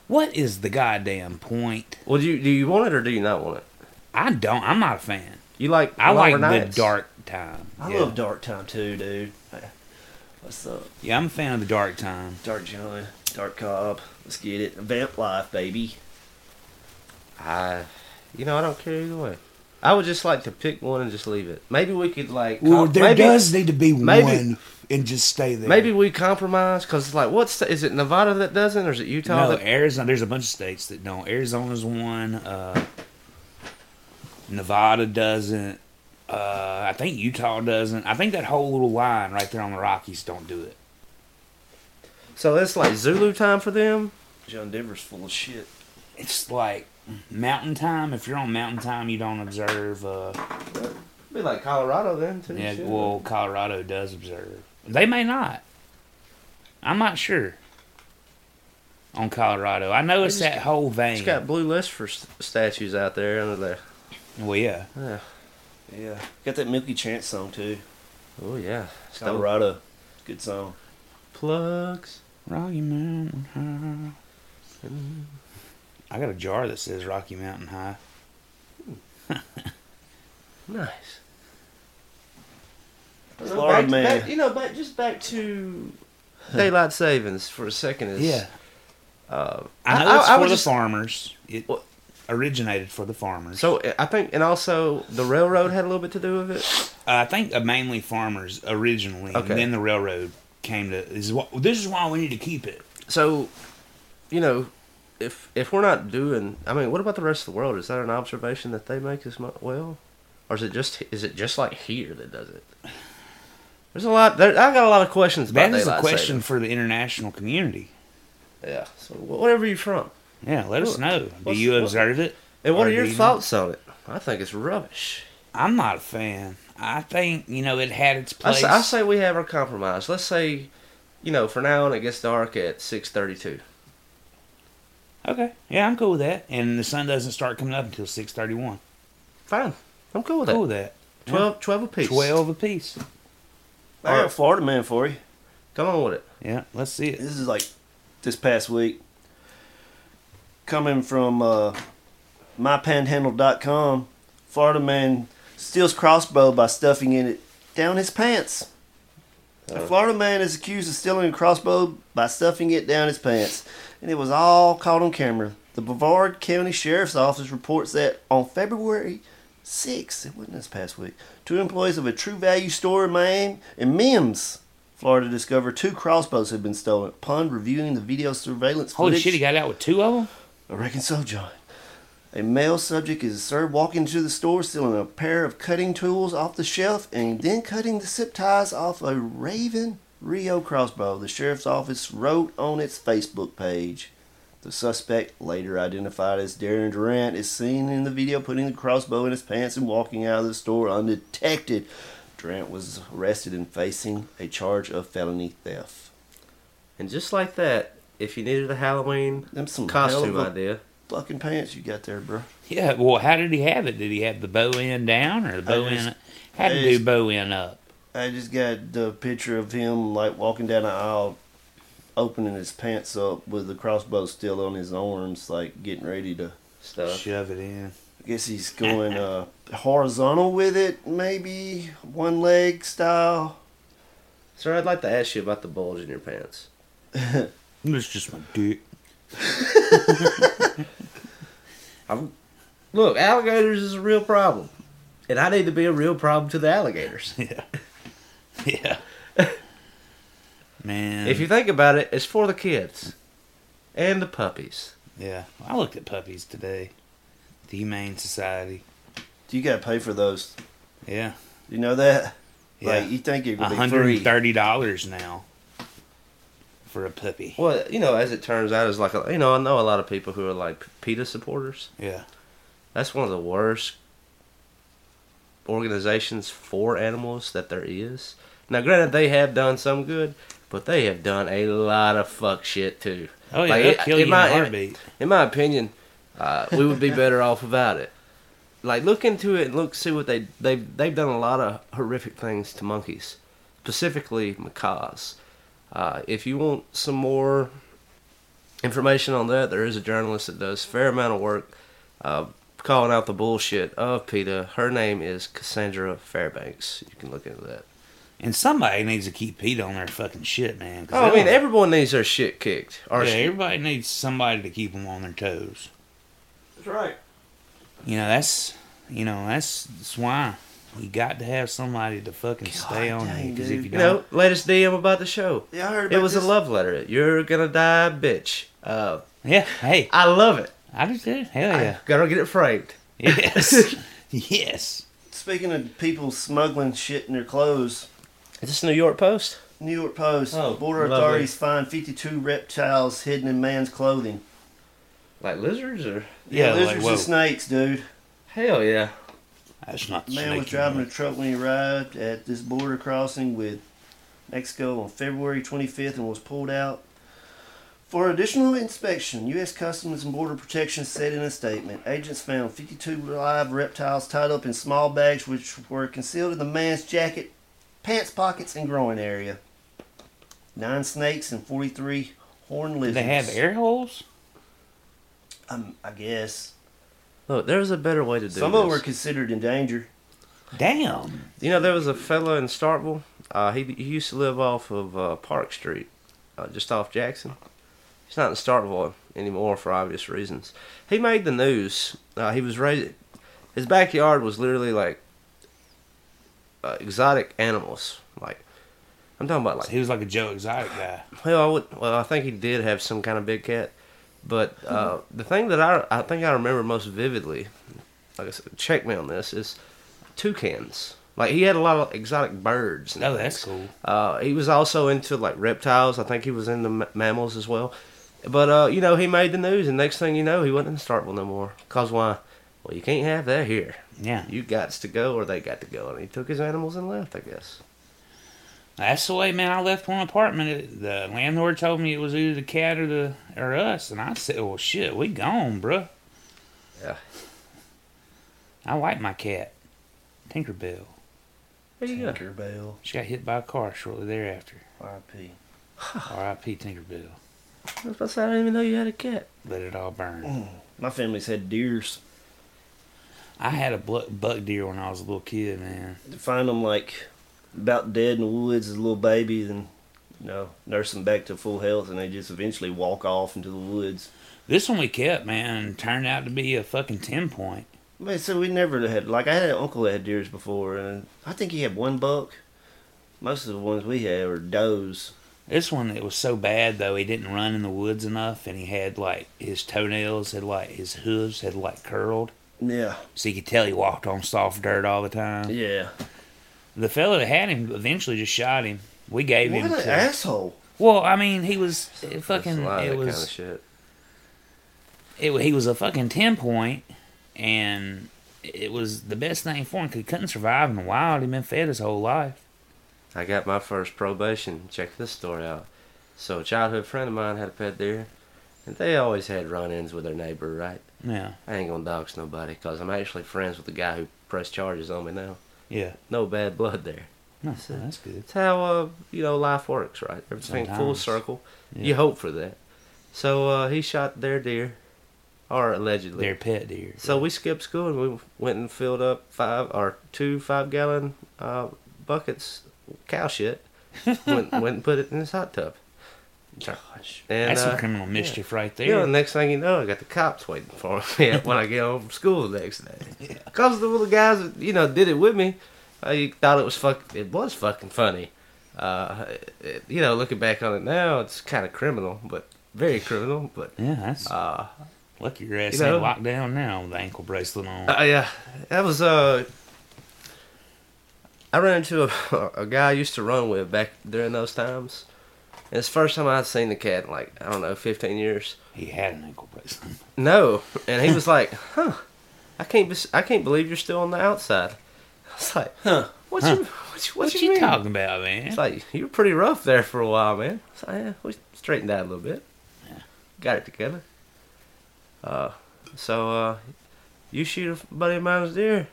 S1: What is the goddamn point?
S2: Well, do you do you want it or do you not want it?
S1: I don't I'm not a fan.
S2: You like
S1: I
S2: longer
S1: like
S2: nights?
S1: the dark time.
S3: I
S1: yeah.
S3: love dark time too, dude. What's up,
S1: Yeah, I'm a fan of the dark time.
S3: Dark John, Dark Cobb? Let's get it. Vamp life, baby.
S2: I, you know, I don't care either way. I would just like to pick one and just leave it. Maybe we could like.
S7: Well,
S2: com-
S7: there
S2: maybe,
S7: does need to be
S2: maybe-
S7: one and just stay there.
S2: Maybe we compromise because it's like, what's the, is it Nevada that doesn't, or is it Utah?
S1: No,
S2: that,
S1: Arizona. There's a bunch of states that don't. Arizona's one. Uh, Nevada doesn't. Uh, I think Utah doesn't. I think that whole little line right there on the Rockies don't do it.
S2: so it's like Zulu time for them.
S3: John Denver's full of shit.
S1: It's like mountain time. If you're on mountain time, you don't observe. Uh,
S2: Be like Colorado then too.
S1: yeah,
S2: shit.
S1: well, Colorado does observe. They may not. I'm not sure. On Colorado, I know it's
S2: just
S1: that whole vein.
S2: it's got blue list for st- statues out there under there.
S1: well, yeah.
S2: Yeah.
S3: Yeah. Got that Milky Chance song too.
S2: Oh yeah, Stone
S3: Colorado. Good song.
S2: plugs.
S1: Rocky Mountain High. I got a jar that says Rocky Mountain High.
S2: Nice.
S3: Florida
S2: back,
S3: man.
S2: back- you know, back just back to [LAUGHS] daylight savings for a second. Is, Uh,
S1: I know it's for
S2: was
S1: the
S2: just-
S1: farmers. It
S2: Well-
S1: originated for the farmers.
S2: So uh, I think, and also the railroad had a little bit to do with it.
S1: Uh, I think uh, mainly farmers originally,
S2: Okay.
S1: and then the railroad came to. This is, why, this is why we need to keep it.
S2: So, you know, if if we're not doing, I mean, what about the rest of the world? Is that an observation that they make as mu well, or is it just is it just like here that does it? There's a lot. There, I got a lot of questions about
S1: That is a
S2: daylight
S1: question for the international community.
S2: saving. Yeah. So wh- whatever you're from,
S1: Yeah, let us
S2: Look,
S1: know. Do
S2: what's-
S1: you
S2: what-
S1: observe it?
S2: and
S1: Or
S2: what are
S1: do
S2: your
S1: you not?
S2: thoughts on it? I think it's rubbish.
S1: I'm not a fan. I think you know it had its
S2: I
S1: place.
S2: say, I say we have our compromise. Let's say, you know, for now on it gets dark at six thirty-two.
S1: okay, yeah, I'm cool with that. And the sun doesn't start coming up until six thirty-one.
S2: Fine, I'm cool with
S1: Cool with
S2: that.
S1: that.
S2: Twelve, twelve 12 apiece.
S1: Twelve apiece.
S3: I got a
S2: Alright.
S3: Florida man for you.
S2: Come on with it.
S1: Yeah, let's see it.
S3: This is like this past week. Coming from uh, mypanhandle.com, Florida man steals crossbow by stuffing it down his pants. A Florida man is accused of stealing a crossbow by stuffing it down his pants, and it was all caught on camera. The Brevard County Sheriff's Office reports that on February 6th, it wasn't this past week, two employees of a True Value store in Miami and Mims, Florida, discovered two crossbows had been stolen. Upon reviewing the video surveillance
S1: Holy
S3: footage,
S1: shit, he got out with two of them?
S3: I reckon so, John. A male subject is observed walking into the store stealing a pair of cutting tools off the shelf and then cutting the zip ties off a Raven Rio crossbow, the sheriff's office wrote on its Facebook page. The suspect, later identified as Darren Durant, is seen in the video putting the crossbow in his pants and walking out of the store undetected. Durant was arrested and facing a charge of felony theft.
S2: And just like that, if you needed a Halloween
S3: Them some
S2: costume
S3: hell of a-
S2: idea,
S3: Fucking pants you got there, bro.
S1: Yeah, well, how did he have it? Did he have the bow end down or the bow
S3: just-
S1: end? How
S3: I
S1: did he do
S3: just-
S1: bow end up?
S3: I just got the picture of him like walking down the aisle, opening his pants up with the crossbow still on his arms, like getting ready to.
S2: stuff.
S1: Shove it in.
S3: I guess he's
S2: [LAUGHS]
S3: going uh, horizontal with it, maybe one leg style.
S2: Sir, I'd like to ask you about the bulge in your pants.
S1: It's just my [LAUGHS] dick.
S2: Look, alligators is a real problem, and I need to be a real problem to the alligators.
S1: [LAUGHS] Yeah. [LAUGHS] Man.
S2: if you think about it, it's for the kids and the puppies.
S1: yeah, I looked at puppies today. The Humane Society.
S3: Do you gotta pay for those?
S1: Yeah.
S3: You know that?
S1: Yeah.
S3: Like you think it would be free?
S1: $130 now for a puppy.
S2: Well, you know, as it turns out, is like a, you know, I know a lot of people who are like PETA supporters.
S1: Yeah.
S2: That's one of the worst organizations for animals that there is. Now, granted, they have done some good, but they have done a lot of fuck shit too.
S1: Oh, yeah, they'll kill you in a heartbeat.
S2: in my opinion, uh, we would be better off without it. Like, look into it and look see what they they've they've done a lot of horrific things to monkeys, specifically macaws. Uh, if you want some more information on that, there is a journalist that does a fair amount of work uh, calling out the bullshit of PETA. Her name is Cassandra Fairbanks. You can look into that.
S1: And somebody needs to keep Pete on their fucking shit, man. 'cause
S2: Oh, I mean,
S1: they'll-
S2: everyone needs their shit kicked. Or
S1: yeah,
S2: shit.
S1: everybody needs somebody to keep them on their toes.
S3: That's right.
S1: You know, that's You know, that's, that's why you got to have somebody to fucking stay on
S3: dang,
S1: you. Because if
S3: dude.
S1: you
S2: You
S1: don't,
S2: know, latest DM about the show.
S3: Yeah, I heard
S2: It
S3: about
S2: was
S3: this.
S2: a love letter. You're gonna die, bitch. Uh,
S1: yeah, hey,
S2: I love it.
S1: I just did. Hell
S3: [LAUGHS]
S1: yeah.
S2: I gotta get it framed.
S1: yes. [LAUGHS] yes.
S3: Speaking of people smuggling shit in their clothes,
S2: Is this New York Post?
S3: New York Post
S2: Oh,
S3: border
S2: lovely.
S3: authorities find 52 reptiles hidden in man's clothing.
S2: Like lizards or?
S1: Yeah, like,
S3: lizards
S1: whoa.
S3: and snakes, dude.
S2: Hell yeah.
S1: That's not
S3: Man was
S1: snaky.
S3: driving a truck when he arrived at this border crossing with Mexico on February 25th and was pulled out for additional inspection. U.S. Customs and Border Protection said in a statement, agents found 52 live reptiles tied up in small bags, which were concealed in the man's jacket, pants pockets, and groin area. Nine snakes and 43 horned lizards.
S1: They have air holes?
S3: Um, I guess
S2: Look, there's a better way to do
S3: some
S2: this.
S3: of them were considered in danger.
S1: Damn.
S2: You know, there was a fellow in Starkville. Uh, he, he used to live off of uh, Park Street, uh, just off Jackson. He's not in Starkville anymore for obvious reasons. He made the news. Uh, he was raised. His backyard was literally like uh, exotic animals. Like I'm talking about like
S1: He was like a Joe Exotic guy.
S2: well, I would. Well, I think he did have some kind of big cat, but uh, the thing that I I think I remember most vividly, like I said, check me on this, is toucans. Like he had a lot of exotic birds. and
S1: Oh, that's
S2: things.
S1: cool.
S2: Uh, he was also into like reptiles. I think he was into m- mammals as well. But uh, you know, he made the news, and next thing you know, he wasn't in Starkville no more. Cause why? Well, you can't have that here.
S1: Yeah.
S2: You got to go, or they got to go, and he took his animals and left. I guess.
S1: That's the way, man. I left one apartment. It- The landlord told me it was either the cat or the or us, and I said, "Well, shit, we gone, bruh.
S2: Yeah.
S1: I like my cat, Tinkerbell.
S2: There you go.
S3: Tinkerbell,
S1: She got hit by a car shortly thereafter.
S3: R.I.P.
S1: R.I.P. Tinkerbell.
S2: I was about to say I didn't even know you had a cat.
S1: Let it all burn.
S3: My family's had deers.
S1: I had a blu- buck deer when I was a little kid, man.
S3: to find them like about dead in the woods as a little baby, then you know nurse them back to full health, and they just eventually walk off into the woods.
S1: This one we kept, man, turned out to be a fucking ten point.
S3: Man, so we never had like I had an uncle that had deers before, and I think he had one buck. Most of the ones we had were does.
S1: This one, it was so bad though. He didn't run in the woods enough, and he had like his toenails had like his hooves had like curled.
S3: Yeah,
S1: So you could tell he walked on soft dirt all the time.
S3: yeah.
S1: The fella that had him eventually just shot him. We gave
S3: What
S1: him.
S3: an
S1: to-
S3: asshole!
S1: well, I mean, he was it
S2: That's
S1: fucking.
S2: a lot of
S1: It
S2: that
S1: was
S2: kind of shit.
S1: it, wa- he was a fucking ten point, and it was the best thing for him 'cause he couldn't survive in the wild. He'd been fed his whole life.
S2: I got my first probation. Check this story out. So, a childhood friend of mine had a pet deer, and they always had run ins with their neighbor, right?
S1: Yeah,
S2: I ain't gonna dox nobody, because I'm actually friends with the guy who pressed charges on me now.
S1: yeah.
S2: No bad blood there.
S1: No, that's good.
S2: It's how, uh, you know, life works, right? Everything full
S1: Sometimes.
S2: circle. You
S1: Yeah.
S2: hope for that. So, uh, he shot their deer, or allegedly.
S1: Their pet deer.
S2: So we skipped school and we went and filled up five or two five gallon uh, buckets
S1: [LAUGHS]
S2: cow shit. went, went and put it in this hot tub. Gosh, and,
S1: that's
S2: uh,
S1: some criminal mischief right there.
S2: You know, next thing you know, I got the cops waiting for me [LAUGHS] when I get home from school the next
S1: [LAUGHS]
S2: day. Cause the little guys, that, you know, did it with me. I thought it was fuck. It was fucking funny. Uh, it- you know, looking back on it now, it's kind of criminal, but very criminal. But
S1: yeah, that's.
S2: uh,
S1: Lucky your ass
S2: you know-
S1: ain't locked down now with the ankle bracelet on.
S2: Uh, yeah, that was uh. I ran into a, [LAUGHS] a guy I used to run with back during those times. And it's the first time I'd seen the cat in like I don't know, fifteen years.
S1: he had an ankle bracelet. [LAUGHS]
S2: No, and he was like, "Huh, I can't, be- I can't believe you're still on the outside." I was like, "Huh, what you, what you, what,
S1: What,
S2: you,
S1: you,
S2: mean?"
S1: talking about, man?
S2: It's like you were pretty rough there for a while, man. So yeah, we straightened out a little bit. Got it together. Uh, so uh, you shoot a buddy of mine's deer,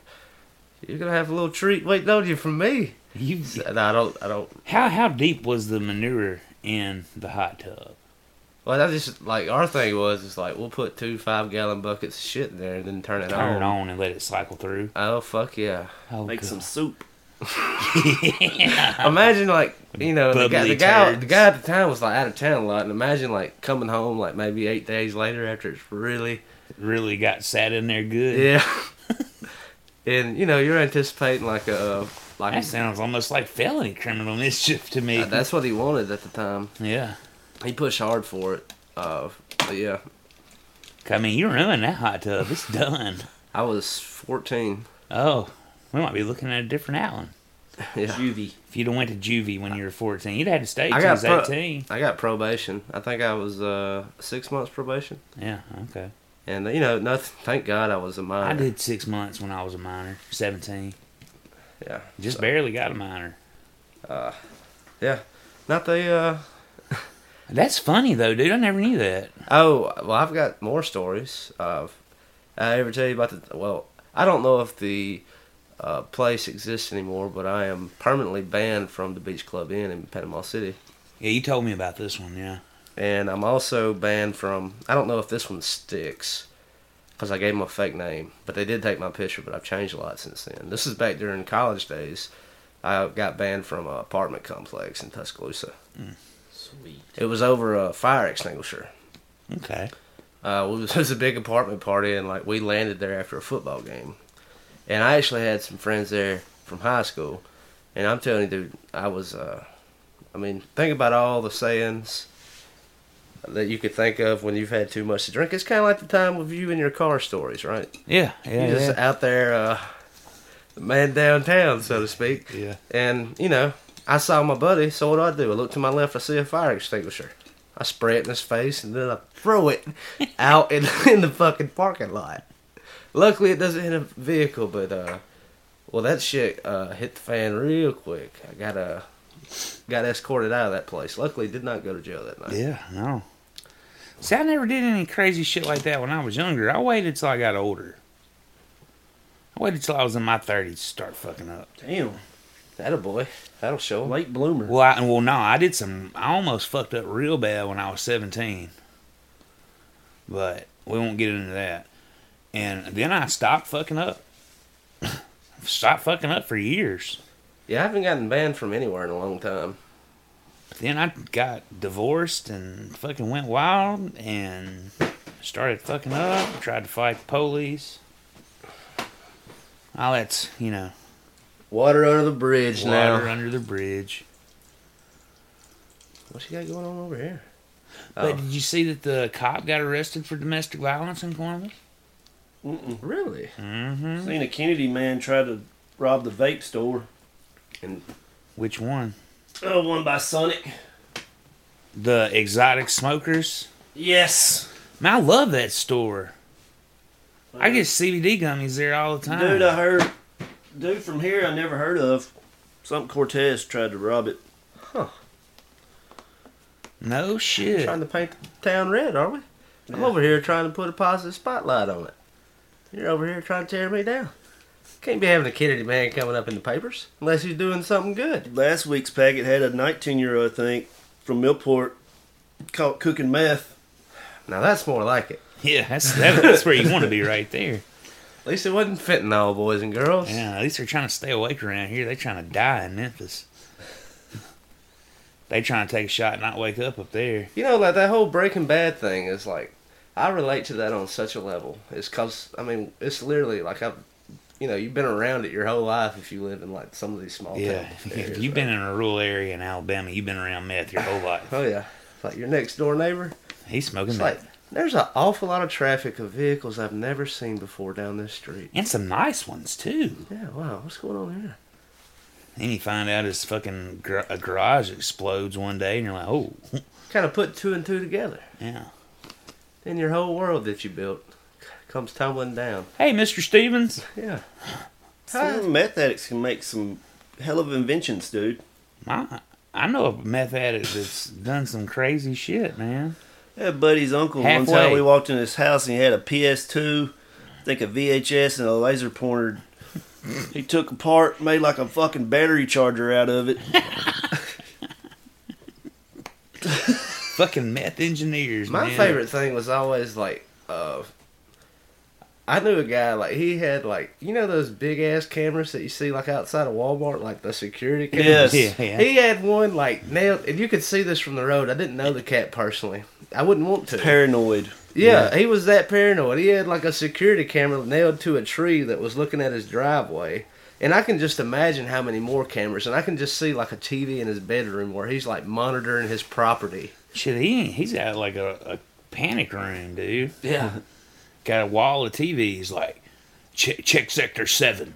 S2: you're gonna have a little treat waiting on you from me.
S1: you,
S2: So, no, I don't. I don't.
S1: how how deep was the manure in the hot tub?
S2: Well, that's just like our thing was. It's like we'll put two five gallon buckets of shit in there and then turn it
S1: Turn
S2: on.
S1: it on and let it cycle through.
S2: Oh fuck yeah!
S1: Oh,
S3: Make
S1: God.
S3: some soup.
S1: [LAUGHS]
S2: Imagine like you know the guy,
S1: Bubbly
S2: the guy
S1: turds.
S2: the guy at the time was like out of town a lot, and imagine like coming home like maybe eight days later after it's really
S1: [LAUGHS] really got sat in there good.
S2: Yeah. and you know you're anticipating like a uh, like
S1: That sounds almost like felony criminal [LAUGHS] mischief to me.
S2: uh, that's what he wanted at the time.
S1: yeah.
S2: He pushed hard for it. Uh, but yeah,
S1: I mean, you ruined that hot tub. It's done.
S2: [LAUGHS] I was 14.
S1: Oh, we might be looking at a different Allen.
S2: Yeah.
S3: Juvie.
S1: If you'd have went to juvie when you were 14, you'd have had to stay till
S2: I
S1: you
S2: got
S1: was
S2: pro-
S1: 18.
S2: I got probation. I think I was uh, six months probation,
S1: Yeah, okay.
S2: and you know nothing. Thank God I was a minor.
S1: I did six months when I was a minor, 17.
S2: Yeah,
S1: Just barely got a minor.
S2: yeah. Not the. Uh...
S1: That's funny, though, dude. I never knew that.
S2: Oh well, I've got more stories. Of I ever tell you about the? Well, I don't know if the uh, place exists anymore, but I am permanently banned from the Beach Club Inn in Panama City.
S1: Yeah, you told me about this one, yeah.
S2: and I'm also banned from. I don't know if this one sticks because I gave them a fake name, but they did take my picture. But I've changed a lot since then. This is back during college days. I got banned from an apartment complex in Tuscaloosa.
S3: Sweet.
S2: It was over a fire extinguisher.
S1: Okay.
S2: Uh, it was- [LAUGHS] it was a big apartment party, and like we landed there after a football game. And I actually had some friends there from high school, and I'm telling you, dude, I was. Uh, I mean, think about all the sayings that you could think of when you've had too much to drink. It's kind of like the time of you and your car stories, right?
S1: Yeah, yeah,
S2: You're
S1: yeah.
S2: just out there, uh, man downtown, so to speak.
S1: Yeah.
S2: And you know, I saw my buddy, so what do I do? I look to my left, I see a fire extinguisher. I spray it in his face, and then I
S1: [LAUGHS]
S2: throw it out in, in the fucking parking lot. Luckily, it doesn't hit a vehicle, but uh, well, that shit uh, hit the fan real quick. I got uh, got escorted out of that place. Luckily, did not go to jail that night.
S1: Yeah, no. See, I never did any crazy shit like that when I was younger. I waited till I got older. I waited till I was in my 30s to start fucking up.
S3: Damn.
S2: That a boy. That'll show. 'em.
S3: Late bloomer.
S1: Well, I, well, no, I did some. I almost fucked up real bad when I was seventeen, but we won't get into that. And then I stopped fucking up. [LAUGHS] stopped fucking up for years.
S2: Yeah, I haven't gotten banned from anywhere in a long time.
S1: Then I got divorced and fucking went wild and started fucking up. Tried to fight the police. All that's you know
S2: Water under the bridge
S1: water
S2: now.
S1: under the bridge.
S2: What you got going on over here?
S1: But did you see that the cop got arrested for domestic violence in Columbus?
S3: Mm-mm.
S2: Really?
S3: Seen a Kennedy man try to rob the vape store.
S2: And
S1: Which one?
S3: Oh, one by Sonic.
S1: the exotic smokers.
S3: Yes.
S1: Man, I love that store. I get CBD gummies there all
S2: Ah.
S1: the time.
S3: Dude, uh, I heard. Dude from here, I never heard of. Some Cortez tried to rob it.
S1: no shit.
S2: [LAUGHS] trying to paint the town red, are we? I'm over here trying to put a positive spotlight on it. You're over here trying to tear me down. Can't be having a Kennedy man coming up in the papers unless he's doing something good.
S3: Last week's packet had a 19 year old, I think, from Millport caught cooking meth.
S2: Now that's more like it.
S1: Yeah, that's that, that's where you want to be right there.
S2: At least it wasn't fentanyl, boys and girls.
S1: Yeah, at least they're trying to stay awake around here. They're trying to die in Memphis. They trying to take a shot and not wake up up there.
S2: You know, like that whole Breaking Bad thing is like, I relate to that on such a level. It's cause I mean, it's literally like I've, you know, you've been around it your whole life if you live in like some of these small
S1: Yeah,
S2: towns.
S1: if [LAUGHS] you've been in a rural area in Alabama, you've been around meth your whole life.
S2: Oh yeah, it's like your next door neighbor.
S1: He's smoking
S2: It's like
S1: meth.
S2: there's an awful lot of traffic of vehicles I've never seen before down this street.
S1: And some nice ones too.
S2: Yeah, wow, what's going on here?
S1: Then you find out his fucking gar- a garage explodes one day, and you're like, oh,
S2: Kind of put two and two together.
S1: yeah.
S2: Then your whole world that you built comes tumbling down.
S1: Hey, Mr. Stevens.
S2: Yeah.
S3: Some meth addicts can make some hell of inventions, dude.
S1: My, I know a meth addict that's done some crazy shit, man.
S3: I had buddy's uncle one
S1: Halfway.
S3: time we walked in his house and he had a PS2, I think a VHS and a laser pointer. he took apart, made like a fucking battery charger out of it.
S1: Fucking meth engineers.
S2: My
S1: man.
S2: favorite thing was always like, uh, I knew a guy like he had like you know those big ass cameras that you see like outside of Walmart, like the security cameras.
S1: Yes. Yeah, yeah.
S2: He had one like nailed, and you could see this from the road. I didn't know the cat personally. I wouldn't want to. [LAUGHS]
S3: Paranoid.
S2: Yeah, he was that paranoid. He had like a security camera nailed to a tree that was looking at his driveway. And I can just imagine how many more cameras. And I can just see like a TV in his bedroom where he's like monitoring his property.
S1: Shit, he ain't- he's got like a, a panic room, dude.
S2: Yeah.
S1: [LAUGHS] Got a wall of TVs, like check, check sector seven.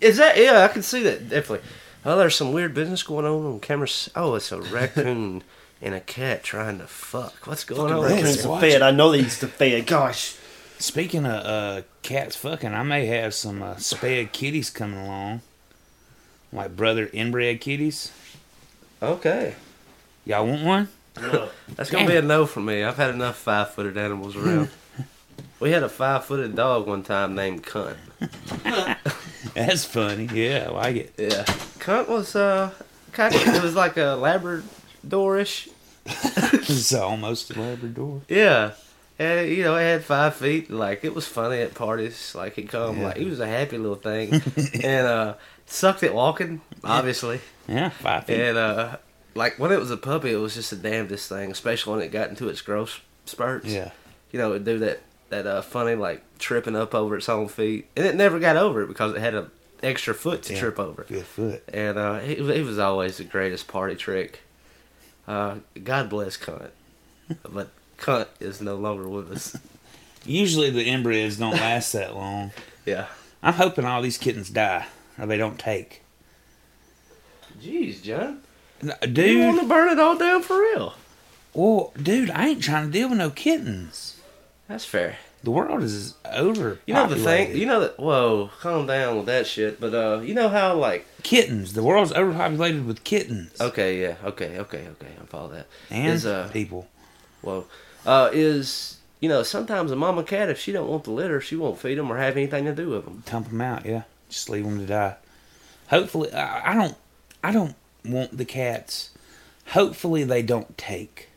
S2: Is that? Yeah, I can see that definitely. Oh, there's some weird business going on on cameras. Oh, it's a raccoon and a cat trying to fuck. What's going on?
S1: raccoon.
S3: Prince of
S1: watch
S3: Fed. I know they used to fed. Gosh.
S1: Speaking of uh, cats fucking, I may have some uh, spayed kitties coming along, like brother inbred kitties.
S2: Okay,
S1: Y'all want one? [LAUGHS]
S2: that's gonna be a no for me. I've had enough five-footed animals around. we had a five-footed dog one time named Cunt.
S1: That's funny. Yeah, I like it.
S2: Yeah, Cunt was uh, kind of, it was like a Labradorish.
S1: [LAUGHS] It's almost a Labrador.
S2: Yeah. And, you know, it had five feet. Like, it was funny at parties. Like, he'd come, like, he was a happy little [LAUGHS] thing. and, uh, sucked at walking, obviously.
S1: Yeah, five feet.
S2: And, uh, like, when it was a puppy, it was just the damnedest thing, especially when it got into its growth spurts.
S1: Yeah.
S2: You know, it'd do that, that, uh, funny, like, tripping up over its own feet. And it never got over it because it had an extra foot to
S1: Yeah.
S2: trip over.
S1: Good foot.
S2: And, uh, he, he was always the greatest party trick. Uh, God
S1: [LAUGHS]
S2: bless Cunt. But Cunt is no longer with us.
S1: Usually the inbreds don't last that long.
S2: Yeah.
S1: I'm hoping all these kittens die or they don't take.
S2: Jeez, John.
S1: No,
S2: You want
S1: Dude,
S2: to burn it all down for real?
S1: well, Oh, dude, I ain't trying to deal with no kittens.
S2: That's fair.
S1: The world is over.
S2: You know the thing. You know that. Whoa, calm down with that shit. But uh, you know how like.
S1: kittens. The world's overpopulated with kittens
S2: Okay, yeah, okay, okay, okay. I follow that.
S1: and
S2: Oh, is uh,
S1: people.
S2: whoa, uh, is you know sometimes a mama cat if she don't want the litter, she won't feed them or have anything to do with them.
S1: Dump them out. Yeah, just leave them to die. Hopefully, I, I don't. I don't want the cats. Hopefully, they don't take.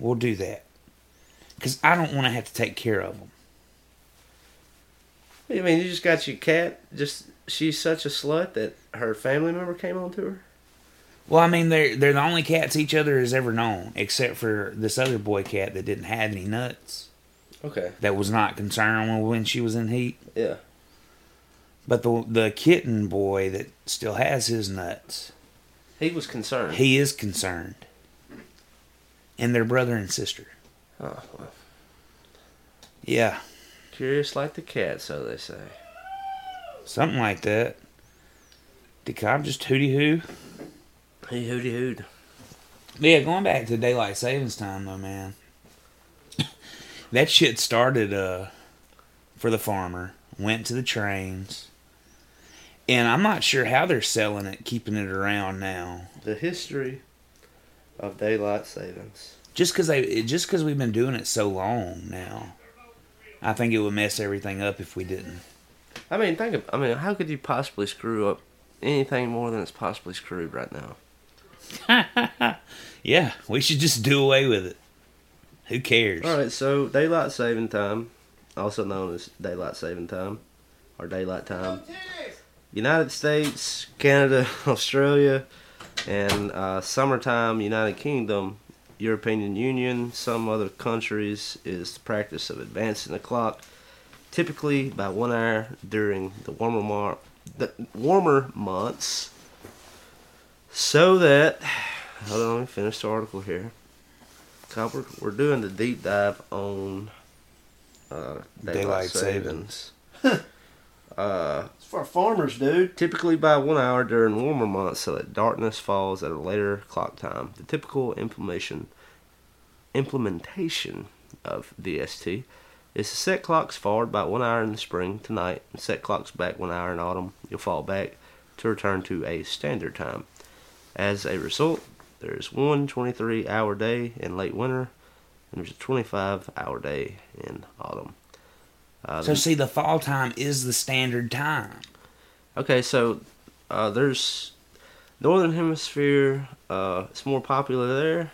S1: We'll do that because I don't want to have to take care of them.
S2: I mean, you just got your cat. Just she's such a slut that her family member came on to her.
S1: Well, I mean, they're they're the only cats each other has ever known, except for this other boy cat that didn't have any nuts,
S2: Okay.
S1: that was not concerned when she was in heat.
S2: Yeah.
S1: But the the kitten boy that still has his nuts,
S2: He was concerned.
S1: he is concerned. And their brother and sister.
S2: oh, well,
S1: Yeah,
S2: curious like the cat, so they say.
S1: something like that. Did Cobb just hooty hoo?
S2: He hooty hooed.
S1: Yeah, going back to daylight savings time though, man. [LAUGHS] that shit started uh for the farmer, went to the trains. And I'm not sure how they're selling it, keeping it around now.
S2: The history of daylight savings.
S1: Just cuz they it- just cuz we've been doing it so long now. I think it would mess everything up if we didn't.
S2: I mean, think of. I mean, how could you possibly screw up anything more than it's possibly screwed right now?
S1: Yeah, we should just do away with it. Who cares?
S2: All right, so daylight saving time, also known as daylight saving time, or daylight time, United States, Canada, [LAUGHS] Australia, and uh, summertime United Kingdom, European Union, some other countries is the practice of advancing the clock, typically by one hour during the warmer mar- the warmer months, so that. Hold on, let me finish the article here. Copper, we're doing the deep dive on uh, daylight,
S1: Daylight
S2: savings.
S1: savings.
S3: [LAUGHS] It's for farmers, dude.
S2: Typically by one hour during warmer months, so that darkness falls at a later clock time. The typical implementation implementation of DST is to set clocks forward by one hour in the spring to night, and set clocks back one hour in autumn. You'll fall back to return to a standard time. As a result, there is one 23 hour day in late winter, and there's a uh, 25 hour day in autumn. Uh,
S1: So see the fall time is the standard time.
S2: Okay, so uh, there's northern hemisphere. Uh, it's more popular there.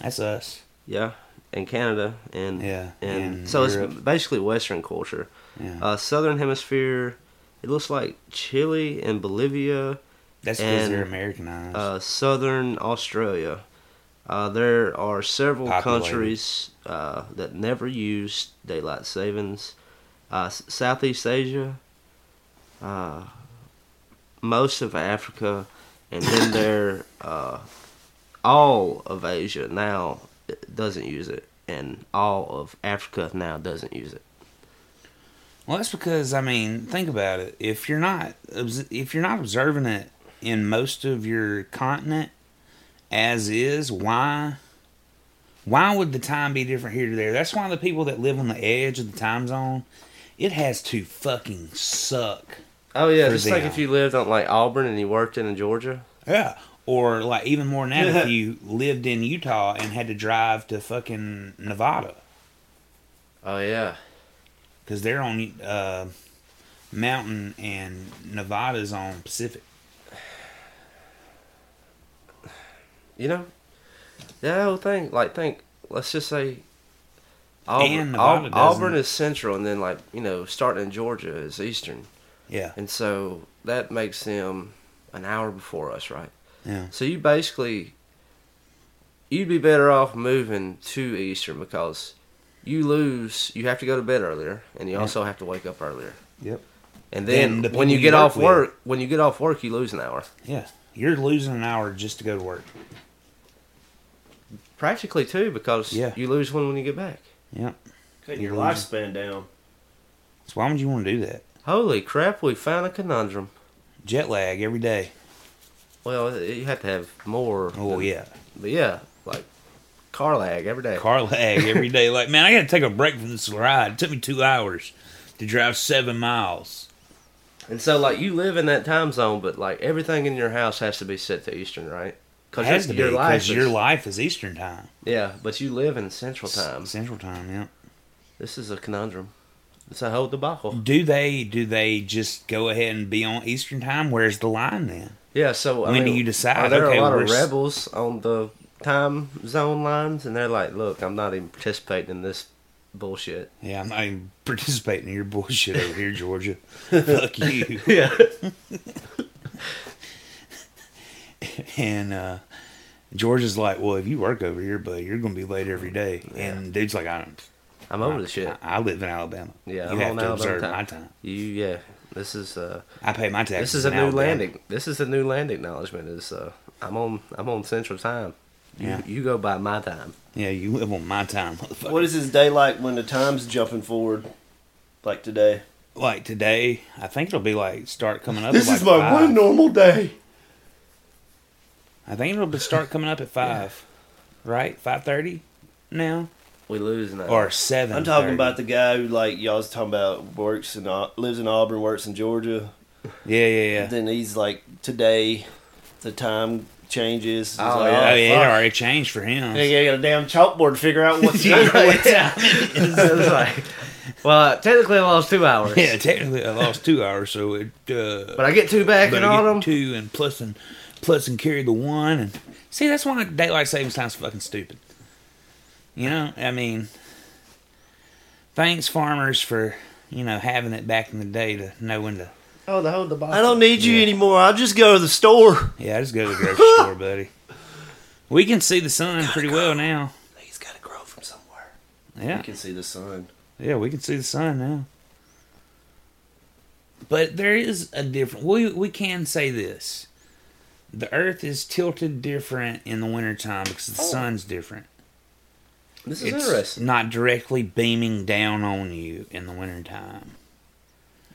S1: That's us.
S2: Yeah, in Canada and
S1: Yeah,
S2: and,
S1: and
S2: so it's
S1: Europe.
S2: basically Western culture.
S1: Yeah.
S2: Uh, southern hemisphere. It looks like Chile and Bolivia,
S1: That's because
S2: and,
S1: they're Americanized.
S2: uh, southern Australia. Uh, there are several
S1: Populated.
S2: countries uh, that never use daylight savings. Uh, S- Southeast Asia, uh, most of Africa,
S1: [COUGHS]
S2: and then there uh, all of Asia now doesn't use it, and all of Africa now doesn't use it.
S1: Well, that's because I mean, think about it. If you're not obs- if you're not observing it in most of your continent as is, why why would the time be different here to there? That's why the people that live on the edge of the time zone, it has to fucking suck.
S2: Oh yeah,
S1: For
S2: just like
S1: them.
S2: if you lived on like Auburn and you worked in Georgia.
S1: Yeah. Or like even more than that, [LAUGHS] if you lived in Utah and had to drive to fucking Nevada
S2: Oh yeah.
S1: because they're on uh, mountain and Nevada's on Pacific.
S2: you know, that whole thing. Like, think. Let's just say Auburn.
S1: And
S2: Au-
S1: Nevada doesn't-
S2: Auburn is central, and then like you know, starting in Georgia is eastern,
S1: Yeah.
S2: and so that makes them an hour before us, right?
S1: Yeah.
S2: So you basically, you'd be better off moving to eastern because you lose. You have to go to bed earlier, and you also have to wake up earlier.
S1: Yep.
S2: And
S1: Then
S2: then,
S1: the
S2: when
S1: people
S2: you
S1: you
S2: get
S1: work
S2: off
S1: with.
S2: work, when you get off work, you lose an hour.
S1: Yeah, you're losing an hour just to go to work.
S2: Practically too, because
S1: Yeah.
S2: you lose one when you get back.
S1: Yep.
S3: Cutting
S1: your
S3: your
S1: lifespan
S3: lifespan down.
S1: So why would you want to do that?
S2: Holy crap, we found a conundrum.
S1: Jet lag every day.
S2: Well, you have to have more.
S1: Oh
S2: than-
S1: yeah,
S2: But yeah, like car lag every day.
S1: car lag every day. Like man, I got to take a break from this ride. It took me two hours to drive seven miles.
S2: and so, like, you live in that time zone, but like everything in your house has to be set to Eastern, right?
S1: It has to be
S2: life
S1: because
S2: is-
S1: your life is Eastern time,
S2: Yeah, but you live in Central Time.
S1: Central time. Yeah.
S2: This is a conundrum. It's a whole debacle.
S1: Do they do they just go ahead and be on Eastern time? Where's the line then?
S2: Yeah. So I
S1: When do
S2: mean,
S1: you decide,
S2: Are there
S1: okay,
S2: a lot
S1: we're
S2: of
S1: s-
S2: rebels on the time zone lines, and they're like, "Look, I'm not even participating in this bullshit."
S1: Yeah, I'm not even [LAUGHS] participating in your bullshit over here,
S2: [LAUGHS]
S1: Georgia. Fuck you.
S2: Yeah.
S1: [LAUGHS] And uh, George is like, well, if you work over here, buddy, you're going to be late every day. And dude's like, I don't.
S2: I'm over the shit.
S1: I, I live in Alabama.
S2: Yeah,
S1: you
S2: I'm
S1: have
S2: on
S1: to
S2: Alabama
S1: observe
S2: time.
S1: my time.
S2: You yeah. This is uh
S1: I pay my taxes.
S2: this is a
S1: in
S2: new
S1: Alabama.
S2: landing. This is a new land acknowledgement. Is uh I'm on I'm on Central Time. You,
S1: Yeah.
S2: you go by my time.
S1: Yeah, you live on my time, motherfucker.
S3: What is his day like when the time's jumping forward, like today?
S1: like today? I think it'll be like start coming up. at like five.
S3: normal day.
S1: I think it'll be start coming up at five, right? Five thirty now
S2: We lose now.
S1: or seven.
S3: I'm talking about the guy who, like, y'all's talking about works and lives in Auburn, works in Georgia.
S1: yeah, yeah, yeah.
S3: Then he's like, today, the time changes. He's
S2: Oh,
S3: like,
S1: Oh yeah, it
S3: fuck.
S1: already changed for him.
S3: Yeah, you got a damn chalkboard to figure
S1: [LAUGHS]
S3: out what's time. what time it is.
S2: [LAUGHS] It's like, well, technically I lost two hours.
S1: Yeah, technically I lost two hours, so it. Uh,
S2: But I get two back in
S1: Better get
S2: autumn.
S1: two and plus and plus and carry the one and see that's why daylight savings time's fucking stupid. You know, I mean, thanks farmers for you know having it back in the day to know when to.
S2: Oh, the whole debacle.
S3: I don't need you anymore. I'll just go to the store.
S1: Yeah, I just go to the
S3: [LAUGHS]
S1: grocery store, buddy. We can see the sun pretty well now.
S3: He's got to grow from somewhere.
S1: Yeah,
S3: You can see the sun.
S1: yeah, we can see the sun now. But there is a different. We we can say this: the Earth is tilted different in the wintertime because the sun's different.
S2: This is
S1: it's
S2: Oh, interesting.
S1: not directly beaming down on you in the wintertime.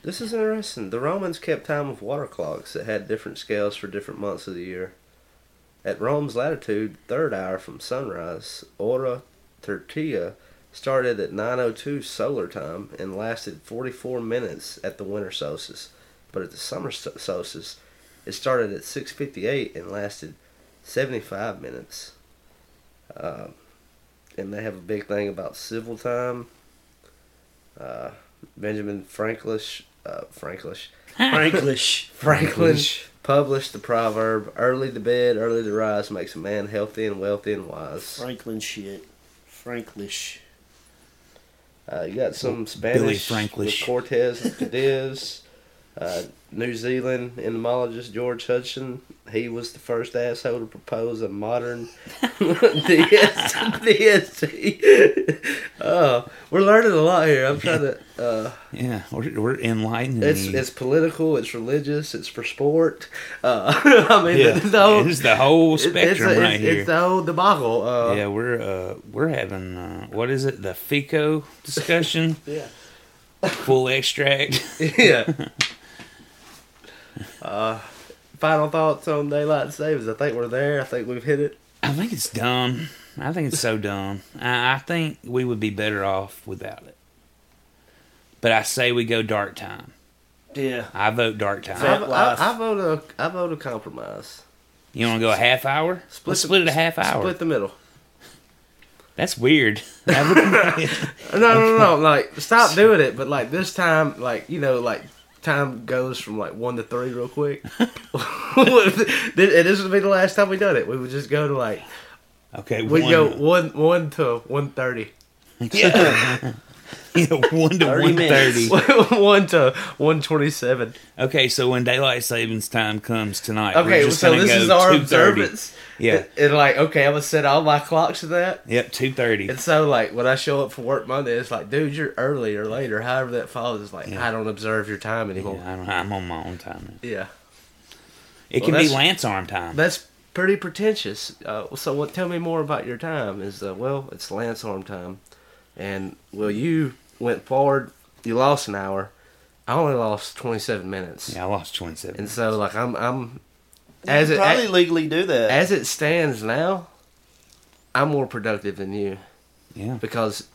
S2: This is interesting. The Romans kept time with water clocks that had different scales for different months of the year. At Rome's latitude, third hour from sunrise, Ora Tertia started at 9:02 solar time and lasted 44 minutes at the winter solstice. But at the summer sol- solstice, it started at 6:58 and lasted 75 minutes. Uh, and they have a big thing about civil time. Uh, Benjamin Franklish, uh, Franklish,
S3: Franklish.
S2: Franklin published the proverb: "Early to bed, early to rise makes a man healthy and wealthy and wise."
S3: Franklin shit. Franklish.
S2: Uh, you got some
S1: Billy
S2: Spanish
S1: Franklish.
S2: with Cortez and Cadiz. Uh, New Zealand entomologist George Hudson, he was the first asshole to propose a modern [LAUGHS] DST. [LAUGHS] oh, we're learning a lot here. I'm trying to. Uh,
S1: Yeah, we're, we're enlightened.
S2: it's it's political. It's religious. It's for sport. Uh, [LAUGHS] I mean,
S1: yeah.
S2: the, the whole,
S1: it's the whole
S2: oh, it's-
S1: spectrum
S2: it's a-
S1: right
S2: it's-
S1: here.
S2: It's the whole debacle. Uh,
S1: yeah, we're uh, we're having uh, what is it? The FICO discussion.
S2: [LAUGHS] Yeah.
S1: Full extract.
S2: yeah. Uh, final thoughts on daylight savings. I think we're there. I think we've hit it.
S1: I think it's dumb. I think it's
S2: [LAUGHS]
S1: so dumb. I, I think we would be better off without it. But I say we go dark time.
S3: Yeah.
S1: I vote dark time.
S2: I,
S3: Fat life.
S2: I, I vote a I vote a compromise.
S1: You want to go a half hour? Split, Let's split it a half hour.
S2: Split the middle.
S1: That's weird.
S2: No, no, no, no. Like
S1: [LAUGHS]
S2: stop doing it. But like this time, like you know, like time goes from like one to three real quick.
S1: [LAUGHS]
S2: [LAUGHS] and this would be the last time we done it. We would just go to like
S1: okay,
S2: we
S1: one, [LAUGHS]
S2: go one one to one thirty.
S1: yeah, one to one
S3: 30 minutes.
S1: thirty.
S2: [LAUGHS] one to one twenty seven.
S1: Okay, so when daylight savings time comes tonight,
S2: Okay,
S1: we're just
S2: so
S1: gonna
S2: this
S1: go
S2: is our
S1: 2:30.
S2: observance.
S1: Yeah.
S2: And, and, like, okay, I'm gonna set all my clocks to that.
S1: Yep, two thirty.
S2: And so like when I show up for work Monday, it's like, dude, you're early or later, however that falls, it's like I don't observe your time anymore.
S1: I don't, I'm on my own time. Now.
S2: Yeah.
S1: It
S2: Well,
S1: can be
S2: that's-
S1: Lance arm time.
S2: That's pretty pretentious. Uh, so what tell me more about your time is uh, well, it's Lance Arm time. And well you went forward, you lost an hour. I only lost twenty seven minutes.
S1: yeah, I lost twenty seven.
S2: And so like I'm I'm as
S3: As
S2: it
S3: probably legally do that.
S2: as it stands now, I'm more productive than you
S1: Yeah,
S2: because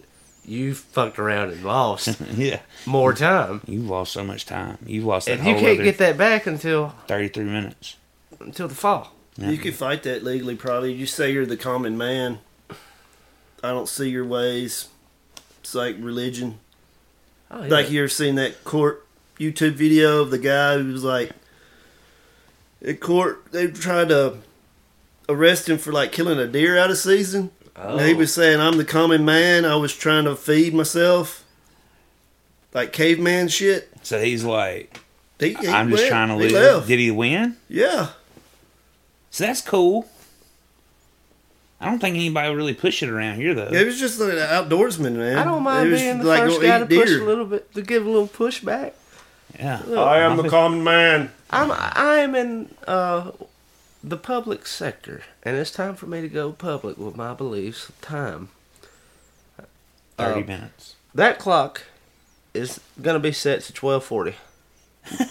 S2: you fucked around and lost
S1: [LAUGHS] yeah.
S2: more time.
S1: You lost so much time. You lost that
S2: And you
S1: whole
S2: can't
S1: other
S2: get that back until
S1: thirty three minutes.
S2: until the fall.
S3: You could fight that legally, probably. You say you're the common man. I don't see your ways. It's like religion.
S2: Oh,
S3: Like you ever seen that court YouTube video of the guy who was like at court they tried to arrest him for like killing a deer out of season. And
S1: Oh.
S3: he was saying, I'm the common man, I was trying to feed myself. Like caveman shit.
S1: So he's like,
S3: He, he
S1: I'm just
S3: went.
S1: trying to
S3: He
S1: live.
S3: left.
S1: Did he win?
S3: Yeah.
S1: So that's cool. I don't think anybody really push it around here though.
S3: It was just like an outdoorsman, man.
S2: I don't mind
S3: He was,
S2: being the
S3: like,
S2: first
S3: gonna
S2: guy
S3: eat
S2: to push
S3: deer.
S2: a little bit to give a little pushback.
S1: Yeah.
S3: Oh, I am
S1: [LAUGHS]
S3: the common man.
S2: I'm I'm in uh, the public sector, and it's time for me to go public with my beliefs. Time
S1: Thirty
S2: Uh,
S1: minutes.
S2: that clock is gonna be set to twelve forty.
S1: All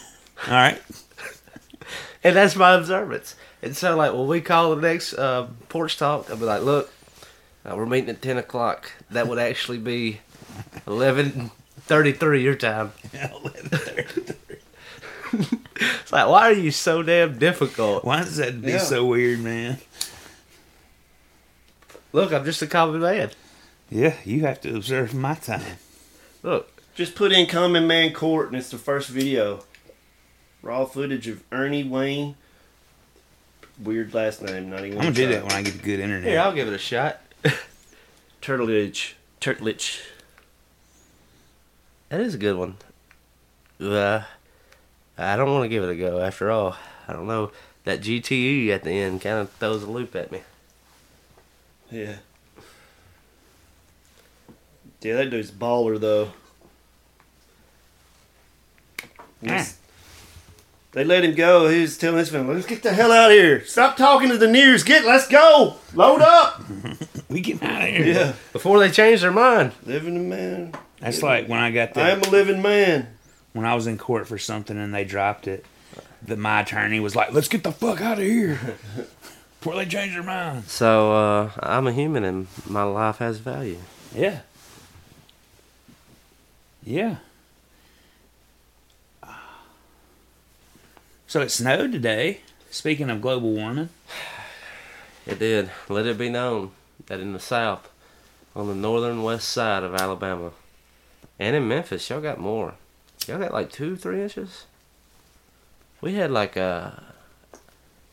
S1: right. [LAUGHS]
S2: and that's my observance. And so, like, when we call the next uh, porch talk, I'll be like, look, uh, we're meeting at 10 o'clock. That would actually be 11.33 your time. It's like, why are you so damn difficult?
S1: Why does that be
S3: Yeah.
S1: so weird, man?
S2: Look, I'm just a common man.
S1: Yeah, you have to observe my time.
S2: Look,
S3: Just put in Common Man Court, and it's the first video. Raw footage of Ernie Wayne. Weird last name, not even.
S1: I'm gonna do that when I get good internet.
S2: here, I'll give it a
S3: [LAUGHS]
S2: shot.
S3: Turtledge. Turtledge.
S2: That is a good one. Uh, I don't want to give it a go after all. I don't know. That GTE at the end kind of throws a loop at me.
S3: Yeah. Yeah, that dude's baller though. Yes. They let him go. He was telling his family, "Let's get the hell out of here! Stop talking to the nears. Get, let's go. Load up."
S1: We get out of here.
S3: yeah,
S2: Before they change their mind.
S3: living a man.
S1: That's like when I got the
S3: I am a living man.
S1: when I was in court for something and they dropped it. That my attorney was like, "Let's get the fuck out of here [LAUGHS] before they change their mind."
S2: So uh, I'm a human, and my life has value.
S1: Yeah. Yeah. So it snowed today. Speaking of global warming,
S2: It did. Let it be known that in the South, on the northern west side of Alabama, and in Memphis, y'all got more. Y'all got like two, three inches. We had like a,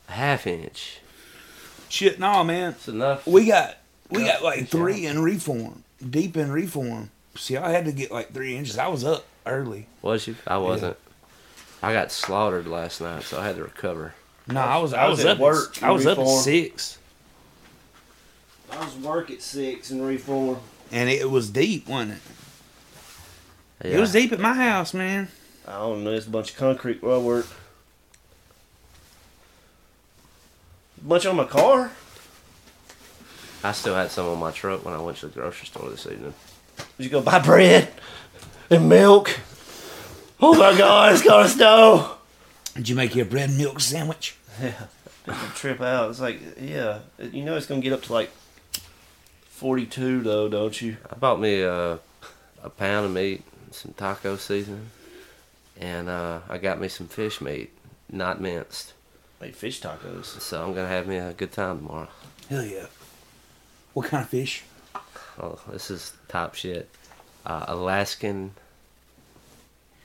S2: a half inch.
S1: shit, no, man,
S2: It's enough.
S1: we got we got like three in reform, deep in reform. See, I had to get like three inches. I was up early.
S2: Was you? I wasn't. I got slaughtered last night, so I had to recover.
S1: No, I was
S3: I
S1: I
S3: was
S1: was,
S3: at
S1: up.
S3: work
S1: Work, I was up at
S3: before.
S1: six,
S3: I was work at six and reform.
S1: and it was deep, wasn't it?
S2: Yeah.
S1: It was deep at my house, man.
S3: I don't know. It's a bunch of concrete where I work. Bunch on my car.
S2: I still had some on my truck when I went to the grocery store this evening.
S3: Did you go buy bread and milk? Oh my God! It's gonna snow.
S1: Did you make your bread and milk sandwich?
S3: I trip out. It's like, yeah, you know it's gonna get up to like forty-two though, don't you?
S2: I bought me a, a pound of meat, some taco seasoning, and uh, I got me some fish meat, not minced.
S3: Like fish tacos.
S2: So I'm gonna have me a good time tomorrow.
S1: Hell yeah. What kind of fish?
S2: Oh, this is top shit. Uh, Alaskan.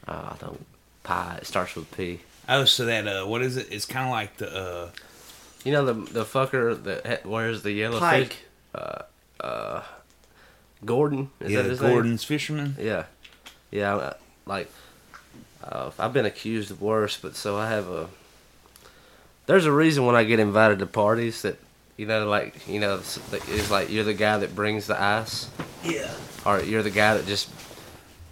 S2: Uh, I don't pie. It starts with P.
S1: Oh, so that uh, what is it? It's kind of like the uh,
S2: You know the the fucker that ha- wears the yellow
S3: Pike.
S2: fish. Uh, uh, Gordon. Is
S1: yeah,
S2: that his name?
S1: Gordon's fisherman.
S2: Yeah, yeah. I- Like, uh, I've been accused of worse, but so I have a. There's a reason when I get invited to parties that, you know, like you know, it's it's like you're the guy that brings the ice,
S1: Yeah.
S2: or you're the guy that just.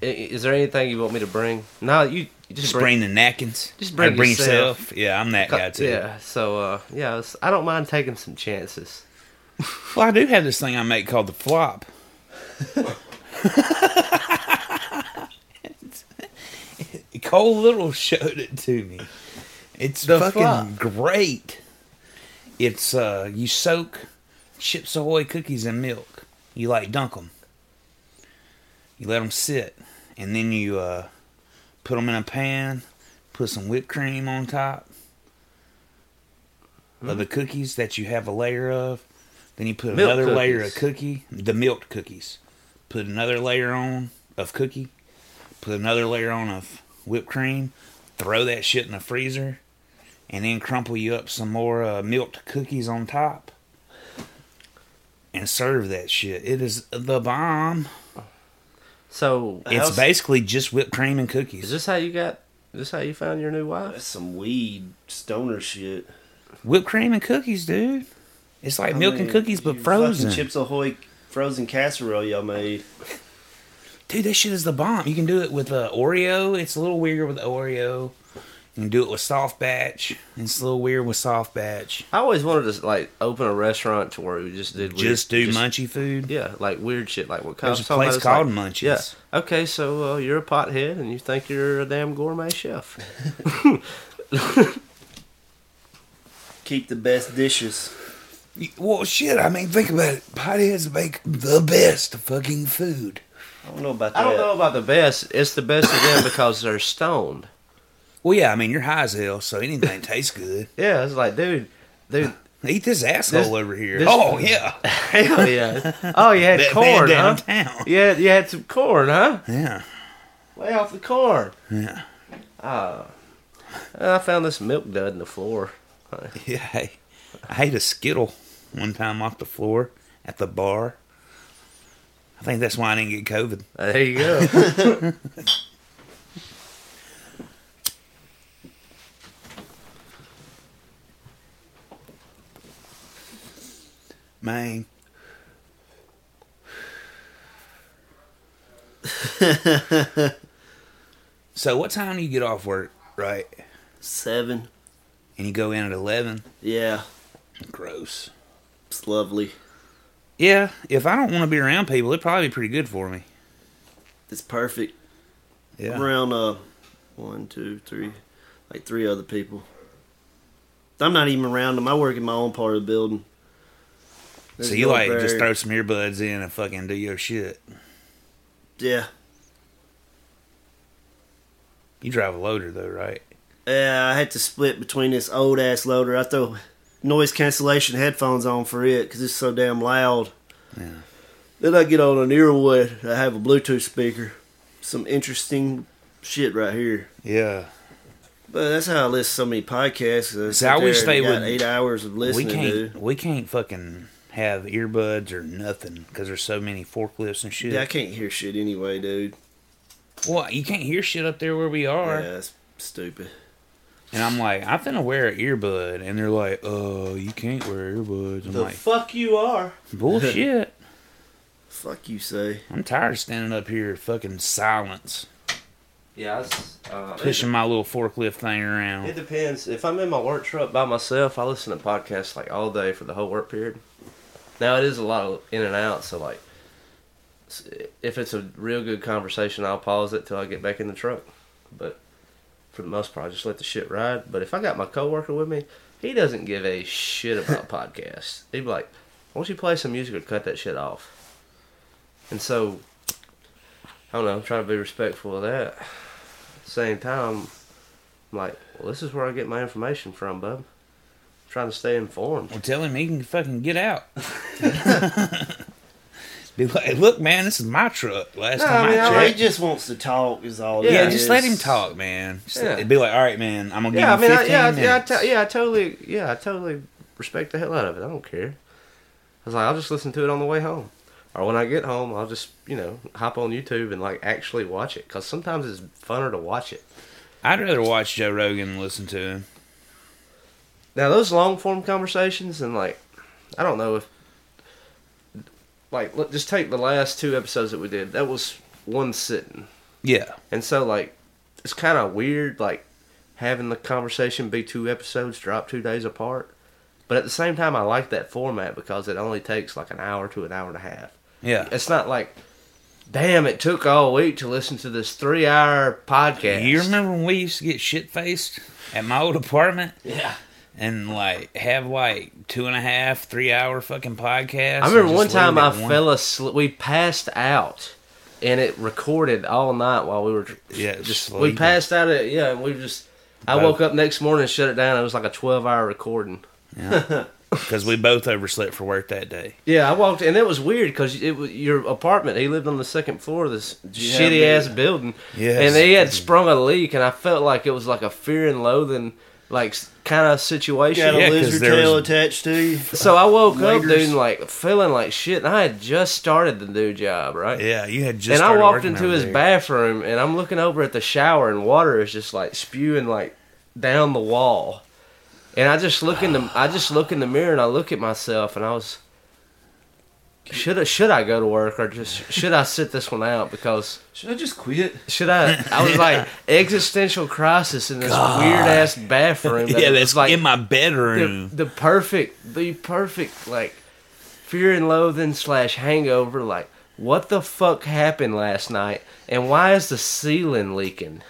S2: "I- Is there anything you want me to bring? No, you, you just
S1: Just bring
S2: bring.
S1: the napkins.
S2: just bring
S1: Or
S2: yourself.
S1: Yeah, I'm that guy too.
S2: Yeah. So uh, yeah, it's, I don't mind taking some chances.
S1: Well, I do have this thing I make called the flop. [LAUGHS] Cole Little showed it to me. It's
S2: The
S1: fucking
S2: flop.
S1: great. It's uh, you soak Chips Ahoy cookies in milk. You like dunk them. You let them sit, and then you uh, put them in a pan. Put some whipped cream on top of the cookies that you have a layer of. Then you put
S2: Hmm? Milk
S1: another layer of
S2: cookies.
S1: cookie, the milk cookies. Put another layer on of cookie. Put another layer on of whipped cream. Throw that shit in the freezer, and then crumple you up some more uh, milked cookies on top, and serve that shit. It is the bomb.
S2: So
S1: It's
S3: How's-
S1: basically just whipped cream and
S2: is
S1: cookies.
S2: this how you got? Is this how you found your new wife?
S3: That's some weed stoner shit.
S1: Whipped cream and cookies, dude. It's like
S3: I
S1: milk
S3: mean,
S1: and cookies, but
S3: you fucking
S1: frozen.
S3: Chips Ahoy frozen casserole y'all made.
S1: Dude, that shit is the bomb. You can do it with uh, Oreo. It's a little weird with Oreo. You can do it with soft batch. It's a little weird with soft batch.
S2: I always wanted to like open a restaurant to where we just did weird,
S1: just do munchy food.
S2: Yeah, like weird shit, like what
S1: There's
S2: comes.
S1: a place called Munchies.
S2: Yeah. Okay, so uh, you're a pothead and you think you're a damn
S1: [LAUGHS]
S2: gourmet chef.
S3: Keep the best dishes.
S7: Y- Well, shit. I mean, think about it. Potheads make the best fucking food.
S3: I don't know about that.
S2: I don't know about the best. It's the best of them because they're stoned.
S1: Well, yeah, I mean, you're high as hell, so anything [LAUGHS] tastes good.
S2: Yeah, it's like, dude,
S1: [LAUGHS]
S2: dude,
S1: Eat this asshole
S2: This-
S1: over here.
S2: this-
S1: oh, yeah.
S2: hell yeah. Oh, you had
S1: That man
S2: corn, huh?
S1: downtown.
S2: Yeah, you had some corn, huh?
S1: Yeah.
S2: Lay off the corn.
S1: Yeah.
S2: Ah. I found this milk dud in the floor.
S1: [LAUGHS] Yeah. I, I ate a Skittle one time off the floor at the bar. I think that's why I didn't get COVID.
S2: There you go.
S1: Man. so what time do you get off work, right?
S3: Seven.
S1: And you go in at eleven.
S3: Yeah,
S1: Gross.
S3: it's lovely.
S1: Yeah, if I don't want to be around people, it'd probably be pretty good for me.
S3: It's perfect.
S1: Yeah.
S3: Around uh, one, two, three, like three other people. I'm not even around them. I work in my own part of the building.
S1: So
S3: There's
S1: you
S3: no
S1: like just
S3: barrier.
S1: throw some earbuds in and fucking do your shit.
S3: Yeah.
S1: You drive a loader though, right?
S3: Yeah, I had to split between this old ass loader. I throw noise cancellation headphones on for it because it's so damn loud.
S1: Yeah.
S3: Then I get on an earwood. I have a Bluetooth speaker. Some interesting shit right here.
S1: Yeah.
S3: But that's how I listen to so many podcasts. I sit
S1: I
S3: there
S1: wish
S3: and
S1: they
S3: got
S1: would-
S3: eight hours of
S1: we
S3: listening.
S1: can't
S3: dude.
S1: we can't fucking have earbuds or nothing because there's so many forklifts and shit.
S3: Yeah, I can't hear shit anyway, dude.
S1: Well, you can't hear shit up there where we are.
S3: Yeah, it's Stupid.
S1: And I'm like, I'm finna wear an earbud. And they're like, uh, you can't wear earbuds. I'm
S3: the
S1: like,
S3: fuck you are.
S1: bullshit.
S3: Fuck you say.
S1: I'm tired of standing up here fucking silence,
S2: Yeah, it's, uh,
S1: pushing my little forklift thing
S2: It
S1: around.
S2: depends. If I'm in my work truck by myself, I listen to podcasts like all day for the whole work period. Now it is a lot of in and out, so like, s- if it's a real good conversation, I'll pause it till I get back in the truck. But for the most part, I just let the shit ride. But if I got my coworker with me, he doesn't give a shit about podcasts. He'd be like, "Why don't you play some music or cut that shit off?" And so, I don't know. I'm trying to be respectful of that. Same time, I'm like, well, this is where I get my information from, bub. I'm trying to stay informed.
S1: Well, tell him he can fucking get
S3: [LAUGHS]
S1: out. [LAUGHS] Be like, look, man, this is my truck. Last
S3: No,
S1: time
S3: I mean,
S1: I
S3: I- he
S1: checked.
S3: just wants to talk. Is all.
S2: Yeah,
S1: yeah,
S3: it
S1: just
S3: is.
S1: let him talk, man. Just
S2: Yeah.
S1: let- be like, all right, man, I'm gonna give
S2: Yeah, I
S1: you
S2: mean, I,
S1: 15
S2: yeah, I- yeah, I
S1: minutes.
S2: to- yeah, I totally, yeah, I totally respect the hell out of it. I don't care. I was like, I'll just listen to it on the way home, or when I get home, I'll just, you know, hop on YouTube and like actually watch it, because sometimes it's funner to watch it.
S1: I'd rather watch Joe Rogan than listen to him.
S2: Now those long form conversations and like, I don't know if, like, let, just take the last two episodes that we did. That was one sitting.
S1: Yeah,
S2: And so like it's kind of weird like having the conversation be two episodes dropped 2 days apart. But at the same time I like that format because it only takes like an hour to an hour and a half.
S1: yeah.
S2: It's not like damn it took all week to listen to this 3-hour podcast.
S1: You remember when we used to get shit faced at my old apartment
S3: Yeah.
S1: and like have like two and a half, three hour fucking podcasts?
S2: I remember
S1: and
S2: one
S1: just
S2: time
S1: leave
S2: I
S1: it at one-
S2: fell asleep. We passed out, and it recorded all night while we were
S1: Yeah,
S2: just we
S1: sleeping.
S2: passed out. At, yeah, and we just. I
S1: Both.
S2: woke up next morning and shut it down. It was like a twelve-hour recording.
S1: because we both overslept for work that day.
S2: Yeah, I walked, and it was weird because it was your apartment. He lived on the second floor of this
S3: Yeah,
S2: shitty
S3: dude.
S2: ass building.
S1: Yes.
S2: and he had sprung a leak, and I felt like it was like a fear and loathing, like kind of
S3: Got
S2: situation.
S3: a
S1: Yeah, 'cause
S3: lizard
S1: there
S3: tail
S1: was-
S3: attached to you.
S2: So I woke up,
S3: Laters.
S2: dude, and, like feeling like shit. And I had just started the new job, right?
S1: Yeah, you had just.
S2: and I
S1: started
S2: walked
S1: working
S2: into
S1: over
S2: his
S1: there.
S2: bathroom, and I'm looking over at the shower, and water is just like spewing like down the wall. And I just look in the I just look in the mirror, and I look at myself, and I was should I, should I go to work or just should I sit this one out because
S3: Should I just quit?
S2: should I I was like existential crisis in this weird
S1: [LAUGHS]
S2: ass bathroom. that
S1: Yeah,
S2: it was,
S1: that's like in my bedroom.
S2: the, the perfect the perfect like fear and loathing slash hangover like what the fuck happened last night and why is the ceiling leaking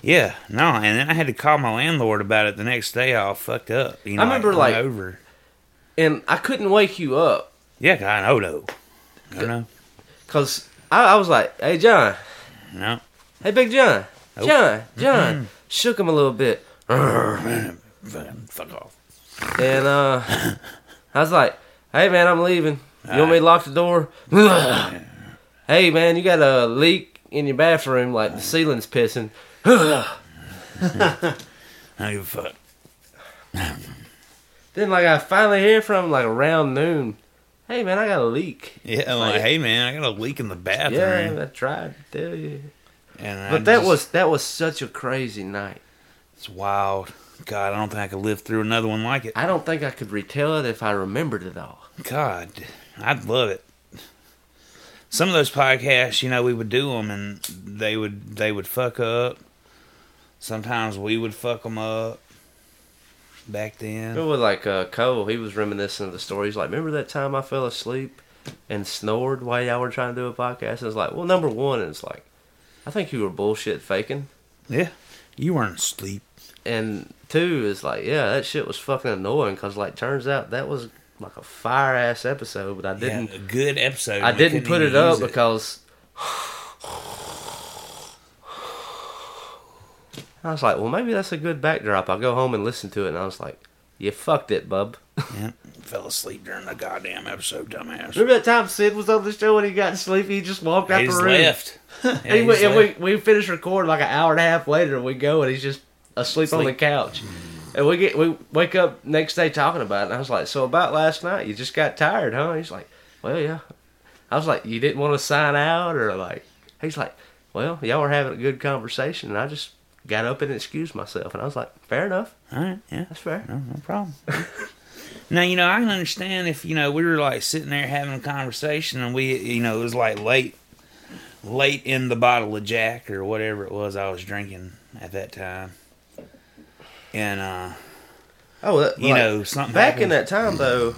S1: Yeah, no, and then I had to call my landlord about it the next day. All fucked up. You know,
S2: I remember, like-
S1: over.
S2: and i couldn't wake you up
S1: Yeah, I know, no, I know,
S2: because I, I was like hey john
S1: no. [CLEARS THROAT]
S2: hey big john
S1: Nope.
S2: john john shook him a little bit
S1: Fucking Fuck off.
S2: and uh i was like hey man i'm leaving you want me to lock the door [LAUGHS] hey man you got a leak in your bathroom like the ceiling's pissing
S1: I don't give a fuck.
S2: Then like I finally hear from him like around noon. Hey man, I got a leak.
S1: Yeah, I'm like, hey man, I got a leak in the
S2: Yeah,
S1: bathroom.
S2: I tried to tell you.
S1: and I
S2: But that
S1: just-
S2: was that was such a crazy night.
S1: it's wild. God, I don't think I could live through another one like it.
S2: I don't think I could retell it if I remembered it all.
S1: God, I'd love it. Some of those podcasts, you know, we would do them and they would they would fuck up. Sometimes we would fuck them up. Back then,
S2: It was like uh, Cole. He was reminiscing of the story. He's like, "Remember that time I fell asleep and snored while y'all were trying to do a podcast?" And it's like, "Well, number one, it's like, I think you were bullshit faking."
S1: yeah, you weren't asleep.
S2: and two is like, yeah, that shit was fucking annoying because like turns out that was like a fire ass episode, but I
S1: Yeah,
S2: didn't
S1: a good episode.
S2: I
S1: and we
S2: didn't
S1: couldn't
S2: put
S1: even
S2: it up
S1: use
S2: because I was like, well, maybe that's a good backdrop. I'll go home and listen to it, and I was like, you fucked it, bub.
S1: yeah, fell asleep during the goddamn episode, dumbass.
S2: Remember that time Sid was on the show and he got sleepy, he just walked out
S1: He
S2: the
S1: just
S2: room.
S1: left.
S2: [LAUGHS]
S1: Yeah,
S2: And,
S1: he
S2: we,
S1: just
S2: and
S1: left.
S2: we, we finished recording like an hour and a half later. We go and he's just asleep on the
S1: Sleep.
S2: couch. And we get we wake up next day talking about it. And I was like, so about last night, you just got tired, huh? He's like, well, yeah. I was like, you didn't want to sign out or like. He's like, well, y'all were having a good conversation, and I just got up and excused myself, and I was like, fair enough.
S1: All right, yeah,
S2: That's fair.
S1: no, no problem. now you know I can understand if you know we were like sitting there having a conversation and we you know it was like late, late in the bottle of Jack or whatever it was I was drinking at that time, and uh
S2: Oh, that,
S1: You
S2: like,
S1: know, something
S2: back in
S1: happened.
S2: that time though.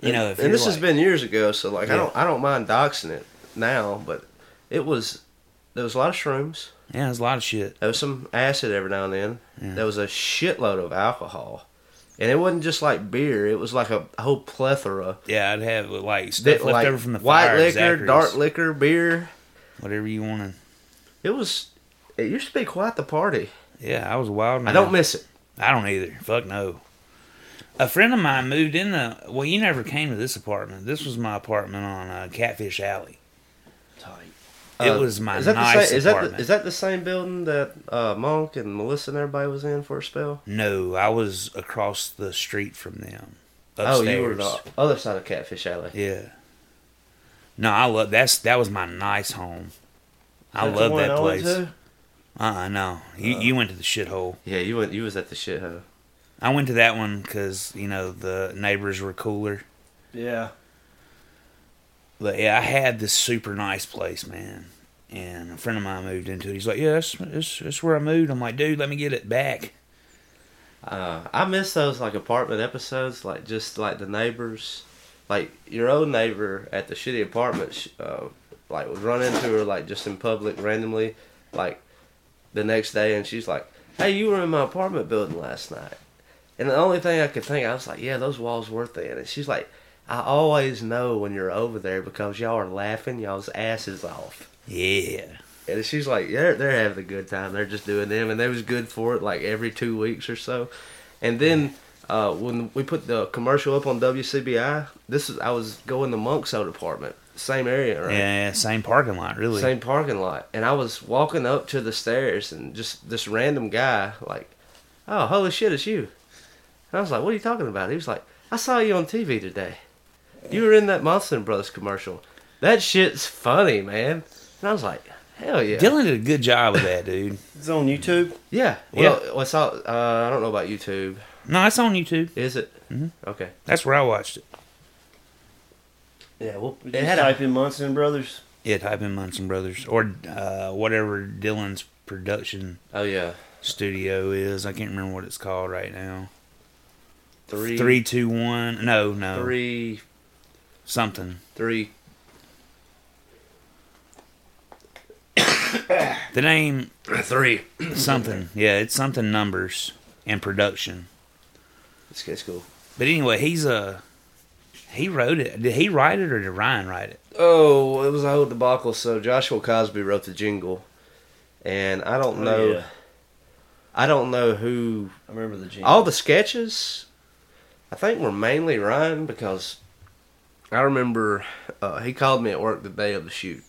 S1: you know if
S2: and
S1: you're
S2: this has
S1: like-
S2: been years ago, so like I
S1: Yeah.
S2: don't I don't mind doxing it now, but it was there was a lot of shrooms.
S1: yeah there's a lot of shit
S2: There was some acid every now and then. There was a shitload of alcohol, and it wasn't just like beer. It was like a whole plethora.
S1: yeah I'd have like stuff
S2: That,
S1: left
S2: like,
S1: over from the
S2: white
S1: fire,
S2: liquor,
S1: Zachary's,
S2: dark liquor, beer.
S1: whatever you want
S2: It was. It used to be quite the party.
S1: to yeah I was a wild man
S2: I don't miss it.
S1: I don't either. Fuck no. A friend of mine moved in the. Well, you never came to this apartment. This was my apartment on uh, Catfish Alley.
S3: Tight.
S1: It
S2: Uh,
S1: was my
S2: is that the
S1: nice
S2: same, is that
S1: apartment.
S2: the, is that the same building that uh, Monk and Melissa and everybody was in for a spell?
S1: no, I was across the street from them.
S2: Oh,
S1: Upstairs.
S2: you were the other side of Catfish Alley.
S1: Yeah. No, I love that's that was my nice home. I
S3: That's the
S1: love
S3: one
S1: that
S3: I went
S1: place. Uh
S3: to?
S1: uh no, you you went to the shithole.
S2: Yeah, you went. You was at the shithole.
S1: I went to that one because you know the neighbors were cooler.
S3: Yeah.
S1: But yeah, I had this super nice place, man. And a friend of mine moved into it. He's like, Yeah, that's, that's, that's where I moved. I'm like, Dude, let me get it back.
S2: Uh, I miss those like apartment episodes, like just like the neighbors, like your old neighbor at the shitty apartment, sh- uh, like would run into her like just in public randomly, like the next day, and she's like, "Hey, you were in my apartment building last night," and the only thing I could think, I was like, "Yeah, those walls were thin," and she's like, "I always know when you're over there because y'all are laughing y'all's asses off."
S1: Yeah.
S2: And she's like, they're they're having a good time. They're just doing them, and they was good for it like every two weeks or so. And then uh, when we put the commercial up on WCBI, this is I was going to Monk's old apartment, same area, right?
S1: Yeah, same parking lot, really.
S2: Same parking lot. And I was walking up to the stairs, and just this random guy like, oh holy shit, it's you. And I was like, what are you talking about? He was like, I saw you on TV today. You were in that Monster Brothers commercial. That shit's funny, man. And I was like, hell yeah.
S1: Dylan did a good job with that, dude. [LAUGHS]
S3: It's on YouTube.
S2: Yeah.
S1: Yeah.
S2: Well, what's all, uh, I don't know about YouTube.
S1: no, it's on YouTube.
S2: Is it? Mm-hmm. Okay.
S1: That's where I watched it.
S3: Yeah, well, just
S2: It had a-
S3: type in Munson Brothers.
S1: Yeah, type in Munson Brothers or uh, whatever Dylan's production
S2: Oh yeah.
S1: studio is. I can't remember what it's called right now.
S2: Three,
S1: Three, two, one. No, no.
S2: three,
S1: Something.
S2: three.
S1: The name
S2: Three.
S1: something. [CLEARS THROAT] Yeah, it's something numbers and production.
S2: It's, it's cool.
S1: But anyway, he's uh he wrote it. Did he write it or did Ryan write
S2: [LAUGHS]
S1: it?
S2: Oh, it was a whole debacle. So Joshua Cosby wrote the jingle, and I don't
S3: Oh,
S2: know.
S3: yeah.
S2: I don't know who.
S3: I remember the G.
S2: All the sketches, I think, were mainly Ryan because I remember uh, he called me at work the day of the shoot,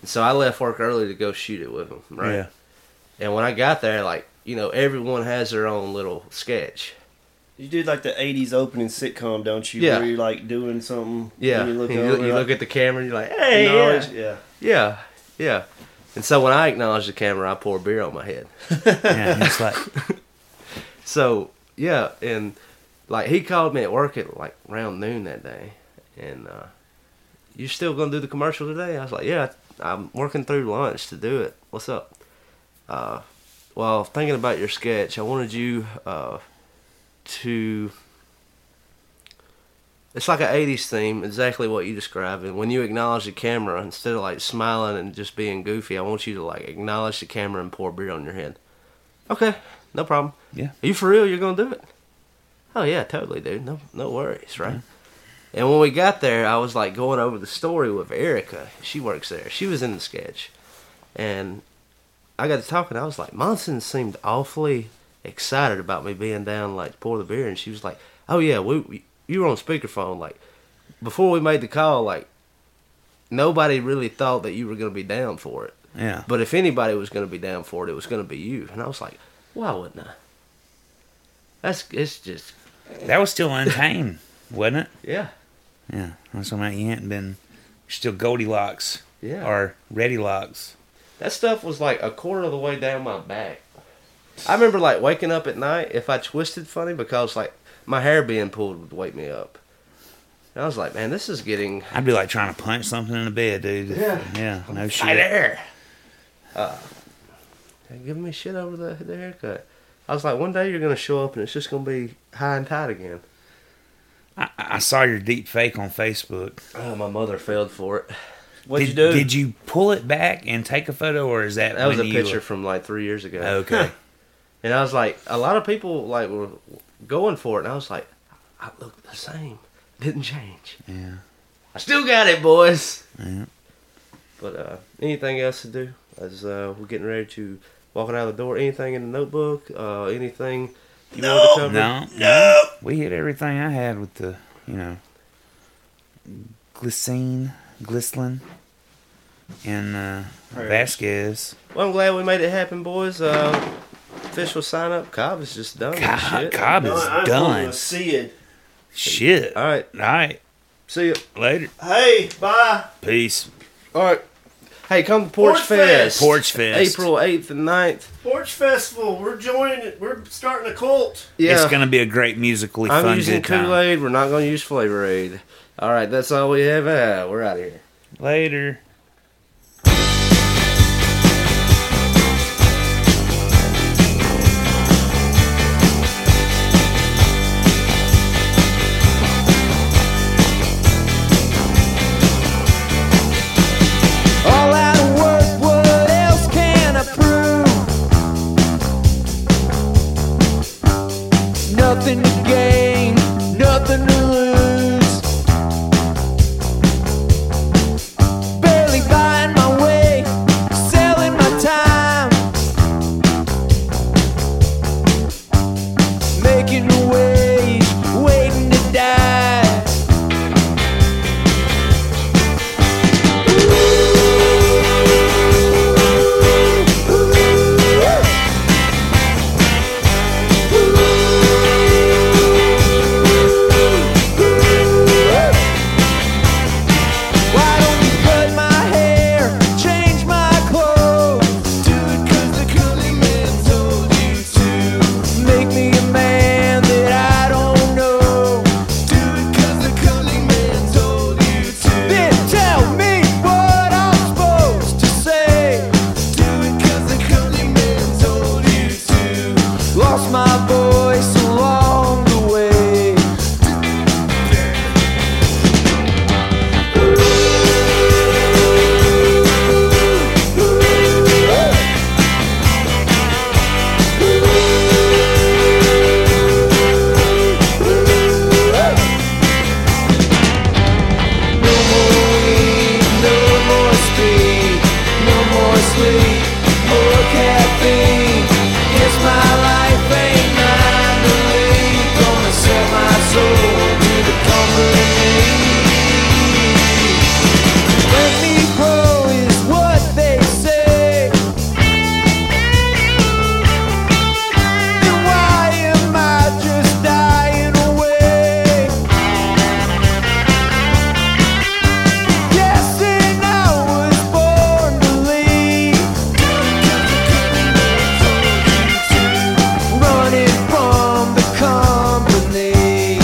S2: and so I left work early to go shoot it with him. Right. And when I got there, like, you know, everyone has their own little sketch.
S3: You do like the '80s opening sitcom, don't you?
S2: Yeah.
S3: Where you're like doing something.
S2: Yeah.
S3: And you look
S2: you,
S3: over.
S2: you
S3: like,
S2: look at the camera and you're like, hey,
S3: acknowledge-
S2: yeah.
S3: yeah.
S2: yeah, yeah. And so when I acknowledge the camera, I pour beer on my head.
S1: Yeah, and it's like
S2: So, yeah. And, like, he called me at work at, like, around noon that day. And, uh, you still going to do the commercial today? I was like, yeah, I'm working through lunch to do it. What's up? Uh, well, thinking about your sketch, I wanted you uh, to. It's like an 80s theme, exactly what you described. And when you acknowledge the camera, instead of like smiling and just being goofy, I want you to like acknowledge the camera and pour beer on your head. Okay, no problem.
S1: Yeah.
S2: Are you for real? You're going to do it? Oh, yeah, totally, dude. No, no worries, right? And when we got there, I was like going over the story with Erica. She works there. She was in the sketch. And I got to talking. I was like, Monson seemed awfully excited about me being down, like to pour the beer. And she was like, Oh yeah, we, we you were on speakerphone. Like before we made the call, like nobody really thought that you were gonna be down for it.
S1: yeah.
S2: But if anybody was gonna be down for it, it was gonna be you. And I was like, Why wouldn't I? That's it's just
S1: That was still untamed, wasn't it?
S2: yeah.
S1: Yeah. That's what I meant. You hadn't been you're still Goldilocks
S2: Yeah.
S1: or Ready Locks.
S2: That stuff was like a quarter of the way down my back. I remember like waking up at night if I twisted funny because like my hair being pulled would wake me up. And I was like, man, this is getting
S1: I'd be like trying to punch something in the bed, dude. Yeah. Yeah. No shit.
S2: giving Uh, me shit over the, the haircut. I was like, one day you're gonna show up and it's just gonna be high and tight again.
S1: I, I saw your deep fake on Facebook.
S2: Oh, my mother failed for it.
S8: What'd
S1: did,
S8: you do?
S1: Did you pull it back and take a photo, or is that
S2: That was a
S1: when you
S2: picture
S1: were-
S2: from like three years ago.
S1: Okay.
S2: [LAUGHS] And I was like, a lot of people like were going for it, and I was like, I look the same, didn't change.
S1: yeah.
S2: I still got it, boys.
S1: Yeah.
S2: But uh, anything else to do? As uh, we're getting ready to walking out the door, anything in the notebook? Uh, anything you want to cover?
S1: No, no. We hit everything I had with the, you know, glycine, glycelin, and uh, Vasquez.
S2: Well, I'm glad we made it happen, boys. Uh, official sign up. Cobb is just done. with
S1: God,
S2: shit.
S1: Cobb
S8: No,
S1: is
S8: I'm
S1: done.
S8: gonna see it.
S1: Shit.
S2: All right.
S1: All right.
S2: See ya.
S1: Later.
S8: Hey, bye.
S1: Peace.
S2: All right. Hey, come to Porch,
S8: Porch
S2: Fest.
S8: Fest.
S1: Porch Fest.
S2: April 8th and 9th.
S8: Porch Festival. We're joining it. We're starting a cult.
S2: Yeah.
S1: It's gonna be a great musically
S2: I'm
S1: fun
S2: using
S1: good time.
S2: Kool Aid. We're not going to use Flavor Aid. All right, that's all we have. Uh, we're out of here.
S1: Later.
S3: All out of work, what else can I prove? Nothing to gain, nothing to lose. Barely buying my way, selling my time. Making a wage, waiting to die. Why don't you cut my hair, change my clothes? Do it cause the coolie man told you to. Make me a man that I don't know. Do it cause the coolie man told you to. Then tell me what I'm supposed to say. Do it cause the coolie man told you to. Lost my voice along the way. No more speed, no more sleep, more caffeine. Guess my life ain't mine to leave. Gonna sell my soul to the company. Let me grow is what they say. Then why am I just dying away? Yes, and I was born to leave. Running from the company.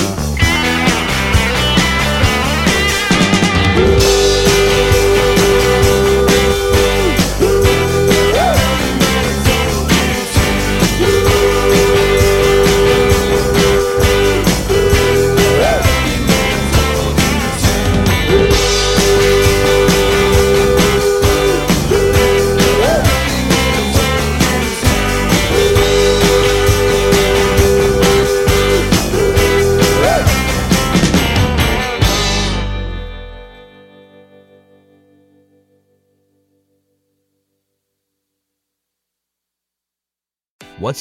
S5: What's